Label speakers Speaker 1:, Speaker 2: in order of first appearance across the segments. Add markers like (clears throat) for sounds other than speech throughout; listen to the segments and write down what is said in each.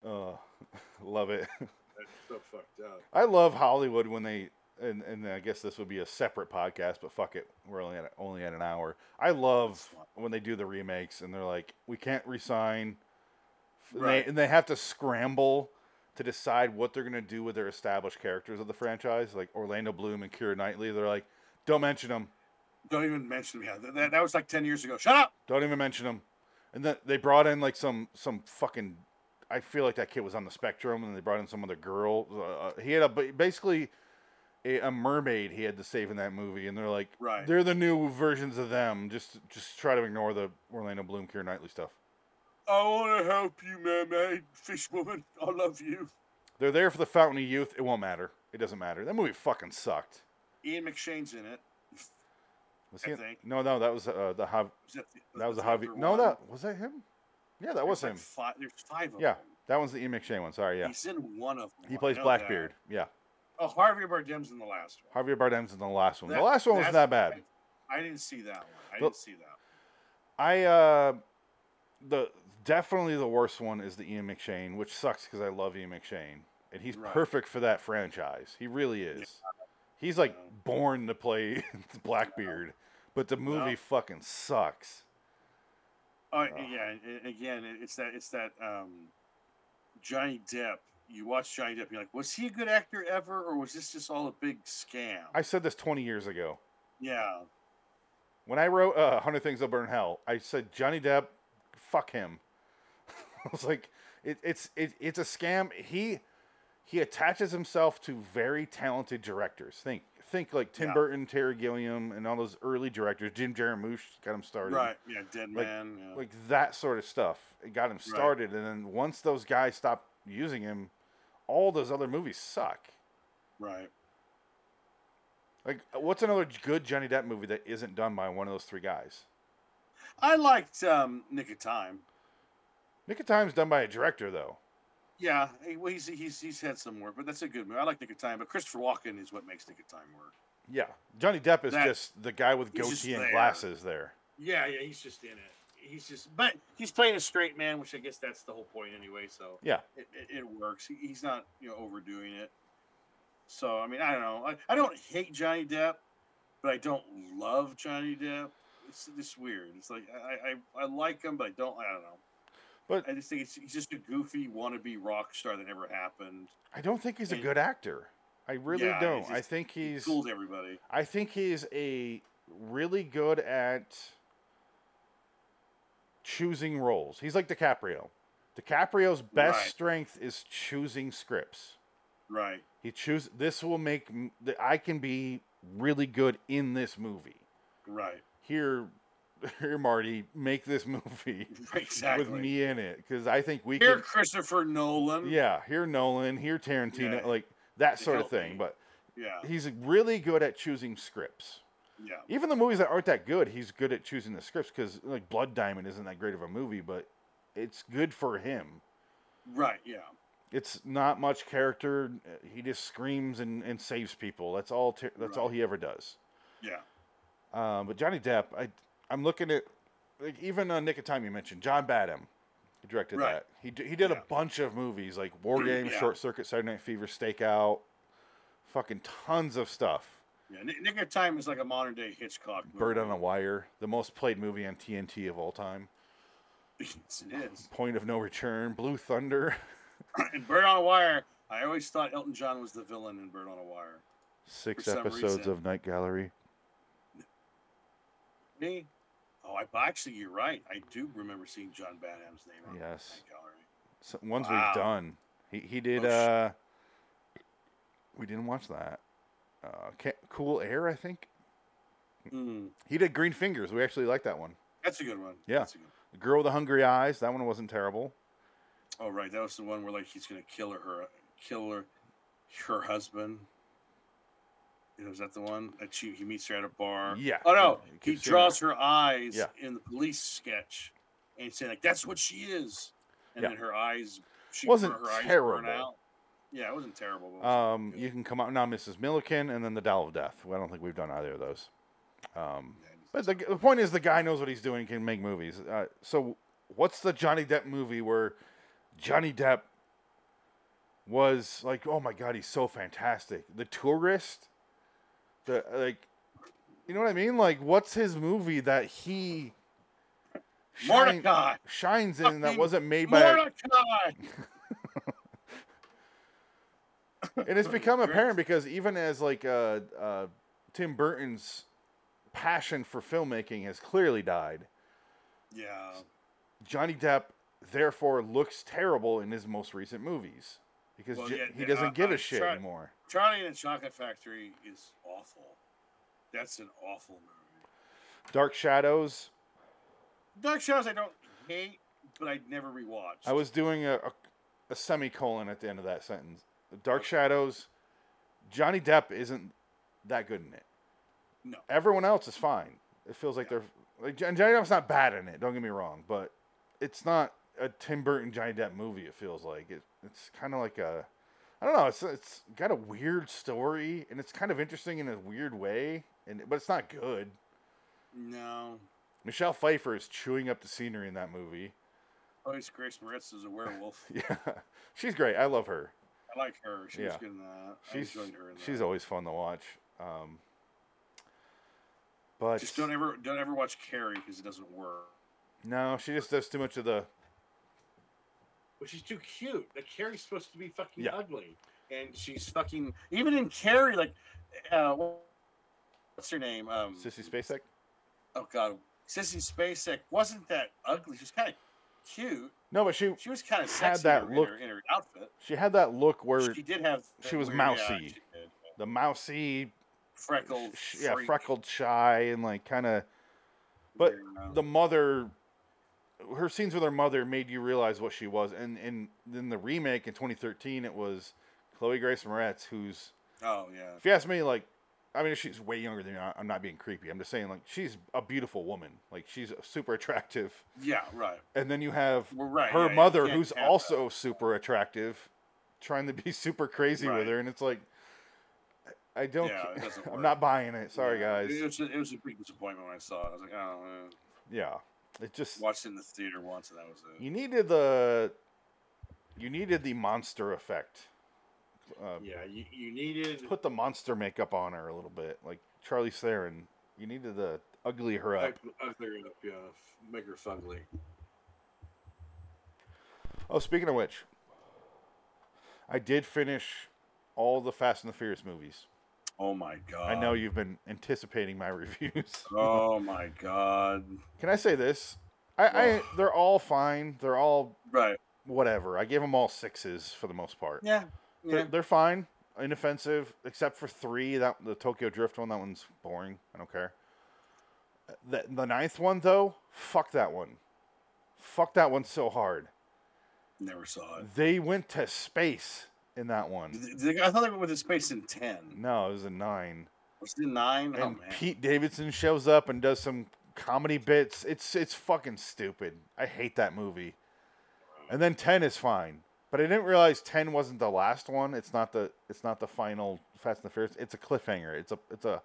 Speaker 1: (laughs) love it. (laughs)
Speaker 2: That's so fucked up.
Speaker 1: I love Hollywood when they and, and I guess this would be a separate podcast, but fuck it, we're only at only at an hour. I love when they do the remakes and they're like, we can't resign, and,
Speaker 2: Right.
Speaker 1: they, and they have to scramble to decide what they're gonna do with their established characters of the franchise, like Orlando Bloom and Keira Knightley. They're like, don't mention them,
Speaker 2: Don't even mention me. Yeah, that- that, that was like ten years ago. Shut up.
Speaker 1: don't even mention them. And then they brought in like some some fucking. I feel like that kid was on the spectrum, and they brought in some other girl. Uh, he had a ba- basically a, a mermaid he had to save in that movie, and they're like,
Speaker 2: Right.
Speaker 1: they're the new versions of them. Just just try to ignore the Orlando Bloom, Keira Knightley stuff.
Speaker 2: I want to help you, mermaid, fish woman. I love you.
Speaker 1: They're there for the Fountain of Youth. It won't matter. It doesn't matter. That movie fucking sucked.
Speaker 2: Ian McShane's in it.
Speaker 1: Was he
Speaker 2: I
Speaker 1: in-
Speaker 2: think.
Speaker 1: No, no, that was uh, the Jav-
Speaker 2: Is that the-
Speaker 1: that was the
Speaker 2: the other
Speaker 1: Javi. No,
Speaker 2: one?
Speaker 1: that was that him. Yeah, that was
Speaker 2: There's
Speaker 1: him.
Speaker 2: like Five, there's five of
Speaker 1: Yeah,
Speaker 2: them.
Speaker 1: that one's the Ian McShane one. Sorry, yeah.
Speaker 2: He's in one of them.
Speaker 1: He
Speaker 2: I
Speaker 1: plays
Speaker 2: know that.
Speaker 1: Blackbeard. Yeah.
Speaker 2: Oh, Harvey Bardem's in the last one.
Speaker 1: Javier Bardem's in the last one. the
Speaker 2: That-
Speaker 1: last one wasn't that
Speaker 2: that's-
Speaker 1: bad.
Speaker 2: I didn't see that one. I
Speaker 1: The-
Speaker 2: didn't see that. One.
Speaker 1: I uh, the definitely the worst one is the Ian McShane, which sucks because I love Ian McShane, and he's
Speaker 2: Right.
Speaker 1: perfect for that franchise. He really is. He's like
Speaker 2: No.
Speaker 1: born to play (laughs) Blackbeard, but the movie fucking sucks.
Speaker 2: Oh
Speaker 1: Oh.
Speaker 2: yeah, a- again, it- it's that it's that um, Johnny Depp. You watch Johnny Depp, you're like, was he a good actor ever, or was this just all a big scam?
Speaker 1: I said this 20 years ago
Speaker 2: yeah,
Speaker 1: when I wrote uh, 100 Things That'll Burn in Hell. I said Johnny Depp, fuck him. (laughs) I was like, it, it's it, it's a scam. He he attaches himself to very talented directors. Think think like Tim
Speaker 2: Yeah.
Speaker 1: Burton, Terry Gilliam, and all those early directors. Jim Jarmusch got him started.
Speaker 2: right, yeah, Dead
Speaker 1: Like-
Speaker 2: Man. yeah.
Speaker 1: Like that sort of stuff. It got him started, and then once those guys stopped using him, all those other movies suck.
Speaker 2: right,
Speaker 1: Like, what's another good Johnny Depp movie that isn't done by one of those three guys?
Speaker 2: I liked um, Nick of Time.
Speaker 1: Nick of Time's done by a director though.
Speaker 2: Yeah, he- well, he's he's he's had some work, but that's a good movie. I like Nick of Time, but Christopher Walken is what makes Nick of Time work.
Speaker 1: Yeah, Johnny Depp is
Speaker 2: That-
Speaker 1: just the guy with
Speaker 2: he's just
Speaker 1: goatee and
Speaker 2: there.
Speaker 1: glasses there.
Speaker 2: Yeah, yeah, he's just in it. He's just, but he's playing a straight man, which I guess that's the whole point anyway. So
Speaker 1: Yeah.
Speaker 2: it, it, it works. He, he's not you know overdoing it. So I mean, I don't know. I, I don't hate Johnny Depp, but I don't love Johnny Depp. It's just weird. It's like I I, I like him, but I don't. I don't know.
Speaker 1: But-
Speaker 2: I just think it's, he's just a goofy wannabe rock star that never happened.
Speaker 1: I don't think he's a
Speaker 2: He-
Speaker 1: good actor. I really
Speaker 2: Yeah,
Speaker 1: don't.
Speaker 2: he's
Speaker 1: I
Speaker 2: just-
Speaker 1: think
Speaker 2: He
Speaker 1: he's.
Speaker 2: fooled everybody.
Speaker 1: I think he's a really good at choosing roles. He's like DiCaprio. DiCaprio's best
Speaker 2: Right.
Speaker 1: strength is choosing scripts.
Speaker 2: Right.
Speaker 1: He choose this will make m- th- I can be really good in this movie.
Speaker 2: Right. (laughs)
Speaker 1: Here, (laughs) here, Marty, make this (laughs) movie
Speaker 2: Exactly.
Speaker 1: with me in it because I think we
Speaker 2: Here,
Speaker 1: can.
Speaker 2: Christopher Nolan.
Speaker 1: Yeah, here Nolan, here Tarantino,
Speaker 2: Yeah.
Speaker 1: like that
Speaker 2: They
Speaker 1: sort of
Speaker 2: help
Speaker 1: thing.
Speaker 2: me.
Speaker 1: But
Speaker 2: Yeah.
Speaker 1: he's really good at choosing scripts.
Speaker 2: Yeah.
Speaker 1: Even the movies that aren't that good, he's good at choosing the scripts because like Blood Diamond isn't that great of a movie, but it's good for him.
Speaker 2: Right. Yeah.
Speaker 1: It's not much character. uh, He just screams and, and saves people. That's all. Tar- that's all
Speaker 2: Right.
Speaker 1: he ever does.
Speaker 2: Yeah.
Speaker 1: Um, but Johnny Depp, I I'm looking at like even uh, Nick of Time you mentioned John Badham, he directed
Speaker 2: Right.
Speaker 1: that. He d- he did
Speaker 2: Yeah.
Speaker 1: a bunch of movies like War Games,
Speaker 2: Yeah.
Speaker 1: Short Circuit, Saturday Night Fever, Stakeout, fucking tons of stuff.
Speaker 2: Yeah, Nick, Nick of Time is like a modern day Hitchcock. Movie.
Speaker 1: Bird on a Wire, the most played movie on TNT of all time.
Speaker 2: (laughs) yes, it is.
Speaker 1: Point of No Return, Blue Thunder, (laughs)
Speaker 2: (clears throat) And Bird on a Wire. I always thought Elton John was the villain in Bird on a Wire.
Speaker 1: six
Speaker 2: For some
Speaker 1: episodes
Speaker 2: reason.
Speaker 1: of Night Gallery.
Speaker 2: Me? Oh, I but actually, you're right. I do remember seeing John Badham's name. on
Speaker 1: Yes.
Speaker 2: that gallery.
Speaker 1: So, ones
Speaker 2: Wow.
Speaker 1: we've done. He he did.
Speaker 2: Oh, sh-
Speaker 1: uh, we didn't watch that. Uh, Ca cool Air, I think.
Speaker 2: Mm,
Speaker 1: He did Green Fingers. We actually like that one.
Speaker 2: that's a good one.
Speaker 1: Yeah.
Speaker 2: That's a good one.
Speaker 1: The Girl with the Hungry Eyes. That one wasn't terrible.
Speaker 2: Oh, right. That was the one where like he's gonna kill her, her kill her, her husband. Is that the one? That she, he meets her at a bar.
Speaker 1: Yeah.
Speaker 2: Oh no,
Speaker 1: Yeah,
Speaker 2: he
Speaker 1: keep seeing
Speaker 2: draws her eyes
Speaker 1: Yeah.
Speaker 2: in the police sketch, and he's saying like, "That's what she is,ver and
Speaker 1: Yeah.
Speaker 2: then her eyes she,
Speaker 1: Wasn't
Speaker 2: her eyes burn
Speaker 1: terrible.
Speaker 2: out. Yeah, it wasn't terrible. But it was
Speaker 1: Um, you can come out now, Mrs. Milliken, and then The Doll of Death. Well, I don't think we've done either of those. Um, but the, the point is, the guy knows what he's doing. Can make movies. Uh, so, what's the Johnny Depp movie where Johnny Depp was like, oh my god, he's so fantastic. The tourist, the like, you know what I mean? Like, what's his movie that he shine-
Speaker 2: Mordecai.
Speaker 1: shines in that
Speaker 2: Fucking
Speaker 1: wasn't made by? a-
Speaker 2: Mordecai.
Speaker 1: (laughs) and it's
Speaker 2: (laughs)
Speaker 1: become apparent because even as like uh, uh, Tim Burton's passion for filmmaking has clearly died,
Speaker 2: Yeah.
Speaker 1: Johnny Depp therefore looks terrible in his most recent movies because
Speaker 2: Well,
Speaker 1: j-
Speaker 2: yeah, uh,
Speaker 1: he
Speaker 2: yeah,
Speaker 1: doesn't
Speaker 2: I-
Speaker 1: give a
Speaker 2: I
Speaker 1: shit
Speaker 2: tried-
Speaker 1: anymore.
Speaker 2: Charlie and the Chocolate Factory is awful. That's an awful movie.
Speaker 1: Dark Shadows.
Speaker 2: Dark Shadows I don't hate, but I'd never rewatch.
Speaker 1: I was doing a, a, a semicolon at the end of that sentence. Dark Shadows. Johnny Depp isn't that good in it.
Speaker 2: No.
Speaker 1: Everyone else is fine. It feels like they're like J- Johnny Depp's not bad in it. Don't get me wrong, but it's not a Tim Burton Johnny Depp movie. It feels like it. It's kind of like a. I don't know. It's it's got a weird story, and it's kind of interesting in a weird way, and but it's not good.
Speaker 2: No.
Speaker 1: Michelle Pfeiffer is chewing up the scenery in that movie. (laughs)
Speaker 2: Always Grace Moretz is a werewolf.
Speaker 1: Yeah, she's great. I love her.
Speaker 2: I like her. She was
Speaker 1: Yeah.
Speaker 2: good in that.
Speaker 1: She's
Speaker 2: I enjoyed her in that.
Speaker 1: she's always fun to watch. Um, but
Speaker 2: just don't ever don't ever watch Carrie because it doesn't work.
Speaker 1: no, she just does too much of the
Speaker 2: But she's too cute. Like Carrie's supposed to be fucking
Speaker 1: Yeah.
Speaker 2: ugly, and she's fucking even in Carrie. Like, uh, what's her name? Um,
Speaker 1: sissy Spacek.
Speaker 2: oh god, Sissy Spacek wasn't that ugly. She was kind of cute.
Speaker 1: No, but she
Speaker 2: She was kind of
Speaker 1: Had
Speaker 2: sexy
Speaker 1: that
Speaker 2: in, her,
Speaker 1: look
Speaker 2: in, her, in her outfit.
Speaker 1: she had that look where
Speaker 2: She did have.
Speaker 1: she
Speaker 2: that
Speaker 1: was
Speaker 2: weird-
Speaker 1: mousy.
Speaker 2: Yeah, she did.
Speaker 1: the mousy,
Speaker 2: Freckled.
Speaker 1: sh- yeah,
Speaker 2: freak.
Speaker 1: freckled, shy, and like kind of but
Speaker 2: Weird mouth.
Speaker 1: the mother. Her scenes with her mother made you realize what she was, and and then the remake in 2013, it was Chloe Grace Moretz, who's
Speaker 2: oh yeah.
Speaker 1: if you ask me, like, I mean, she's way younger than you. I- I'm not being creepy. I'm just saying, like, she's a beautiful woman. Like, she's super attractive.
Speaker 2: Yeah. Right.
Speaker 1: And then you have
Speaker 2: We're right. yeah,
Speaker 1: her
Speaker 2: you
Speaker 1: mother,
Speaker 2: can't
Speaker 1: who's
Speaker 2: have that.
Speaker 1: also super attractive, trying to be (laughs) super crazy
Speaker 2: Right.
Speaker 1: with her. And it's like, I don't.
Speaker 2: Yeah,
Speaker 1: ca-
Speaker 2: it
Speaker 1: (laughs)
Speaker 2: doesn't
Speaker 1: I'm
Speaker 2: work.
Speaker 1: not buying it. Sorry,
Speaker 2: Yeah,
Speaker 1: guys.
Speaker 2: It was, a, it was a big disappointment when I saw it. I was like, oh, man.
Speaker 1: Yeah, it just
Speaker 2: watched it in the theater once, and that was it.
Speaker 1: you needed the you needed the monster effect. Uh,
Speaker 3: Yeah, you, you needed.
Speaker 1: Put the monster makeup on her a little bit, like Charlie Theron. You needed to ugly her up.
Speaker 3: I, I figured up, yeah, f- uh, make her fugly.
Speaker 1: Oh, speaking of which, I did finish all the Fast and the Furious movies.
Speaker 2: Oh my god!
Speaker 1: I know you've been anticipating my (laughs)
Speaker 2: (laughs)
Speaker 1: reviews.
Speaker 2: Oh my god!
Speaker 1: Can I say this? I, I
Speaker 2: Ugh.
Speaker 1: they're all fine. They're all
Speaker 2: Right?
Speaker 1: whatever. I gave them all sixes for the most part.
Speaker 2: Yeah.
Speaker 1: They're, they're fine, inoffensive, except for three. That the Tokyo Drift one. That one's boring. I don't care. The the ninth one though, fuck that one. Fuck that one so hard.
Speaker 2: Never saw it.
Speaker 1: They went to space in that one.
Speaker 2: Th- th- I thought they went with a space in ten.
Speaker 1: No, it was a nine.
Speaker 2: Was it (laughs) nine? Oh
Speaker 1: and
Speaker 2: man!
Speaker 1: Pete Davidson shows up and does some comedy bits. It's it's fucking stupid. I hate that movie. And then ten is fine, but I didn't realize ten wasn't the last one. It's not the it's not the final Fast and the Furious. It's a cliffhanger. It's a it's a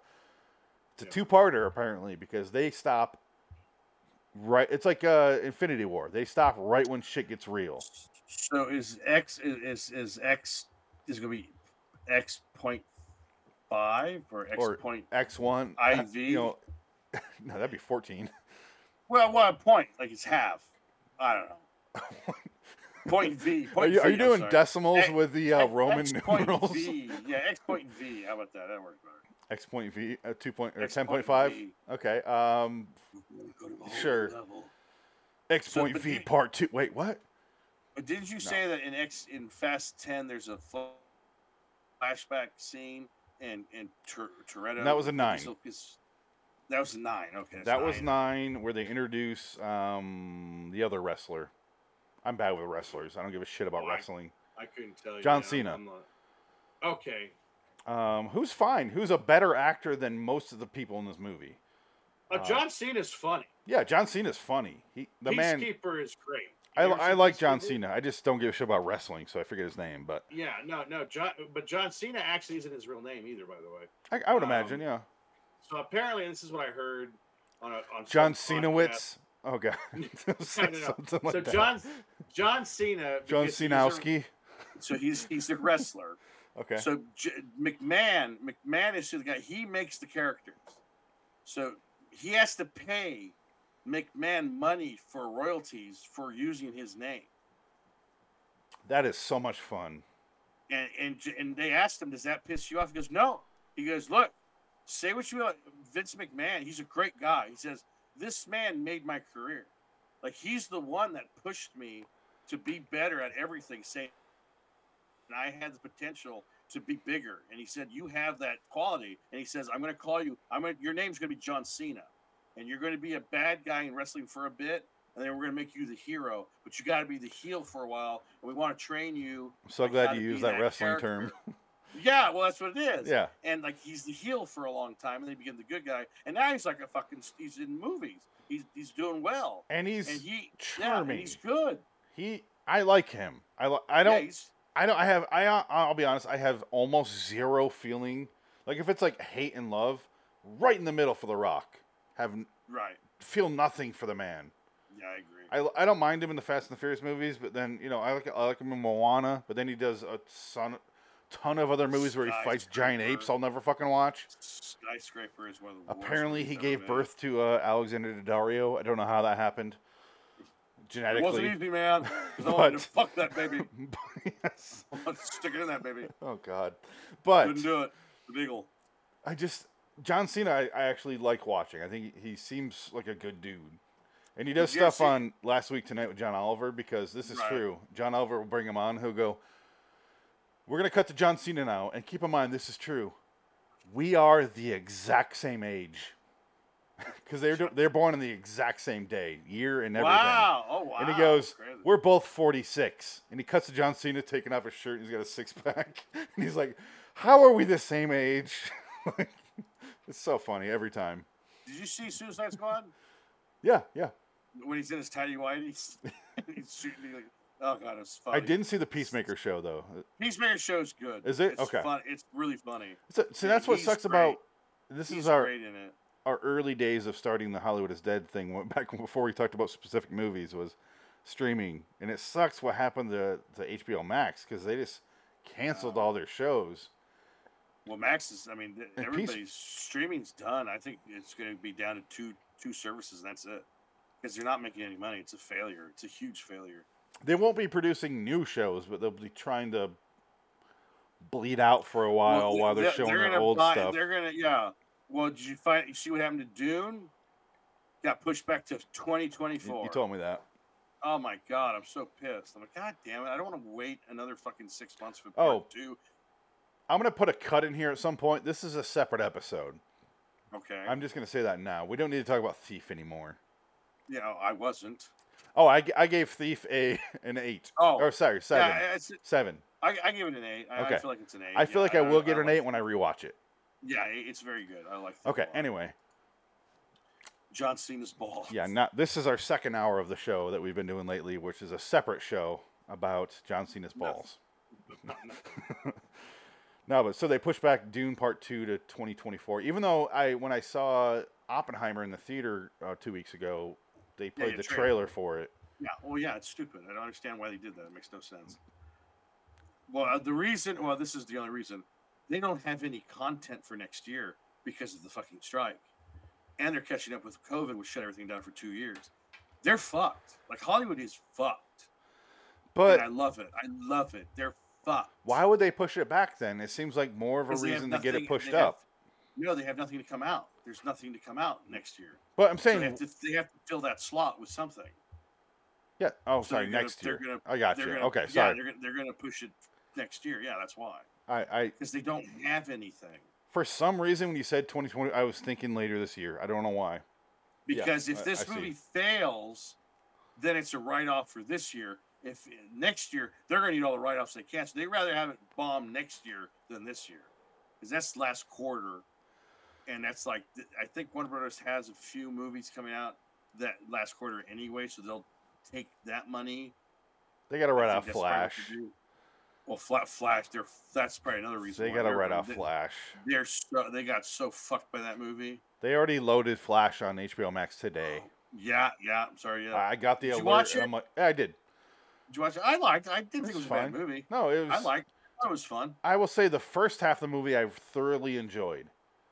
Speaker 1: it's a
Speaker 3: Yeah.
Speaker 1: two parter apparently because they stop right. It's like uh, Infinity War. They stop right when shit gets real.
Speaker 2: So is X is is, is X is going to be X point five or X
Speaker 1: Or-
Speaker 2: point?
Speaker 1: X one uh,
Speaker 2: IV?
Speaker 1: You know, (laughs) no, that'd be fourteen.
Speaker 2: Well, what point? Like it's half. I don't
Speaker 1: (laughs)
Speaker 2: know. Point V.
Speaker 1: Are
Speaker 2: Point
Speaker 1: you, are
Speaker 2: V,
Speaker 1: you
Speaker 2: I'm
Speaker 1: doing
Speaker 2: sorry.
Speaker 1: decimals
Speaker 2: X-
Speaker 1: with the uh,
Speaker 2: X-
Speaker 1: Roman
Speaker 2: X
Speaker 1: (laughs)
Speaker 2: point
Speaker 1: numerals?
Speaker 2: V. Yeah, X point V. How about that? That works better.
Speaker 1: X point V, uh, two point or
Speaker 2: X
Speaker 1: ten point
Speaker 2: point
Speaker 1: five.
Speaker 2: V.
Speaker 1: Okay. Um,
Speaker 2: Go to a whole
Speaker 1: Sure.
Speaker 2: level.
Speaker 1: X
Speaker 2: So,
Speaker 1: point
Speaker 2: but
Speaker 1: V
Speaker 2: you-
Speaker 1: part two. Wait, what?
Speaker 2: But didn't you
Speaker 1: No.
Speaker 2: say that in X in Fast Ten there's a fl- flashback scene and and Tur- Toretto?
Speaker 1: That was a nine.
Speaker 2: is- is- that was a nine. Okay, that's
Speaker 1: that was nine, where they introduce um the other wrestler. I'm bad with wrestlers. I don't give a shit about
Speaker 3: Oh, I-
Speaker 1: wrestling.
Speaker 3: I couldn't tell you.
Speaker 1: John
Speaker 3: now.
Speaker 1: Cena.
Speaker 3: I'm not- Okay.
Speaker 1: Um, who's fine? Who's a better actor than most of the people in this movie?
Speaker 3: Uh,
Speaker 1: Uh,
Speaker 3: John Cena's funny.
Speaker 1: Yeah, John Cena's funny. He the man.
Speaker 3: Peacekeeper is great.
Speaker 1: I,
Speaker 3: You ever
Speaker 1: I
Speaker 3: seen
Speaker 1: like John
Speaker 3: Peacekeeper?
Speaker 1: Cena. I just don't give a shit about wrestling, so I forget his name. But
Speaker 3: Yeah, no, no, John, but John Cena actually isn't his real name either, by the way.
Speaker 1: I, I would
Speaker 3: Um,
Speaker 1: imagine, yeah.
Speaker 3: So apparently, this is what I heard on a on
Speaker 1: John
Speaker 3: some podcast.
Speaker 1: Cenawitz. Oh god.
Speaker 3: (laughs) No, no, no.
Speaker 1: (laughs) Something like
Speaker 3: so
Speaker 1: that.
Speaker 3: John John Cena
Speaker 1: John
Speaker 3: because he's a-
Speaker 1: Cenowski.
Speaker 2: So he's he's a wrestler.
Speaker 1: Okay.
Speaker 2: So J- McMahon, McMahon is the guy. He makes the characters. So he has to pay McMahon money for royalties for using his name.
Speaker 1: that is so much fun.
Speaker 2: And and J- and they asked him, "Does that piss you off?" He goes, "No." He goes, "Look, say what you want. Vince McMahon, he's a great guy." He says, "This man made my career. Like he's the one that pushed me to be better at everything." Saying, "And I had the potential to be bigger." And he said, "You have that quality." And he says, "I'm going to call you. I'm going. to Your name's going to be John Cena, and you're going to be a bad guy in wrestling for a bit." And then we're going to make you the hero, but you got to be the heel for a while. And we want to train you
Speaker 1: I'm so
Speaker 2: like, how
Speaker 1: glad
Speaker 2: to
Speaker 1: you
Speaker 2: be
Speaker 1: used that,
Speaker 2: that
Speaker 1: wrestling
Speaker 2: character.
Speaker 1: term.
Speaker 2: yeah, well, that's what it is.
Speaker 1: Yeah.
Speaker 2: And like he's the heel for a long time, and they begin the good guy, and now he's like a fucking. He's in movies. He's he's doing well,
Speaker 1: And he's
Speaker 2: and he yeah, and
Speaker 1: charming.
Speaker 2: he's good.
Speaker 1: he I like him. I li- I
Speaker 2: Yeah,
Speaker 1: don't
Speaker 2: he's-
Speaker 1: I don't I have I I'll be honest, I have almost zero feeling. Like if it's like hate and love, right in the middle for the rock. Have n-
Speaker 2: right.
Speaker 1: feel nothing for the man.
Speaker 2: Yeah, I agree.
Speaker 1: I, I don't mind him in the Fast and the Furious movies, but then you know I like I like him in Moana, but then he does a son, ton of other movies where he fights giant
Speaker 2: Skyscraper.
Speaker 1: apes. I'll never fucking watch.
Speaker 2: Skyscraper is one of the. worst
Speaker 1: Apparently,
Speaker 2: movies
Speaker 1: he
Speaker 2: ever
Speaker 1: gave
Speaker 2: made.
Speaker 1: birth to uh, Alexander Daddario. I don't know how that happened.
Speaker 2: It wasn't
Speaker 1: Genetically, (laughs)
Speaker 2: easy, man. 'cause I
Speaker 1: But-
Speaker 2: wanted to fuck that
Speaker 1: (laughs)
Speaker 2: baby.
Speaker 1: yes.
Speaker 2: I wanted to stick it in that baby.
Speaker 1: Oh God, but
Speaker 2: Couldn't do it. The beagle.
Speaker 1: I just John Cena. I, I actually like watching. I think he seems like a good dude, and he does
Speaker 2: Did you
Speaker 1: stuff
Speaker 2: see-
Speaker 1: on last week tonight with John Oliver because this is
Speaker 2: Right.
Speaker 1: true. John Oliver will bring him on. He'll go. We're gonna cut to John Cena now, and keep in mind this is true. We are the exact same age (laughs) because they're do- they're born on the exact same day, year, and everything.
Speaker 2: Wow. Oh wow.
Speaker 1: And he goes,
Speaker 2: Crazy.
Speaker 1: "We're both 46." And he cuts to John Cena taking off his shirt. And he's got a six pack, (laughs) and he's like, "How are we the same age?" (laughs) Like, it's so funny every time.
Speaker 2: Did you see Suicide Squad?
Speaker 1: Yeah, yeah.
Speaker 2: when he's in his
Speaker 1: (laughs)
Speaker 2: tidy whities, (laughs) he's shooting me like, oh god, it's funny.
Speaker 1: I didn't see the Peacemaker show though.
Speaker 2: Peacemaker show's good.
Speaker 1: Is it?
Speaker 2: It's
Speaker 1: Okay.
Speaker 2: Fun. It's really funny.
Speaker 1: So, see, that's what
Speaker 2: He's
Speaker 1: sucks
Speaker 2: great.
Speaker 1: about this
Speaker 2: he's
Speaker 1: is our
Speaker 2: great in it.
Speaker 1: our early days of starting the Hollywood is Dead thing. Went (laughs) back before we talked about specific movies was streaming, and it sucks what happened to to HBO Max because they just canceled all their shows.
Speaker 2: Well, Max is. I mean, th-
Speaker 1: And Peace-
Speaker 2: everybody's streaming's done. I think it's going to be down to two two services, and that's it. Because they're not making any money. It's a failure. It's a huge failure.
Speaker 1: they won't be producing new shows, but they'll be trying to bleed out for a while
Speaker 2: Well,
Speaker 1: while they're,
Speaker 2: they-
Speaker 1: showing their
Speaker 2: gonna
Speaker 1: old
Speaker 2: buy-
Speaker 1: stuff.
Speaker 2: They're gonna, yeah. Well, did you find? You see what happened to Dune? Got pushed back to twenty twenty
Speaker 1: You,
Speaker 2: four.
Speaker 1: you told me that.
Speaker 2: Oh my god, I'm so pissed. I'm like, god damn it, I don't want to wait another fucking six months for part
Speaker 1: Oh.
Speaker 2: two.
Speaker 1: I'm gonna put a cut in here at some point. This is a separate episode.
Speaker 2: Okay.
Speaker 1: I'm just gonna say that now. We don't need to talk about Thief anymore.
Speaker 2: you know, I wasn't.
Speaker 1: Oh, I, g- I gave Thief a (laughs) an eight.
Speaker 2: Oh.
Speaker 1: or sorry, seven.
Speaker 2: Yeah, I- it's,
Speaker 1: seven.
Speaker 2: I, I give it an eight. I, I
Speaker 1: Okay.
Speaker 2: feel like it's an eight.
Speaker 1: I feel
Speaker 2: Yeah,
Speaker 1: like I, will
Speaker 2: I
Speaker 1: get an
Speaker 2: like-
Speaker 1: eight when I rewatch it.
Speaker 2: Yeah, it- it's very good. I like that.
Speaker 1: Okay.
Speaker 2: a lot.
Speaker 1: Anyway,
Speaker 2: John Cena's ball.
Speaker 1: yeah. Not this is our second hour of the show that we've been doing lately, which is a separate show about John Cena's balls. (laughs) No, but so they pushed back Dune Part Two to 2024. Even though I, when I saw Oppenheimer in the theater uh, two weeks ago, they played
Speaker 2: yeah,
Speaker 1: the
Speaker 2: trailer.
Speaker 1: trailer for it.
Speaker 2: (laughs) Yeah. Well, yeah, it's stupid. I don't understand why they did that. It makes no sense. Well, uh, the reason, well, this is the only reason they don't have any content for next year because of the fucking strike. And they're catching up with COVID, which shut everything down for two years. They're fucked. Like Hollywood is fucked. and I
Speaker 1: But
Speaker 2: love it. I love it. They're fucked.
Speaker 1: why would they push it back then? It seems like more of a
Speaker 2: 'Cause they have
Speaker 1: reason to get
Speaker 2: nothing-
Speaker 1: it pushed
Speaker 2: they have-
Speaker 1: up.
Speaker 2: No, they have nothing to come out. There's nothing to come out next year.
Speaker 1: But I'm
Speaker 2: So they
Speaker 1: saying,
Speaker 2: have to, they have to fill that slot with something.
Speaker 1: yeah. Oh,
Speaker 2: So
Speaker 1: sorry.
Speaker 2: they're gonna-
Speaker 1: next
Speaker 2: they're
Speaker 1: year.
Speaker 2: gonna-
Speaker 1: I got
Speaker 2: They're
Speaker 1: you.
Speaker 2: gonna-
Speaker 1: Okay,
Speaker 2: yeah,
Speaker 1: sorry.
Speaker 2: They're, gonna- they're going to push it next year. Yeah, that's why.
Speaker 1: I, I,
Speaker 2: Because they don't have anything.
Speaker 1: for some reason, when you said 2020, I was thinking later this year. I don't know why. Yeah,
Speaker 2: Because
Speaker 1: I-
Speaker 2: if this
Speaker 1: I see.
Speaker 2: movie fails, then it's a write off for this year. If next year they're going to need all the write offs they can, so they'd rather have it bomb next year than this year, because that's last quarter, and that's like th- I think Warner Brothers has a few movies coming out that last quarter anyway, so they'll take that money.
Speaker 1: They got to
Speaker 2: I
Speaker 1: write
Speaker 2: think
Speaker 1: off
Speaker 2: that's probably what
Speaker 1: Flash.
Speaker 2: they do. Well, flat Flash, they're that's probably another reason
Speaker 1: They
Speaker 2: why
Speaker 1: got to
Speaker 2: they're-
Speaker 1: write off
Speaker 2: they-
Speaker 1: Flash.
Speaker 2: They're so, they got so fucked by that movie. Oh,
Speaker 1: They already loaded Flash on HBO Max today.
Speaker 2: Yeah, yeah. I'm sorry. Yeah.
Speaker 1: I got the
Speaker 2: Did you
Speaker 1: alert,
Speaker 2: watch
Speaker 1: and
Speaker 2: it?
Speaker 1: I'm like, yeah, I did.
Speaker 2: Did you watch it? I liked. I didn't think it
Speaker 1: It's
Speaker 2: was a
Speaker 1: fine.
Speaker 2: bad movie.
Speaker 1: No, it was.
Speaker 2: I liked. it. I thought it was fun.
Speaker 1: I will say the first half of the movie I thoroughly enjoyed.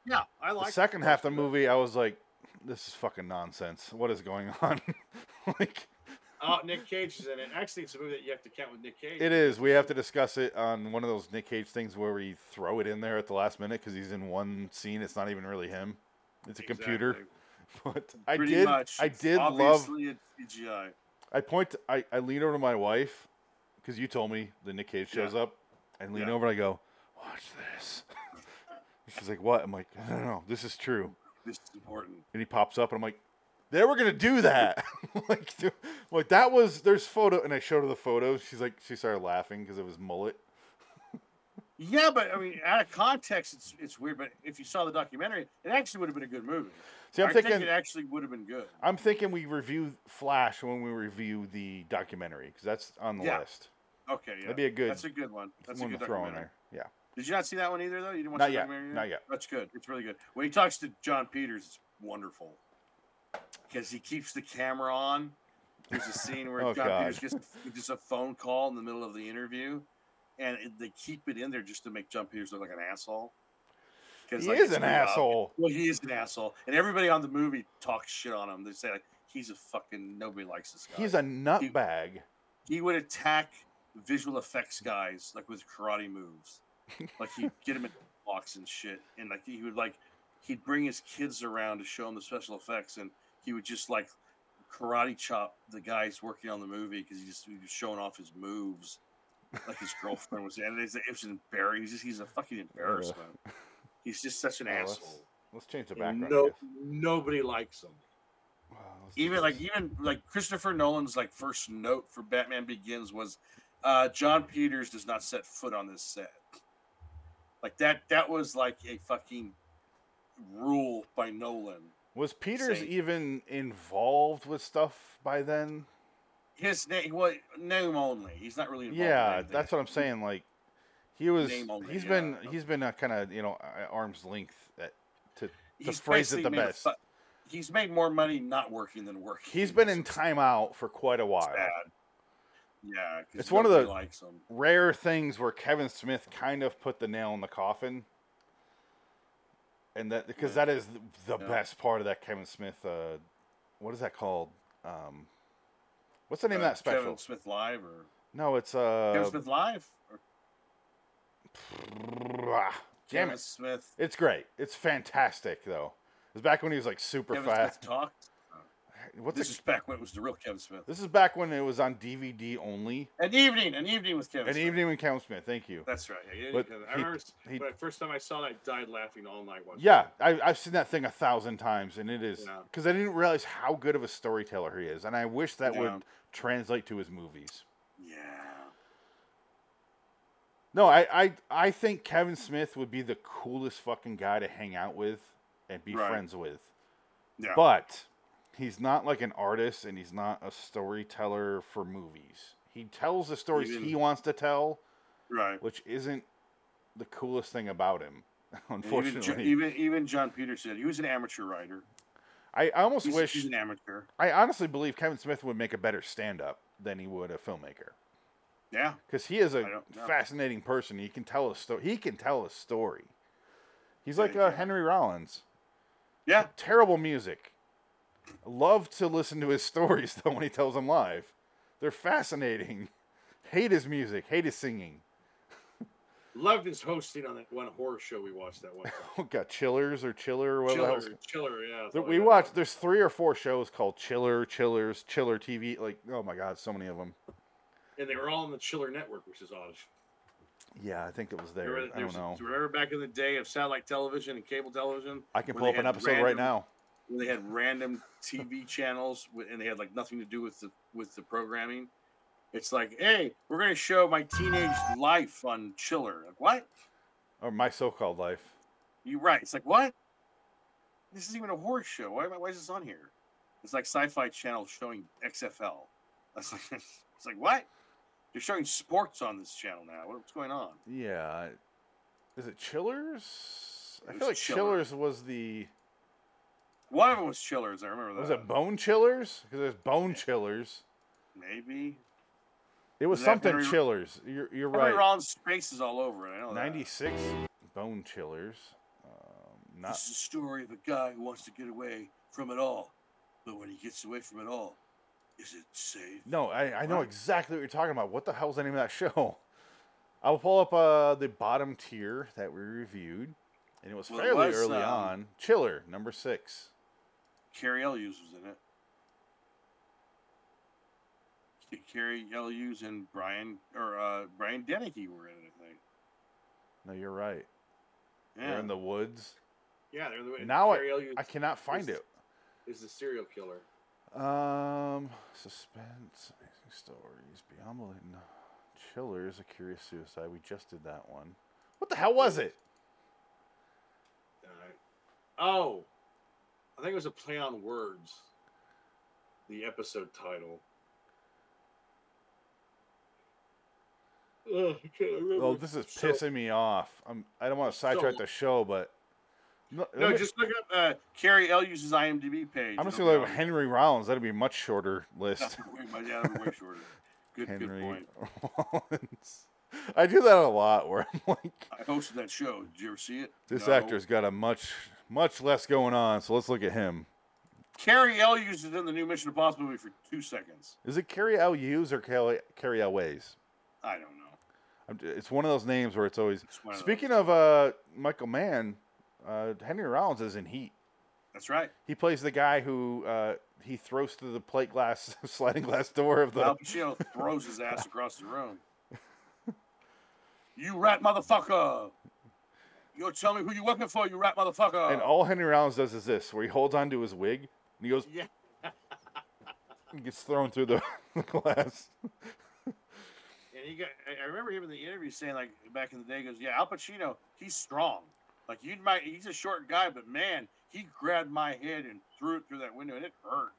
Speaker 2: Yeah, I
Speaker 1: The
Speaker 2: liked.
Speaker 1: second
Speaker 2: first
Speaker 1: half of the
Speaker 2: one.
Speaker 1: movie, I was like, "This is fucking nonsense. What is going (laughs) on?" like,
Speaker 3: Oh, Nick Cage is in it. Actually, it's a movie that you have to count with Nick Cage.
Speaker 1: it is. We have to discuss it on one of those Nick Cage things where we throw it in there at the last minute because he's in one scene. It's not even really him. It's a computer.
Speaker 3: Exactly.
Speaker 1: (laughs) But I
Speaker 2: Pretty
Speaker 1: did.
Speaker 2: Much.
Speaker 1: I
Speaker 2: It's
Speaker 1: did love.
Speaker 2: obviously love. It's CGI.
Speaker 1: I point. I I lean over to my wife because you told me the Nick Cage shows up. I lean
Speaker 2: Yeah.
Speaker 1: over and I go, "Watch this." (laughs) She's like, "What?" I'm like, "No, no, no. This is true."
Speaker 2: This is important.
Speaker 1: and he pops up, and I'm like, they were gonna do that. (laughs) like, dude, like that was there's photo, and I showed her the photo. She's like, she started laughing because it was mullet.
Speaker 2: Yeah, but I mean, out of context, it's it's weird. But if you saw the documentary, it actually would have been a good movie.
Speaker 1: See, I'm
Speaker 2: I
Speaker 1: thinking,
Speaker 2: think it actually would have been good.
Speaker 1: I'm thinking we review Flash when we review the documentary because that's on the
Speaker 2: Yeah.
Speaker 1: list.
Speaker 2: Okay, yeah,
Speaker 1: That'd be a good
Speaker 2: that's a good one. That's a
Speaker 1: one
Speaker 2: good
Speaker 1: to throw in
Speaker 2: documentary.
Speaker 1: there. Yeah,
Speaker 2: Did you not see that one either, though? You didn't watch
Speaker 1: Not
Speaker 2: the
Speaker 1: yet.
Speaker 2: documentary
Speaker 1: Not yet.
Speaker 2: That's good. It's really good. When he talks to John Peters, it's wonderful because he keeps the camera on. There's a scene where
Speaker 1: (laughs) Oh,
Speaker 2: John
Speaker 1: God.
Speaker 2: Peters gets (laughs) just a phone call in the middle of the interview, and it- they keep it in there just to make John Peters look like an asshole. 'Cause,
Speaker 1: he
Speaker 2: like,
Speaker 1: is
Speaker 2: it's
Speaker 1: an
Speaker 2: made up.
Speaker 1: asshole.
Speaker 2: Well, he is an asshole, and everybody on the movie talks shit on him. They say like he's a fucking nobody likes this guy.
Speaker 1: He's a nutbag.
Speaker 2: he would attack visual effects guys like with karate moves. Like he'd get him in (laughs) blocks and shit, and like he would like he'd bring his kids around to show them the special effects, and he would just like karate chop the guys working on the movie because he just he was showing off his moves. Like his girlfriend was, and it's- it was embarrassing. He's just he's a fucking embarrassment. He's just such an
Speaker 1: Oh, that's-
Speaker 2: asshole.
Speaker 1: Let's change the
Speaker 3: And
Speaker 1: background. I
Speaker 3: No,
Speaker 1: guess.
Speaker 3: nobody likes him.
Speaker 1: Wow, let's do
Speaker 2: even like
Speaker 1: this.
Speaker 2: even like Christopher Nolan's like first note for Batman Begins was uh John Peters does not set foot on this set. Like that that was like a fucking rule by Nolan.
Speaker 1: was Peters
Speaker 2: Same.
Speaker 1: even involved with stuff by then?
Speaker 2: His name well name only. He's not really involved in
Speaker 1: Yeah,
Speaker 2: anything.
Speaker 1: that's what I'm saying. Like he was,
Speaker 2: Name only,
Speaker 1: he's
Speaker 2: yeah.
Speaker 1: been, he's been a kind of you know a- arm's length. At, to
Speaker 2: He's
Speaker 1: phrase it
Speaker 2: basically
Speaker 1: the
Speaker 2: made a
Speaker 1: best.
Speaker 2: fu- he's made more money not working than working.
Speaker 1: he's been in
Speaker 2: It's
Speaker 1: timeout for quite a while.
Speaker 2: bad. Yeah, 'cause
Speaker 1: It's one of
Speaker 2: nobody
Speaker 1: the-
Speaker 2: likes him.
Speaker 1: Rare things where Kevin Smith kind of put the nail in the coffin, and that because that is the
Speaker 2: Yeah.
Speaker 1: best part of that Kevin Smith. Uh, what is that called? Um, what's the name
Speaker 2: Uh,
Speaker 1: of that special?
Speaker 2: Kevin Smith Live or
Speaker 1: No, it's
Speaker 2: Kevin
Speaker 1: uh.
Speaker 2: Smith Live or
Speaker 1: Damn
Speaker 2: Kevin
Speaker 1: it!
Speaker 2: Smith
Speaker 1: It's great. It's fantastic though. It was back when he was like super
Speaker 2: Kevin
Speaker 1: fast.
Speaker 2: Smith Talk.
Speaker 1: What's
Speaker 2: this
Speaker 1: it-
Speaker 2: is back when it was the real Kevin Smith.
Speaker 1: This is back when it was on DVD only.
Speaker 2: An evening, an evening with Kevin.
Speaker 1: An
Speaker 2: Smith.
Speaker 1: evening with Kevin Smith. Thank you.
Speaker 2: That's right.
Speaker 3: Yeah, I
Speaker 1: But he-
Speaker 3: remember
Speaker 1: he-
Speaker 3: but first time I saw that, I died laughing all night. Watching
Speaker 1: Yeah, I, I've seen that thing a thousand times, and it is
Speaker 3: Yeah.
Speaker 1: because I didn't realize how good of a storyteller he is, and I wish that
Speaker 2: Yeah.
Speaker 1: would translate to his movies.
Speaker 2: Yeah.
Speaker 1: No, I, I I think Kevin Smith would be the coolest fucking guy to hang out with and be
Speaker 2: Right.
Speaker 1: friends with,
Speaker 2: Yeah.
Speaker 1: but he's not like an artist, and he's not a storyteller for movies. He tells the stories
Speaker 2: Even-
Speaker 1: he wants to tell,
Speaker 2: right.
Speaker 1: which isn't the coolest thing about him. (laughs) Unfortunately,
Speaker 2: Even, Jo- even even John Peters said he was an amateur writer.
Speaker 1: I, I almost
Speaker 2: He's,
Speaker 1: wish
Speaker 2: he's an amateur.
Speaker 1: I honestly believe Kevin Smith would make a better stand up than he would a filmmaker
Speaker 2: Yeah.
Speaker 1: because he is
Speaker 2: I
Speaker 1: a
Speaker 2: don't know.
Speaker 1: fascinating person. He can tell a story. He can tell a story. He's
Speaker 2: Yeah,
Speaker 1: like
Speaker 2: he
Speaker 1: uh,
Speaker 2: can.
Speaker 1: Henry Rollins.
Speaker 2: Yeah.
Speaker 1: Terrible music. Love to listen to his (laughs) stories though when he tells them live. They're fascinating. (laughs) Hate his music. Hate his singing. (laughs)
Speaker 3: Loved his hosting on that one horror show we watched that one. time.
Speaker 1: Oh God, Chillers or Chiller or whatever. the
Speaker 3: Chiller,
Speaker 1: hell's-
Speaker 3: Chiller, yeah.
Speaker 1: There-
Speaker 3: something
Speaker 1: we
Speaker 3: like that.
Speaker 1: watched. There's three or four shows called Chiller, Chillers, Chiller TV. Like, oh my God, so many of them.
Speaker 3: and they were all on the Chiller Network, which is odd.
Speaker 1: Yeah, I think it was
Speaker 3: There,
Speaker 1: there.
Speaker 3: were-
Speaker 1: I
Speaker 3: there's-
Speaker 1: don't know.
Speaker 3: Remember back in the day of satellite television and cable television,
Speaker 1: I can
Speaker 2: where
Speaker 1: pull
Speaker 2: they
Speaker 1: up an
Speaker 2: had
Speaker 1: episode right
Speaker 2: random-
Speaker 1: now.
Speaker 2: when they had random TV channels wi- and they had like nothing to do with the with the programming. It's like, hey, we're gonna show my teenage life on Chiller. Like, what?
Speaker 1: Or my so-called life.
Speaker 2: You're right. It's like what? This is even a horror show. Why, am I- why is this on here? It's like Sci-Fi Channel showing XFL. That's like (laughs) it's like what? They're showing sports on this channel now. What- What's going on?
Speaker 1: Yeah. I- Is it Chillers? I
Speaker 2: It
Speaker 1: feel
Speaker 2: was
Speaker 1: like
Speaker 2: Chiller.
Speaker 1: Chillers was the
Speaker 2: One of them was Uh, Chillers. I remember that.
Speaker 1: was it Bone Chillers? Because there's Bone Chillers.
Speaker 2: Maybe.
Speaker 1: It was
Speaker 2: Is that
Speaker 1: something
Speaker 2: Henry-
Speaker 1: chillers. You're, you're
Speaker 2: Henry
Speaker 1: right.
Speaker 2: Rollins' face is all over it. I know that.
Speaker 1: 96 bone chillers. Um, not
Speaker 2: This is a story of a guy who wants to get away from it all, but when he gets away from it all, is it safe?
Speaker 1: No, I, I know
Speaker 2: Right.
Speaker 1: exactly what you're talking about. What the hell's the name of that show? (laughs) I'll pull up uh, the bottom tier that we reviewed, and it was
Speaker 2: Well, it
Speaker 1: fairly
Speaker 2: was,
Speaker 1: early
Speaker 2: um,
Speaker 1: on. Chiller number six.
Speaker 2: Carrie Ellius was in it. Yeah, Carrie Ellius and Brian or uh, Brian Dennehy were in it. I think.
Speaker 1: No, you're right.
Speaker 2: Yeah.
Speaker 1: They're in the woods.
Speaker 3: Yeah, they're the way.
Speaker 1: Now
Speaker 3: Carrie Elliott
Speaker 1: I cannot find
Speaker 3: It's-
Speaker 1: it.
Speaker 3: is the serial killer.
Speaker 1: Um, suspense, amazing stories, beyond belief. No. Chillers, a curious suicide. We just did that one. What the hell was it?
Speaker 3: Alright. Oh, I think it was a play on words. The episode title. Ugh, I can't remember.
Speaker 1: Oh, this is
Speaker 3: So-
Speaker 1: pissing me off. I'm. I don't want to sidetrack
Speaker 3: So-
Speaker 1: the show, but no,
Speaker 2: no,
Speaker 1: let me-
Speaker 2: just look up uh, Carrie Ellius' IMDb page.
Speaker 1: I'm
Speaker 2: It'll
Speaker 1: just gonna
Speaker 2: be
Speaker 1: go
Speaker 2: on-
Speaker 1: Henry Rollins. That'd be a much shorter
Speaker 2: Yeah,
Speaker 1: list.
Speaker 2: way- yeah, that'd be way shorter. (laughs) Good, good
Speaker 1: Henry
Speaker 2: point.
Speaker 1: Rollins. I do that a lot, where I'm like,
Speaker 2: I hosted that show. Did you ever see it?
Speaker 1: this
Speaker 2: No.
Speaker 1: actor's got a much, much less going on. So let's look at him.
Speaker 2: Carrie Ellius is in the new Mission Impossible movie for two seconds.
Speaker 1: Is it Carrie L. Hughes or Carrie, Carrie L. Ways?
Speaker 2: I don't know.
Speaker 1: I'm, it's one of those names where it's always.
Speaker 2: It's one of those.
Speaker 1: Speaking of uh, Michael Mann, uh, Henry Rollins is in Heat.
Speaker 2: that's right.
Speaker 1: He plays the guy who uh, he throws through the plate glass, (laughs) sliding glass door of the.
Speaker 2: Al Pacino throws his ass across the room. You rat motherfucker! You'll tell me who you working for, you rat motherfucker!
Speaker 1: And all Henry Rollins does is this, where he holds onto his wig and he goes,
Speaker 3: Yeah.
Speaker 1: and gets thrown through the, (laughs) the glass.
Speaker 2: and he got, I- I remember him in the interview saying, like, back in the day, he goes, Yeah, Al Pacino, he's strong. Like, you might, he's a short guy, but man, he grabbed my head and threw it through that window and it hurt.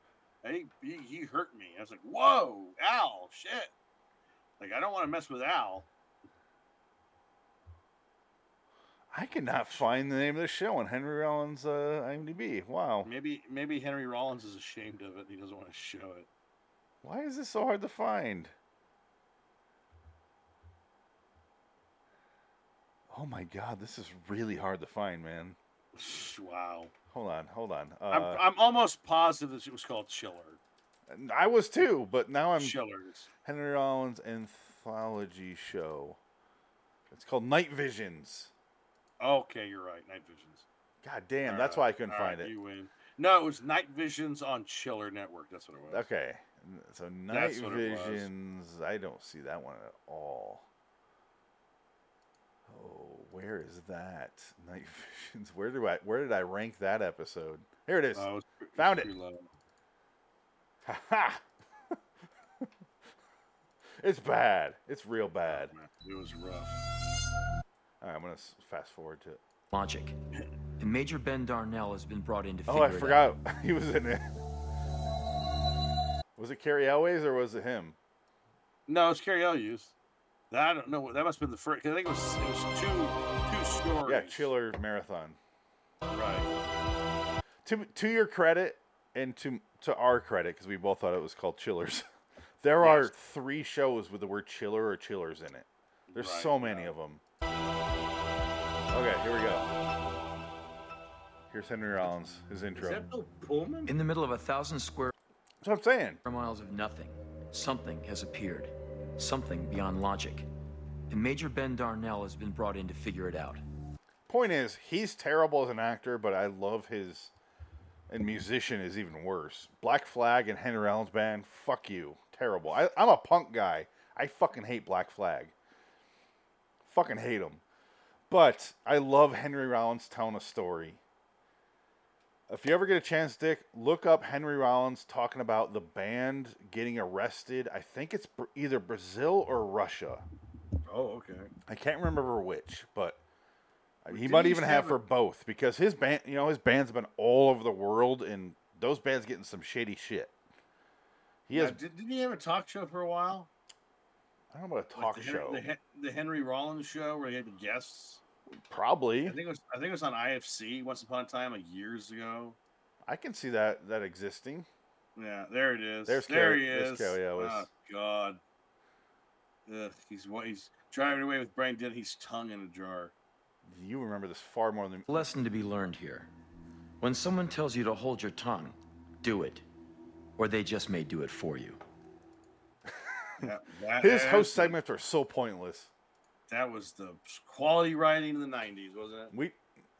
Speaker 2: And he, he, he hurt me. I was like, Whoa, Al, shit. Like, I don't want to mess with Al.
Speaker 1: I cannot find the name of the show on Henry Rollins' uh, IMDb. Wow,
Speaker 2: Maybe, maybe Henry Rollins is ashamed of it. and He doesn't want to show it.
Speaker 1: why is this so hard to find? Oh my God, this is really hard to find, man.
Speaker 2: (laughs) Wow.
Speaker 1: Hold on, hold on.
Speaker 2: I'm,
Speaker 1: Uh,
Speaker 2: I'm almost positive this was called Chiller.
Speaker 1: I was too, but now I'm
Speaker 2: Chillers.
Speaker 1: Henry Rollins anthology show. It's called Night Visions.
Speaker 2: Okay, you're right. Night Visions.
Speaker 1: God damn,
Speaker 2: All
Speaker 1: that's
Speaker 2: right,
Speaker 1: why I couldn't
Speaker 2: all
Speaker 1: find
Speaker 2: right,
Speaker 1: it.
Speaker 2: You win. No, it was Night Visions on Chiller Network. That's what it was.
Speaker 1: Okay. n- So night
Speaker 2: what it was.
Speaker 1: visions, I don't see that one at all. Oh, where is that? Night (laughs) visions. Where do I where did I rank that episode? Here it is.
Speaker 2: Oh, was pre- was
Speaker 1: Found
Speaker 2: pretty
Speaker 1: it.
Speaker 2: low.
Speaker 1: Ha ha. (laughs) it's bad. It's real bad.
Speaker 2: It was rough.
Speaker 1: All right, I'm going to fast forward to it.
Speaker 4: Logic. And Major Ben Darnell has been brought in to
Speaker 1: Oh,
Speaker 4: figure
Speaker 1: I
Speaker 4: it out.
Speaker 1: forgot (laughs) he was in it. Was it Carrie Elways or was it him?
Speaker 2: No, it's Carrie Ellius. That- I don't know. what- That must have been the first. 'cause I think it was, it was two two stories.
Speaker 1: Yeah, Chiller Marathon.
Speaker 2: Right.
Speaker 1: to to your credit and to to our credit because we both thought it was called chillers (laughs) there are
Speaker 2: Yes.
Speaker 1: three shows with the word chiller or chillers in it there's
Speaker 2: Right,
Speaker 1: so many
Speaker 2: yeah.
Speaker 1: of them okay here we go here's henry rollins his intro
Speaker 3: Is that Bill Pullman?
Speaker 4: In the middle of a thousand square
Speaker 1: that's what i'm saying
Speaker 4: miles of nothing, something has appeared. Something beyond logic. And Major Ben Darnell has been brought in to figure it out.
Speaker 1: point is he's terrible as an actor but i love his and musician is even worse black flag and henry rollins band fuck you terrible I, i'm a punk guy i fucking hate black flag fucking hate him but i love henry rollins telling a story if you ever get a chance dick look up henry rollins talking about the band getting arrested i think it's Br- either brazil or russia
Speaker 2: Oh, okay.
Speaker 1: I can't remember which, but he
Speaker 2: did
Speaker 1: might
Speaker 2: he
Speaker 1: even
Speaker 2: used to
Speaker 1: have
Speaker 2: have
Speaker 1: for
Speaker 2: a-
Speaker 1: both because his band, you know, his band's been all over the world, and those bands getting some shady shit. He
Speaker 2: Yeah.
Speaker 1: has.
Speaker 2: Did, didn't he have a talk show for a while?
Speaker 1: I don't know about a
Speaker 2: Like
Speaker 1: talk
Speaker 2: the Hen-
Speaker 1: show.
Speaker 2: The, Hen- the Henry Rollins show where he had guests. I
Speaker 1: Probably,
Speaker 2: think it was. I think it was on IFC once upon a time, like years ago.
Speaker 1: I can see that that existing.
Speaker 2: Yeah, there it is.
Speaker 1: There's
Speaker 2: there
Speaker 1: Carrie-
Speaker 2: he
Speaker 1: there's
Speaker 2: is.
Speaker 1: Carrie Elwes.
Speaker 2: oh God. Ugh, he's wa- he's driving away with Brian Dennehy's tongue in a jar.
Speaker 1: You remember this far more than
Speaker 4: Lesson to be learned here. When someone tells you to hold your tongue, do it. Or they just may do it for you.
Speaker 1: (laughs)
Speaker 2: That, that-
Speaker 1: his
Speaker 2: that-
Speaker 1: host segments are so pointless.
Speaker 2: That was the quality writing in the '90s, wasn't it?
Speaker 1: We,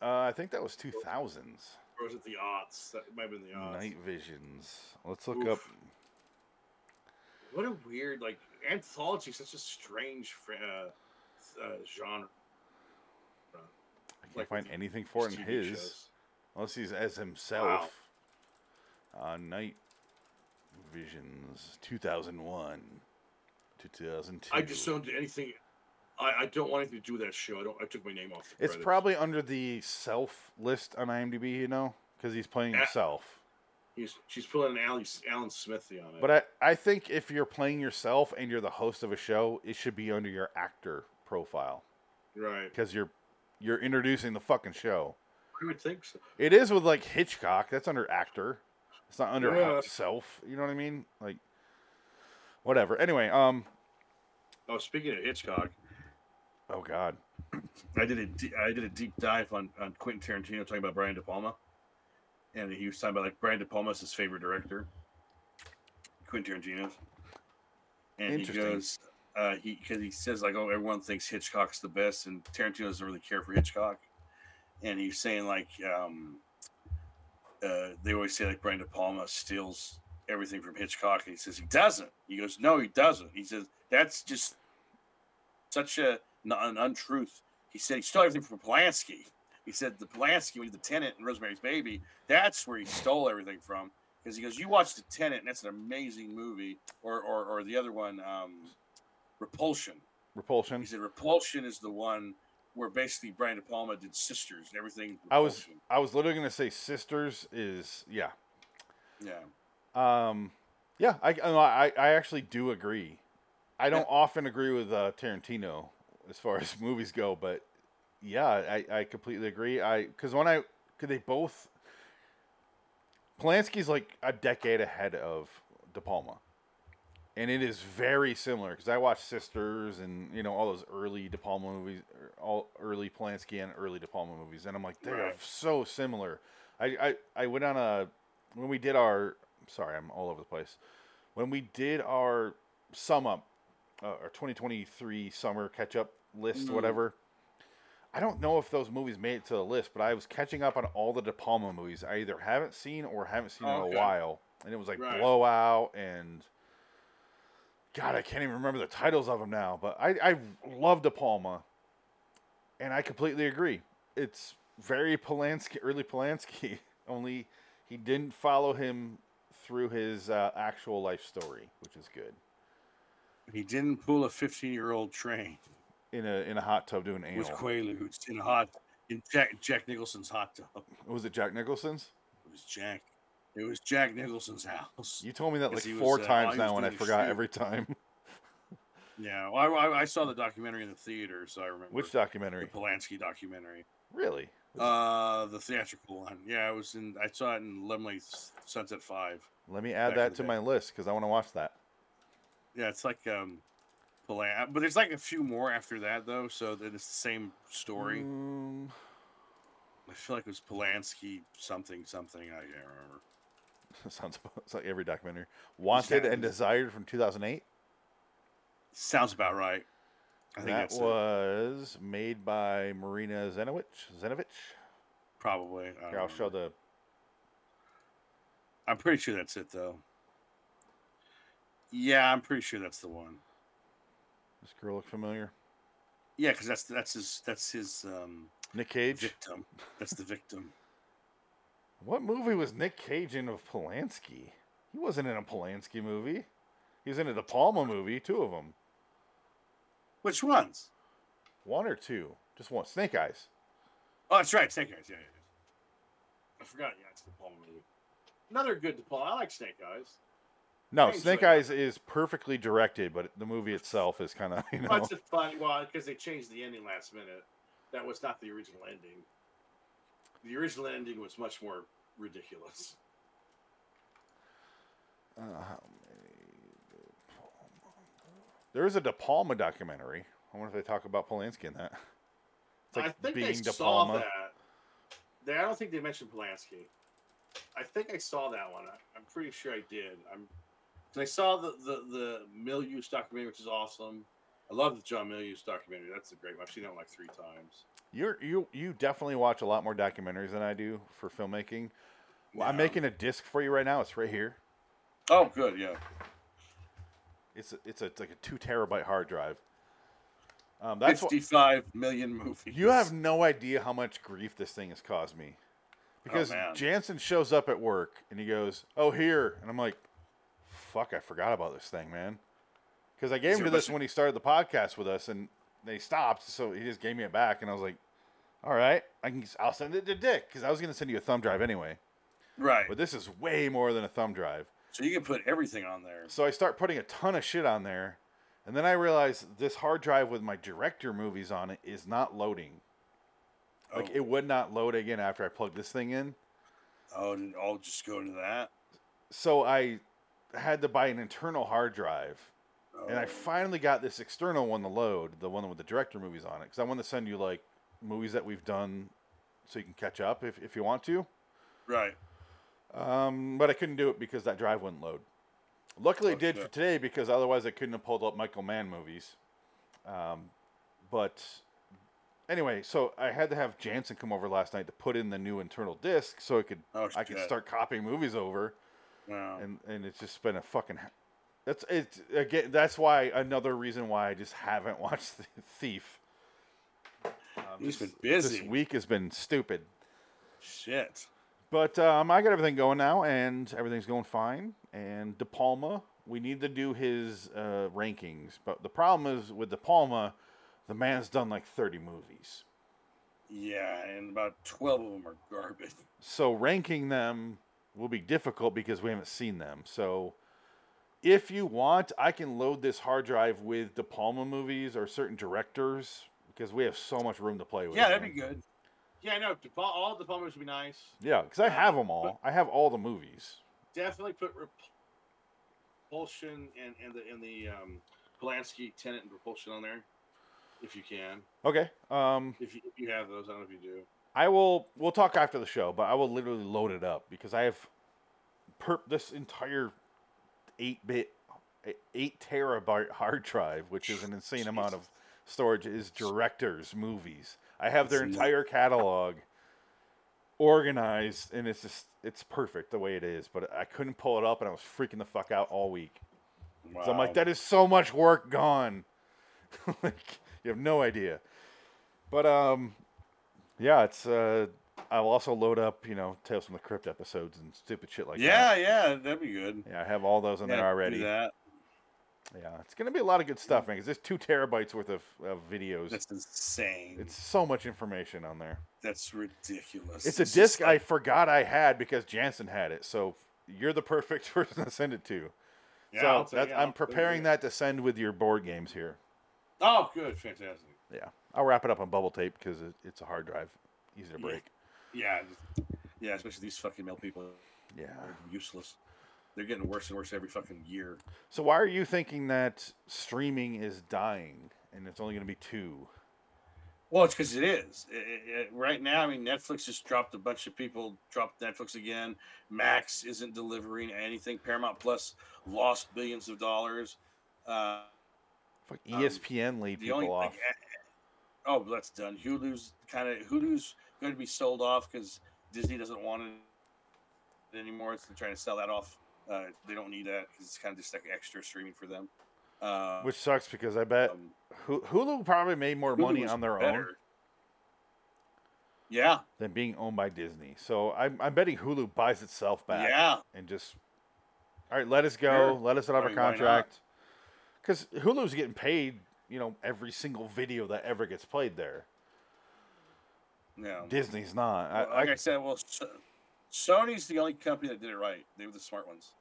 Speaker 1: uh, I think that was two thousands.
Speaker 3: Or was it the aughts? That might have been the aughts.
Speaker 1: Night Visions. Let's look
Speaker 3: Oof.
Speaker 1: up.
Speaker 3: What a weird, like, anthology, is such a strange fr- uh, uh, genre.
Speaker 1: I can't
Speaker 3: Like
Speaker 1: find
Speaker 3: with
Speaker 1: anything for it
Speaker 3: TV
Speaker 1: in his
Speaker 3: shows.
Speaker 1: unless he's as himself. Uh, Night Visions, two thousand one, two thousand two.
Speaker 3: I just don't do anything. I, I don't want anything to do with that show. I don't. I took my name off. The
Speaker 1: It's
Speaker 3: credits.
Speaker 1: probably under the self list on IMDb, you know, because he's playing
Speaker 3: Yeah.
Speaker 1: himself.
Speaker 3: He's, she's putting an Alan, Alan Smithy on it.
Speaker 1: But I, I think if you're playing yourself and you're the host of a show, it should be under your actor profile
Speaker 3: right,
Speaker 1: because you're you're introducing the fucking show.
Speaker 3: I would think so.
Speaker 1: It is with like Hitchcock. That's under actor. It's not under
Speaker 3: Yeah.
Speaker 1: self. You know what I mean? Like, whatever. Anyway, um,
Speaker 3: Oh, speaking of Hitchcock,
Speaker 1: oh god,
Speaker 2: I did a de- I did a deep dive on, on Quentin Tarantino talking about Brian De Palma, and he was talking about like Brian De Palma's his favorite director, Quentin Tarantino's, and he
Speaker 1: Interesting.
Speaker 2: goes uh, he because he says like oh everyone thinks Hitchcock's the best and Tarantino doesn't really care for Hitchcock, and he's saying like um, uh, they always say like Brian De Palma steals everything from Hitchcock, and he says he doesn't. He goes no he doesn't. He says that's just such a an untruth he said he stole everything from Polanski. He said the Polanski, when he did the Tenant and Rosemary's Baby, that's where he stole everything from. Because he goes, you watched the Tenant, and that's an amazing movie, or or, or the other one, um, Repulsion. He
Speaker 1: repulsion.
Speaker 2: said Repulsion is the one where basically Brian De Palma did Sisters and everything.
Speaker 1: I was
Speaker 2: Repulsion.
Speaker 1: I was literally gonna say sisters is yeah.
Speaker 2: yeah.
Speaker 1: Um, yeah, I, I I actually do agree. I don't often agree with uh, Tarantino as far (laughs) as movies go, but yeah, I, I completely agree. I because when I could they both Polanski's like a decade ahead of De Palma, and it is very similar because I watched Sisters and you know all those early De Palma movies, er, all early Polanski and early De Palma movies, and I'm like they are
Speaker 3: Right.
Speaker 1: so similar. I, I I went on a when we did our sorry I'm all over the place when we did our sum up uh, our 2023 summer catch up list
Speaker 2: Mhm.
Speaker 1: whatever. I don't know if those movies made it to the list, but I was catching up on all the De Palma movies I either haven't seen or haven't seen
Speaker 2: Oh,
Speaker 1: in
Speaker 2: okay.
Speaker 1: a while. And it was like
Speaker 3: Right.
Speaker 1: Blowout and God, I can't even remember the titles of them now, but I, I love De Palma. And I completely agree. It's very Polanski, early Polanski, (laughs) only he didn't follow him through his uh, actual life story, which is good.
Speaker 2: He didn't pull a 15 year old train
Speaker 1: In a in a hot tub doing anal.
Speaker 2: with Quaaludes in a hot in Jack Jack Nicholson's hot tub. It
Speaker 1: was it Jack Nicholson's?
Speaker 2: was Jack. It was Jack Nicholson's house.
Speaker 1: You told me that like
Speaker 2: 'Cause he was,
Speaker 1: four
Speaker 2: uh, all
Speaker 1: times
Speaker 2: he was
Speaker 1: now, and I
Speaker 2: doing was
Speaker 1: forgot
Speaker 2: shoot.
Speaker 1: every time.
Speaker 2: Yeah, well, I, I, I saw the documentary in the theater, so I remember
Speaker 1: Which
Speaker 2: the
Speaker 1: documentary?
Speaker 2: Polanski documentary,
Speaker 1: Really?
Speaker 2: uh, the theatrical one. Yeah, I was in. I saw it in Lemley Sunset Five.
Speaker 1: Let me add
Speaker 2: Back in
Speaker 1: that
Speaker 2: the
Speaker 1: to
Speaker 2: day.
Speaker 1: my list because I want to watch that.
Speaker 2: Yeah, it's like um, Polan, uh, but there's like a few more after that though, so that it's the same story.
Speaker 1: Um,
Speaker 2: I feel like it was Polanski something something. I can't remember.
Speaker 1: (laughs) sounds about- it's like every documentary. Wanted and
Speaker 2: Exactly.
Speaker 1: Desired from 2008.
Speaker 2: Sounds about right. I think
Speaker 1: That
Speaker 2: that's it,
Speaker 1: was made by Marina Zenovich. Zenovich.
Speaker 2: probably. I don't
Speaker 1: Here, I'll
Speaker 2: remember.
Speaker 1: show the.
Speaker 2: I'm pretty sure that's it though. Yeah, I'm pretty sure that's the one.
Speaker 1: This girl look familiar.
Speaker 2: Yeah, because that's that's his that's his um,
Speaker 1: Nick Cage.
Speaker 2: victim. That's the victim.
Speaker 1: What movie was Nick Cage in of Polanski? He wasn't in a Polanski movie. He was in a De Palma movie, two of them.
Speaker 2: Which ones?
Speaker 1: One or two? Just one. Snake Eyes.
Speaker 2: Oh, that's right, Snake Eyes. Yeah, yeah, yeah.
Speaker 3: I forgot. Yeah, it's the Palma movie. Another good De Palma. I like Snake Eyes.
Speaker 1: No,
Speaker 3: Thanks,
Speaker 1: Snake
Speaker 3: Ray.
Speaker 1: Eyes is perfectly directed, but the movie itself is kind of (laughs) you know.
Speaker 3: Well, it's a fun. Well, because they changed the ending last minute. That was not the original ending. The original ending was much more ridiculous.
Speaker 1: Uh, how many There is a De Palma documentary. I wonder if they talk about Polanski in that. It's like
Speaker 3: I think
Speaker 1: being
Speaker 3: I
Speaker 1: De
Speaker 3: saw
Speaker 1: Palma.
Speaker 3: that. They, I don't think they mentioned Polanski. I think I saw that one. I, I'm pretty sure I did. I'm. 'cause I saw the the the Milius documentary, which is awesome. I love the John Milius documentary. That's a great one. I've seen that like three times.
Speaker 1: You're you you definitely watch a lot more documentaries than I do for filmmaking. Well, I'm
Speaker 3: Yeah.
Speaker 1: making a disc for you right now. It's right here.
Speaker 2: Oh, good. Yeah.
Speaker 1: It's a, it's a it's like a two terabyte hard drive. Um, that's what,
Speaker 2: Fifty-five million movies.
Speaker 1: you have no idea how much grief this thing has caused me, because
Speaker 2: Oh, man.
Speaker 1: Jansen shows up at work and he goes, "Oh here," and I'm like, "Fuck, I forgot about this thing, man." Because I gave
Speaker 2: Is
Speaker 1: him
Speaker 2: there
Speaker 1: to
Speaker 2: a
Speaker 1: this
Speaker 2: bunch of-
Speaker 1: when he started the podcast with us, and they stopped, so he just gave me it back, and I was like, "All right, I can I'll send it to Dick because I was gonna send you a thumb drive anyway."
Speaker 2: Right.
Speaker 1: But this is way more than a thumb drive.
Speaker 2: So you can put everything on there.
Speaker 1: So I start putting a ton of shit on there, and then I realize this hard drive with my director movies on it is not loading. Like
Speaker 2: oh,
Speaker 1: it would not load again after I plugged this thing in.
Speaker 2: oh, did it all just go to that?
Speaker 1: So I had to buy an internal hard drive, and I
Speaker 2: Oh.
Speaker 1: finally got this external one to load, the one with the director movies on it, because I want to send you like movies that we've done, so you can catch up if if you want to.
Speaker 2: Right.
Speaker 1: Um, but I couldn't do it because that drive wouldn't load. Luckily,
Speaker 2: Oh,
Speaker 1: it did
Speaker 2: shit.
Speaker 1: for today because otherwise I couldn't have pulled up Michael Mann movies. Um, but anyway, so I had to have Jansen come over last night to put in the new internal disc so it could
Speaker 2: Oh,
Speaker 1: I could
Speaker 2: shit.
Speaker 1: start copying movies over,
Speaker 2: Wow.
Speaker 1: and and it's just been a fucking. ha- That's it's again. That's why another reason why I just haven't (laughs) watched Thief. Um,
Speaker 2: He's
Speaker 1: this-
Speaker 2: been
Speaker 1: This
Speaker 2: busy.
Speaker 1: week has been stupid.
Speaker 2: Shit.
Speaker 1: But um, I got everything going now, and everything's going fine. And De Palma, we need to do his uh, rankings. But the problem is with De Palma, the man's done like 30 movies.
Speaker 2: Yeah, and about twelve of them are garbage.
Speaker 1: So ranking them will be difficult because we haven't seen them. So if you want, I can load this hard drive with De Palma movies or certain directors because we have so much room to play with.
Speaker 2: Yeah, that'd
Speaker 1: man.
Speaker 2: be good.
Speaker 3: Yeah, I know. De Paul- All the Palmas would be nice.
Speaker 1: Yeah, because I have them all. I have all the movies.
Speaker 3: Definitely put Repulsion and and the and the um, Polanski, Tenant, and Repulsion on there, if you can.
Speaker 1: Okay. Um,
Speaker 3: If you, if you have those, I don't know if you do.
Speaker 1: I will. We'll talk after the show, but I will literally load it up because I have per this entire eight bit, eight terabyte hard drive, which is an insane amount of storage. Is directors' movies. I have their
Speaker 2: That's nuts.
Speaker 1: entire catalog organized, and it's just it's perfect the way it is. But I couldn't pull it up, and I was freaking the fuck out all week.
Speaker 2: Wow.
Speaker 1: So I'm like, that is so much work gone. (laughs) like you have no idea. But um, yeah, it's uh, I'll also load up you know Tales from the Crypt episodes and stupid shit like
Speaker 2: yeah,
Speaker 1: that.
Speaker 2: yeah, that'd be good.
Speaker 1: Yeah, I have all those on
Speaker 2: Yeah,
Speaker 1: there
Speaker 2: do
Speaker 1: already.
Speaker 2: That.
Speaker 1: Yeah, it's gonna be a lot of good stuff, man. Cause there's two terabytes worth of, of videos.
Speaker 2: That's insane.
Speaker 1: it's so much information on there.
Speaker 2: That's ridiculous.
Speaker 1: It's a
Speaker 2: just
Speaker 1: disc I
Speaker 2: like-
Speaker 1: forgot I had because Jansen had it. So you're the (laughs) perfect person to send it to.
Speaker 3: Yeah, I'll
Speaker 1: so
Speaker 3: tell
Speaker 1: that,
Speaker 3: you, I'll
Speaker 1: I'm
Speaker 3: put it
Speaker 1: preparing
Speaker 3: in.
Speaker 1: that to send with your board games here.
Speaker 3: Oh, good, fantastic.
Speaker 1: Yeah, I'll wrap it up on bubble tape because it, it's a hard drive, easy to
Speaker 2: Yeah.
Speaker 1: break.
Speaker 3: Yeah, just-
Speaker 2: Yeah, especially these fucking male people.
Speaker 1: Yeah.
Speaker 2: They're useless. They're getting worse and worse every fucking year.
Speaker 1: So why are you thinking that streaming is dying and it's only going to be two?
Speaker 2: Well, it's because it is. I- I- I- right now, I mean, Netflix just dropped a bunch of people, dropped Netflix again. Max isn't delivering anything. Paramount Plus lost billions of dollars. Uh,
Speaker 1: Fuck, E
Speaker 2: Um,
Speaker 1: ESPN lead
Speaker 2: the
Speaker 1: people
Speaker 2: only
Speaker 1: off.
Speaker 2: like, eh, oh, that's done. Hulu's kind of Hulu's going to be sold off because Disney doesn't want it anymore. It's trying to sell that off. Uh, they don't need that because it's kind of just like extra streaming for them. Uh,
Speaker 1: which sucks because I bet
Speaker 2: um,
Speaker 1: Hu- Hulu probably made more money
Speaker 2: Hulu is
Speaker 1: on their own
Speaker 2: better. Yeah,
Speaker 1: than being owned by Disney. So I'm, I'm betting Hulu buys itself back
Speaker 2: yeah.
Speaker 1: and just, all right, let us go.
Speaker 2: Sure.
Speaker 1: Let us out of
Speaker 2: I
Speaker 1: our
Speaker 2: mean, why not?
Speaker 1: contract. Because Hulu's getting paid, you know, every single video that ever gets played there.
Speaker 2: No.
Speaker 1: Disney's not. I,
Speaker 2: Um, Well, like
Speaker 1: I-
Speaker 2: I, said, well, so, Sony's the only company that did it right. They were the smart ones.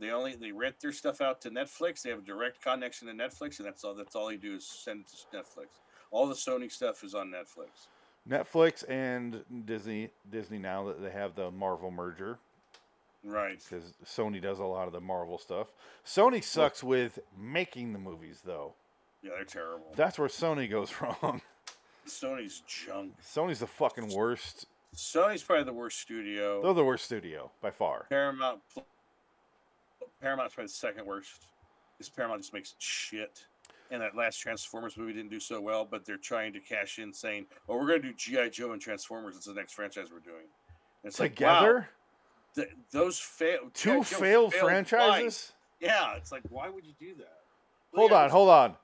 Speaker 2: They only they rent their stuff out to Netflix. They have a direct connection to Netflix, and that's all. That's all they do is send it to Netflix. All the Sony stuff is on Netflix.
Speaker 1: Netflix and Disney Disney now that they have the Marvel merger.
Speaker 2: Right.
Speaker 1: because Sony does a lot of the Marvel stuff. Sony sucks with making the movies, though.
Speaker 2: Yeah, they're terrible.
Speaker 1: That's where Sony goes (laughs) wrong.
Speaker 2: Sony's junk.
Speaker 1: Sony's the fucking worst.
Speaker 2: Sony's probably the worst studio.
Speaker 1: They're the worst studio by far.
Speaker 2: Paramount. pl- Paramount's probably the second worst. Because Paramount just makes shit. And that last Transformers movie didn't do so well, but they're trying to cash in, saying, "Oh, we're going to do GI Joe and Transformers. It's the next franchise we're doing." And it's
Speaker 1: Together,
Speaker 2: like, wow, th- those fail
Speaker 1: two failed franchises.
Speaker 2: Yeah, it's like
Speaker 3: Why would you do that? Well,
Speaker 1: Hold
Speaker 3: yeah,
Speaker 1: on,
Speaker 3: it's-
Speaker 1: hold on.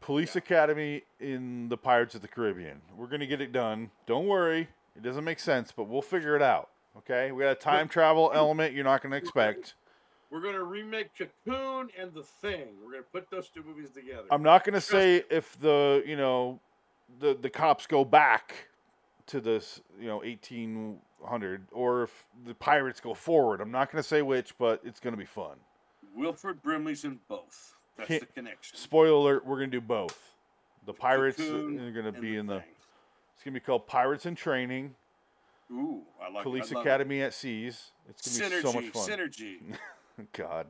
Speaker 1: Police
Speaker 3: Yeah.
Speaker 1: Academy in the Pirates of the Caribbean. We're gonna get it done. Don't worry. It doesn't make sense, but we'll figure it out. Okay? We got a time travel element you're not gonna expect.
Speaker 3: We're gonna remake Cocoon and The Thing. We're gonna put those two movies together.
Speaker 1: I'm not gonna say if the you know the the cops go back to this you know 1800 or if the pirates go forward. I'm not gonna say which, but it's gonna be fun.
Speaker 2: Wilfred Brimley's in both. That's
Speaker 1: Can't-
Speaker 2: the connection.
Speaker 1: Spoiler alert: We're gonna do both. The pirates
Speaker 2: Cocoon
Speaker 1: are gonna
Speaker 2: and
Speaker 1: be in the.
Speaker 2: Thing.
Speaker 1: It's gonna be called Pirates in Training.
Speaker 2: Ooh, I like I
Speaker 1: Police
Speaker 2: love it.
Speaker 1: Academy at Seas. It's gonna be
Speaker 2: Synergy,
Speaker 1: so much fun.
Speaker 2: synergy.
Speaker 1: (laughs) God.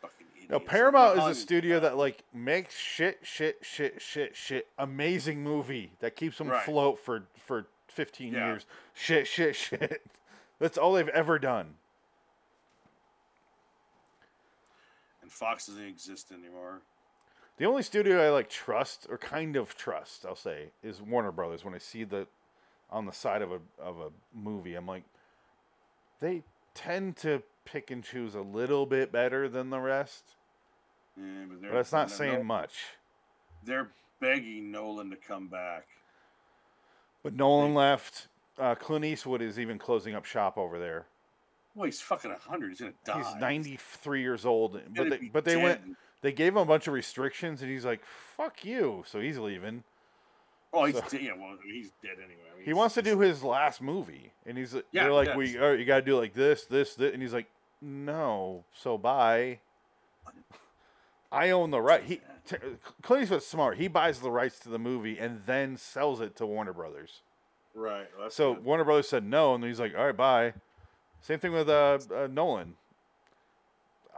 Speaker 2: Fucking idiots.
Speaker 1: Now
Speaker 2: Like,
Speaker 1: Paramount
Speaker 2: I'm
Speaker 1: is a studio that like makes shit, shit, shit, shit, shit, amazing movie that keeps them
Speaker 2: Right.
Speaker 1: afloat for for fifteen
Speaker 2: Yeah.
Speaker 1: years. Shit, shit, (laughs) shit. That's all they've ever done.
Speaker 2: And Fox doesn't exist anymore.
Speaker 1: The only studio I like trust or kind of trust, I'll say, is Warner Brothers. When I see the on the side of a of a movie, I'm like, they tend to pick and choose a little bit better than the rest,
Speaker 2: Yeah, but, they're-
Speaker 1: but that's not
Speaker 2: they're-
Speaker 1: saying much.
Speaker 2: They're begging Nolan to come back.
Speaker 1: But Nolan left. Uh, Clint Eastwood is even closing up shop over there.
Speaker 2: Well, he's fucking 100. He's going to die.
Speaker 1: He's 93 years old,
Speaker 2: He's
Speaker 1: but
Speaker 2: gonna
Speaker 1: they,
Speaker 2: be
Speaker 1: but they went
Speaker 2: dead.
Speaker 1: they gave him a bunch of restrictions, and he's like, "Fuck you!" So he's leaving.
Speaker 2: Oh, he's
Speaker 1: so-
Speaker 2: dead. Yeah, well, I mean, he's dead anyway. I mean,
Speaker 1: He
Speaker 2: he's-
Speaker 1: wants to do his last movie, and he's
Speaker 2: Yeah,
Speaker 1: they're like,
Speaker 2: yes.
Speaker 1: "We all right, you got to do like this, this, this," and he's like, "No, so bye." I own the right. He t- Clint Eastwood's smart. He buys the rights to the movie and then sells it to Warner Brothers.
Speaker 3: right. well, that's
Speaker 1: So
Speaker 3: good.
Speaker 1: Warner Brothers said no, and he's like, "All right, bye." Same thing with uh, uh, Nolan.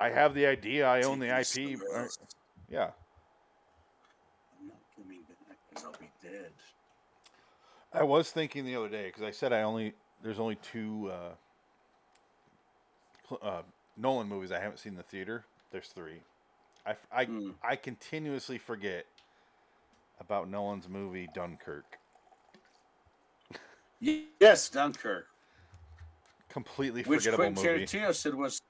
Speaker 1: I have the idea. I own the
Speaker 2: Take me
Speaker 1: IP.
Speaker 2: somewhere
Speaker 1: Uh,
Speaker 2: else.
Speaker 1: Yeah,
Speaker 2: I'm not coming back 'cause I'll be dead.
Speaker 1: I was thinking the other day because I said I only there's only two uh, cl- uh, Nolan movies I haven't seen in the theater. There's three. I f- I-
Speaker 2: Mm.
Speaker 1: I continuously forget about Nolan's movie Dunkirk.
Speaker 2: Yes, Dunkirk.
Speaker 1: Completely
Speaker 2: Which
Speaker 1: forgettable
Speaker 2: Quentin
Speaker 1: movie.
Speaker 2: Tarantino said was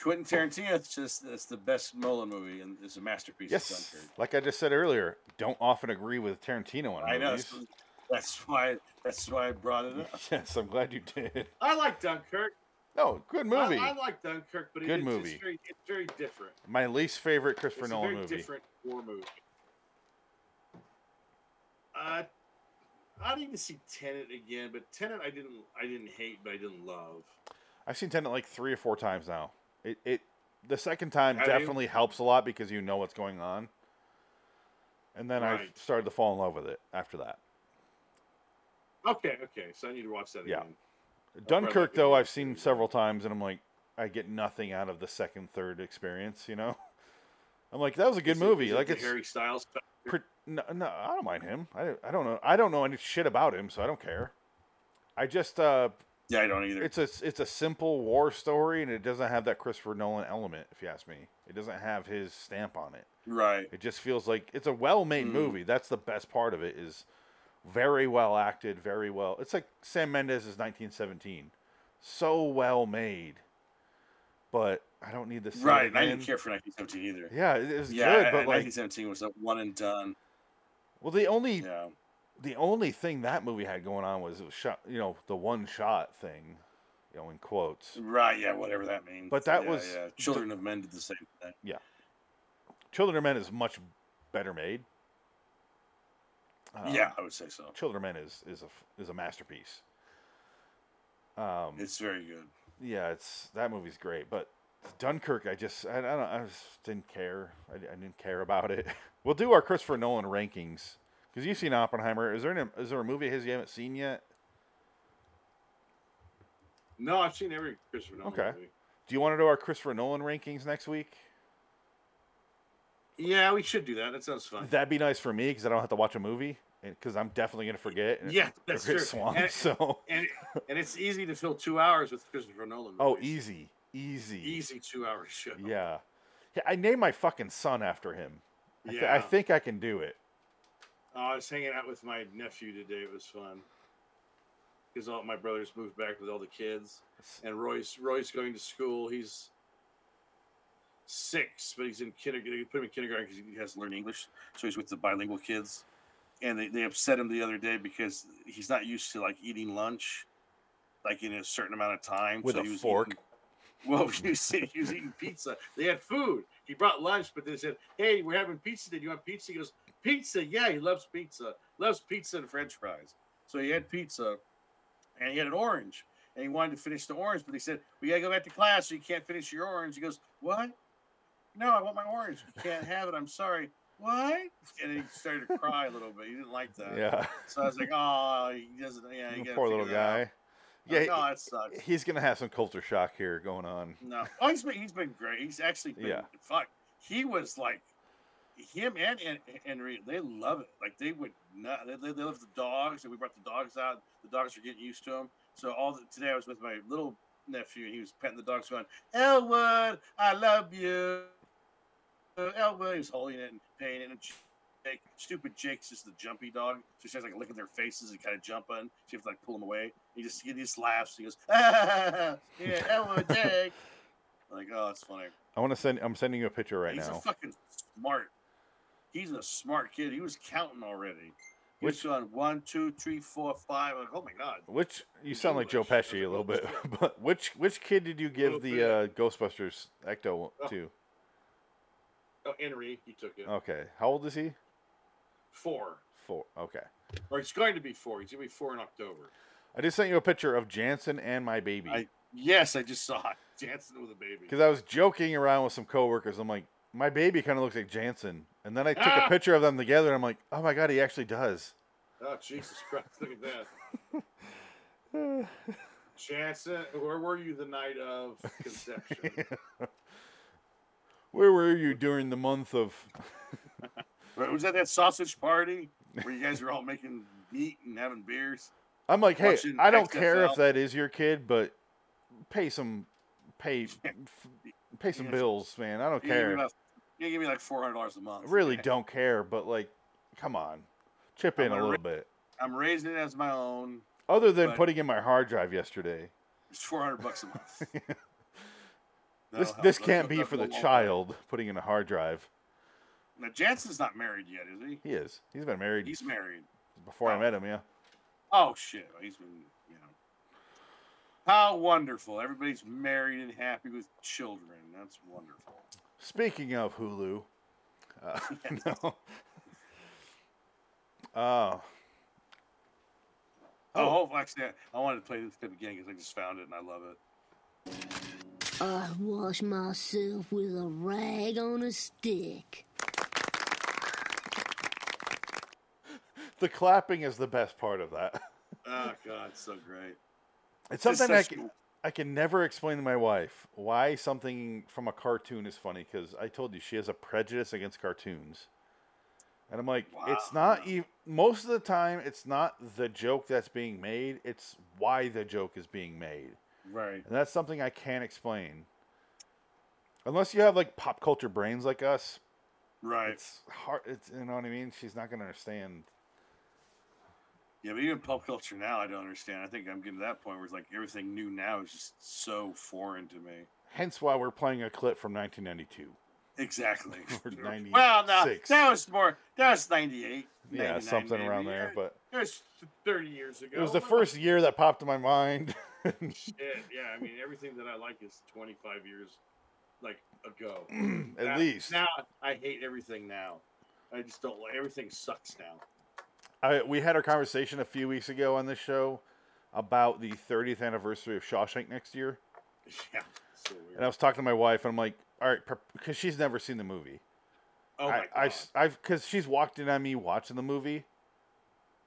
Speaker 2: Quentin Tarantino says that's the best Nolan movie and it's a masterpiece.
Speaker 1: Yes,
Speaker 2: Dunkirk.
Speaker 1: like I just said earlier, don't often agree with Tarantino on
Speaker 2: I know.
Speaker 1: movies.
Speaker 2: That's, that's why. That's why I brought it up.
Speaker 1: (laughs) Yes, I'm glad you did. (laughs)
Speaker 3: I like Dunkirk.
Speaker 1: No, good
Speaker 3: I-
Speaker 1: movie.
Speaker 3: I, like Dunkirk, but it-
Speaker 1: Good
Speaker 3: it's,
Speaker 1: movie.
Speaker 3: It's very, it's very different.
Speaker 1: My least favorite Christopher
Speaker 3: It's a
Speaker 1: Nolan
Speaker 3: very
Speaker 1: movie.
Speaker 3: different war movie. Uh, I didn't even see Tenet again, but Tenet I didn't I didn't hate, but I didn't love.
Speaker 1: I've seen Tenet like three or four times now. It it the second time
Speaker 3: Have you?
Speaker 1: definitely helps a lot because you know what's going on. And then
Speaker 3: Right.
Speaker 1: I started to fall in love with it after that.
Speaker 3: Okay, okay, so I need to watch that
Speaker 1: Yeah.
Speaker 3: again.
Speaker 1: Dunkirk
Speaker 3: good
Speaker 1: though
Speaker 3: movie.
Speaker 1: I've seen several times and I'm like I get nothing out of the second third experience, you know. (laughs) I'm like that was a good
Speaker 3: Is it-
Speaker 1: movie.
Speaker 3: is it
Speaker 1: like
Speaker 3: the
Speaker 1: it's
Speaker 3: Harry Styles.
Speaker 1: pre- no, no, I don't mind him. I, I don't know. I don't know any shit about him, so I don't care. I just uh
Speaker 2: Yeah, I don't either.
Speaker 1: it's a it's a simple war story and it doesn't have that Christopher Nolan element if you ask me. It doesn't have his stamp on it.
Speaker 2: right.
Speaker 1: It just feels like it's a well-made
Speaker 2: Mm.
Speaker 1: movie. That's the best part of it is very well acted, very well. It's like Sam Mendes's 1917. So well made. But I don't need to see
Speaker 2: Right.
Speaker 1: it
Speaker 2: And I didn't
Speaker 1: again.
Speaker 2: care for 1917 either.
Speaker 1: Yeah, it is
Speaker 2: Yeah,
Speaker 1: good, but
Speaker 2: and
Speaker 1: like
Speaker 2: 1917 was a one and done.
Speaker 1: well the only
Speaker 2: Yeah.
Speaker 1: the only thing that movie had going on was it was shot, you know, the one shot thing, you know, in quotes.
Speaker 2: Right. Yeah. Whatever that means.
Speaker 1: But that
Speaker 2: Yeah,
Speaker 1: was-
Speaker 2: Yeah. Children of Men did the same thing.
Speaker 1: Children of Men is much better made. Um,
Speaker 2: yeah, I would say so.
Speaker 1: Children of Men is is a f- is a masterpiece. Um,
Speaker 2: It's very good.
Speaker 1: yeah, it's that movie's great, but Dunkirk, I just I, I don't I just didn't care. I, I didn't care about it. (laughs) we'll do our Christopher Nolan rankings because you've seen Oppenheimer. Is there an, is there a movie of his you haven't seen yet?
Speaker 3: No, I've seen every Christopher Nolan
Speaker 1: Okay.
Speaker 3: movie.
Speaker 1: Do you want to know our Christopher Nolan rankings next week?
Speaker 3: Yeah, we should do that. That sounds fun.
Speaker 1: That'd be nice for me because I don't have to watch a movie because I'm definitely gonna forget.
Speaker 3: (laughs)
Speaker 1: and
Speaker 3: yeah,
Speaker 1: or
Speaker 3: that's
Speaker 1: get
Speaker 3: true.
Speaker 1: swamped,
Speaker 3: And,
Speaker 1: (laughs) so
Speaker 3: and, and it's easy to fill two hours with Christopher Nolan.
Speaker 1: oh,
Speaker 3: movies.
Speaker 1: easy, easy,
Speaker 3: easy two hour show.
Speaker 1: Yeah, yeah. I named my fucking son after him. I, th- I
Speaker 3: Yeah.
Speaker 1: think I can do it.
Speaker 2: Uh,
Speaker 3: Oh, I was hanging out with my nephew today. It was fun because all my brothers moved back with all the kids, and Roy's Roy's going to school. He's six, but he's in kindergarten. Put him in kindergarten because
Speaker 2: He has to learn English, so he's with the bilingual kids. And they, they upset him the other day because he's not used to like eating lunch, like in a certain amount of time.
Speaker 1: With
Speaker 2: so
Speaker 1: a
Speaker 2: he was
Speaker 1: fork?
Speaker 2: eating- well, (laughs) he
Speaker 3: he
Speaker 2: was-
Speaker 3: said he was eating pizza. They had food. He brought lunch, but they said, "Hey, we're having pizza. Did you want pizza?" He goes, "Pizza, yeah." He loves pizza. Loves pizza and French fries.
Speaker 2: so he had pizza, and he had an orange, and he wanted to finish the orange, but they said we gotta go back to class, so you can't finish your orange. He goes, "What? No, I want my orange. You can't have it. I'm sorry." What? And he started to cry a little bit. He didn't like that.
Speaker 1: Yeah, (laughs)
Speaker 2: So I was like, "Oh, he doesn't. Yeah, uh, you gotta
Speaker 1: poor little
Speaker 2: figure
Speaker 1: guy.
Speaker 2: that out." I was
Speaker 1: Yeah,
Speaker 2: like, "Oh, that sucks."
Speaker 1: he- he's gonna have some culture shock here going on.
Speaker 2: No, oh, he's been he's been great. He's actually been,
Speaker 1: Yeah.
Speaker 2: Fuck, he was like him and and Henry. They love it. Like they would not. They, they, they love the dogs, and we brought the dogs out. The dogs are getting used to him. So all the, today I was with my little nephew, and he was petting the dogs, going, "Elwood, I love you." Uh, Elwood, he was holding it and paying it. And Jake, stupid Jake's just the jumpy dog. So she starts like licking their faces and kind of jumping. She has to like pull him away. He just he just laughs. He goes, (laughs) "Ah, yeah, Elwood, Jake." (laughs) I'm like, oh, it's funny.
Speaker 1: I want to send. I'm sending you a picture right
Speaker 2: He's
Speaker 1: now.
Speaker 2: a fucking smart. He's a smart kid. He was counting already. He was
Speaker 1: Which-
Speaker 2: going one, two, three, four, five. Like, oh my god.
Speaker 1: Which you
Speaker 2: He's
Speaker 1: sound like Joe
Speaker 2: English.
Speaker 1: Pesci a little bit, (laughs) but which which kid did you
Speaker 3: Little
Speaker 1: give the uh, Ghostbusters Ecto
Speaker 3: Oh.
Speaker 1: to?
Speaker 3: Oh, Henry, he took it.
Speaker 1: Okay, how old is he?
Speaker 3: Four,
Speaker 1: Four. Okay,
Speaker 3: or he's going to be four. He's going to be four in October.
Speaker 1: I just sent you a picture of Jansen and my baby
Speaker 2: I-
Speaker 3: Yes, I just saw it.
Speaker 2: (laughs)
Speaker 3: Dancing with a baby.
Speaker 1: because I was joking around with some coworkers. I'm like, my baby kind of looks like Jansen, and then I took
Speaker 3: Ah!
Speaker 1: a picture of them together, and I'm like, oh my god, he actually does. (laughs)
Speaker 3: Oh, Jesus Christ! Look at that.
Speaker 1: Uh, (laughs)
Speaker 3: Jansen, where were you the night of conception?
Speaker 1: Where were you during the month of?
Speaker 2: (laughs) Right, Was that that sausage party where you guys were all making meat and having beers?
Speaker 1: I'm like, hey,
Speaker 2: Watching
Speaker 1: I don't care
Speaker 2: XFL.
Speaker 1: if that is your kid, but pay some
Speaker 2: (laughs)
Speaker 1: pay
Speaker 2: Yeah.
Speaker 1: f- pay some
Speaker 2: Yeah.
Speaker 1: bills, man. I don't
Speaker 2: You gonna give
Speaker 1: care.
Speaker 2: me about- You gonna give me like four hundred dollars a month.
Speaker 1: really don't care, but like, come on, chip in
Speaker 2: I'm
Speaker 1: a
Speaker 2: gonna
Speaker 1: little
Speaker 2: ra-
Speaker 1: bit.
Speaker 2: I'm raising it as my own.
Speaker 1: Other than
Speaker 2: but-
Speaker 1: putting in my hard drive yesterday,
Speaker 2: It's four hundred bucks
Speaker 1: (laughs)
Speaker 2: a month. That'll
Speaker 1: this
Speaker 2: help.
Speaker 1: this
Speaker 2: That'll
Speaker 1: can't
Speaker 2: go-
Speaker 1: be
Speaker 2: that'll
Speaker 1: for
Speaker 2: go
Speaker 1: the
Speaker 2: a long way.
Speaker 1: child putting in a hard drive.
Speaker 2: Now Jansen's not married yet, is he?
Speaker 1: He is. He's been married
Speaker 2: He's married.
Speaker 1: before I
Speaker 2: oh.
Speaker 1: met him. Yeah.
Speaker 2: Oh shit, he's been you know. How wonderful! Everybody's married and happy with children. That's wonderful.
Speaker 1: Speaking of Hulu, uh, (laughs) no. Uh,
Speaker 2: Oh,
Speaker 1: Oh.
Speaker 2: oh actually, I- I wanted to play this clip again because I just found it and I love it.
Speaker 5: I wash myself with a rag on a stick.
Speaker 1: the clapping is the best part of that.
Speaker 2: Oh god, it's so great.
Speaker 1: It's
Speaker 2: It's just
Speaker 1: something I
Speaker 2: such-
Speaker 1: can, I can never explain to my wife why something from a cartoon is funny because I told you she has a prejudice against cartoons. And I'm like, it's
Speaker 2: Wow.
Speaker 1: not even, most of the time, it's not the joke that's being made, it's why the joke is being made.
Speaker 2: Right.
Speaker 1: And that's something I can't explain. Unless you have like pop culture brains like us,
Speaker 2: Right.
Speaker 1: it's hard. It's, you know what I mean? She's not going to understand.
Speaker 2: Yeah, but even pop culture now, I don't understand. I think I'm getting to that point where it's like everything new now is just so foreign to me.
Speaker 1: Hence why we're playing a clip from 1992. (laughs)
Speaker 2: Exactly.
Speaker 1: Or 96.
Speaker 2: (laughs) well, no, that was more. That was '98.
Speaker 1: yeah, something around there. But
Speaker 3: It was thirty years ago.
Speaker 1: It was the first year that popped in my mind. (clears throat)
Speaker 3: Shit, yeah, I mean everything that I like is twenty five years like ago.
Speaker 1: (clears throat) At
Speaker 3: Now-
Speaker 1: least
Speaker 3: now I hate everything now. I just don't like everything sucks
Speaker 2: (laughs)
Speaker 3: now.
Speaker 1: I, we had our conversation a few weeks ago on this show about the 30th anniversary of Shawshank next year,
Speaker 3: Yeah, so weird.
Speaker 1: and I was talking to my wife, and I'm like, "All right," because she's never seen the movie.
Speaker 3: oh my
Speaker 1: I, I,
Speaker 3: god.
Speaker 1: have because she's walked in on me watching the movie,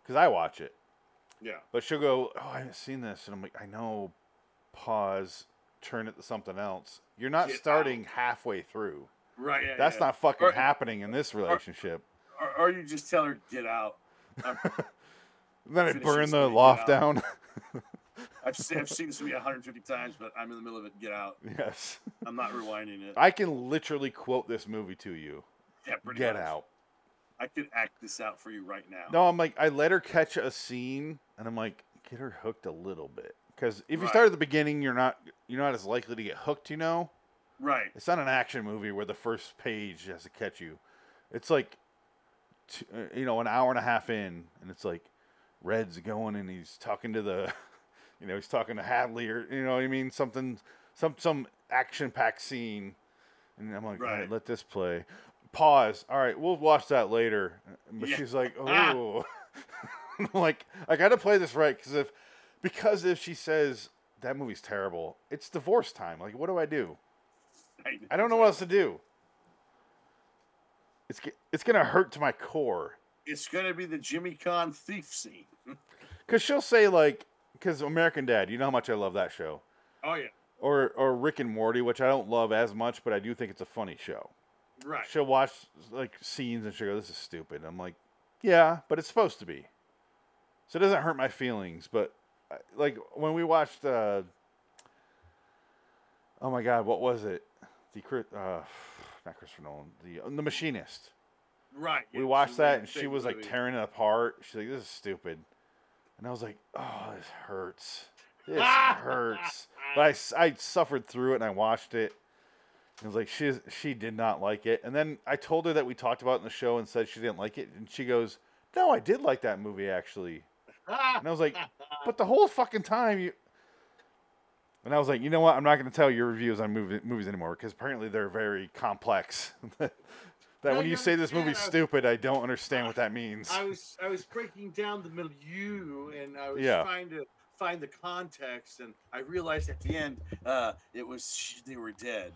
Speaker 1: because I watch it,
Speaker 3: yeah.
Speaker 1: but she'll go, "Oh, I haven't seen this," and I'm like, "I know, pause, turn it to something else. You're not
Speaker 2: Get out.
Speaker 1: starting halfway through.
Speaker 2: Right. yeah,
Speaker 1: That's
Speaker 2: yeah.
Speaker 1: not fucking
Speaker 2: Or-
Speaker 1: happening in this relationship.
Speaker 2: Or, or you just tell her get out. I've,
Speaker 1: then I
Speaker 2: finish
Speaker 1: burn
Speaker 2: this
Speaker 1: the
Speaker 2: thing, get
Speaker 1: loft
Speaker 2: out.
Speaker 1: down. (laughs)
Speaker 2: I've, seen, I've seen this movie 150 times, but I'm in the middle of it. Get out.
Speaker 1: yes.
Speaker 2: I'm not rewinding it.
Speaker 1: I can literally quote this movie to you.
Speaker 2: Yeah, pretty
Speaker 1: Get
Speaker 2: much.
Speaker 1: out.
Speaker 2: I could act this out for you right now.
Speaker 1: No, I'm like, I let her catch a scene, and I'm like, get her hooked a little bit. Because if you
Speaker 2: Right.
Speaker 1: start at the beginning, you're not you're not as likely to get hooked. You know,
Speaker 2: Right.
Speaker 1: it's not an action movie where the first page has to catch you. It's like, t- uh, you know, an hour and a half in, and it's like, Red's going and he's talking to the, (laughs) you know, he's talking to Hadley or you know what I mean, something, some some action packed scene, and I'm like, all right,
Speaker 2: Right.
Speaker 1: let this play. Pause. All right, we'll watch that later. But
Speaker 2: Yeah.
Speaker 1: she's like, oh, (laughs) like I got to play this right because if because if she says that movie's terrible, it's divorce time. Like, what do I do? I don't know what else to do. It's g- it's gonna hurt to my core
Speaker 2: It's going to be the Jimmy Con thief scene. (laughs)
Speaker 1: because she'll say like because American Dad, you know how much I love that show,
Speaker 3: Oh yeah,
Speaker 1: or or Rick and Morty, which I don't love as much, but I do think it's a funny show.
Speaker 3: right.
Speaker 1: She'll watch like scenes and she'll go, "This is stupid." I'm like, "Yeah, but it's supposed to be," so it doesn't hurt my feelings. But I- like when we watched, uh, oh my god, what was it? The Chris- uh, (sighs) not Christopher Nolan, the uh, The Machinist.
Speaker 3: Right.
Speaker 1: we
Speaker 3: yeah,
Speaker 1: watched
Speaker 3: she's
Speaker 1: that
Speaker 3: in
Speaker 1: and
Speaker 3: the
Speaker 1: she
Speaker 3: same
Speaker 1: was like
Speaker 3: movie.
Speaker 1: tearing it apart. She's like, "This is stupid," and I was like, "Oh, this hurts.
Speaker 3: (laughs)
Speaker 1: This hurts." But I s- I, suffered through it and I watched it. And it was like she she did not like it. And then I told her that we talked about it in the show and said she didn't like it, and she goes, "No, I did like that movie actually."
Speaker 2: Ah,
Speaker 1: And I was like, "But the whole fucking time you." And I was like, you know what? I'm not going to tell your reviews on movie, movies anymore because apparently they're very complex. (laughs) that when you
Speaker 3: you're-
Speaker 1: say this
Speaker 3: yeah,
Speaker 1: movie's
Speaker 3: I-
Speaker 1: stupid, I don't understand what that means.
Speaker 3: I was I was breaking down the milieu and I was
Speaker 1: Yeah.
Speaker 3: trying to find the context and I realized at
Speaker 2: At the end, uh, it was sh- they were dead.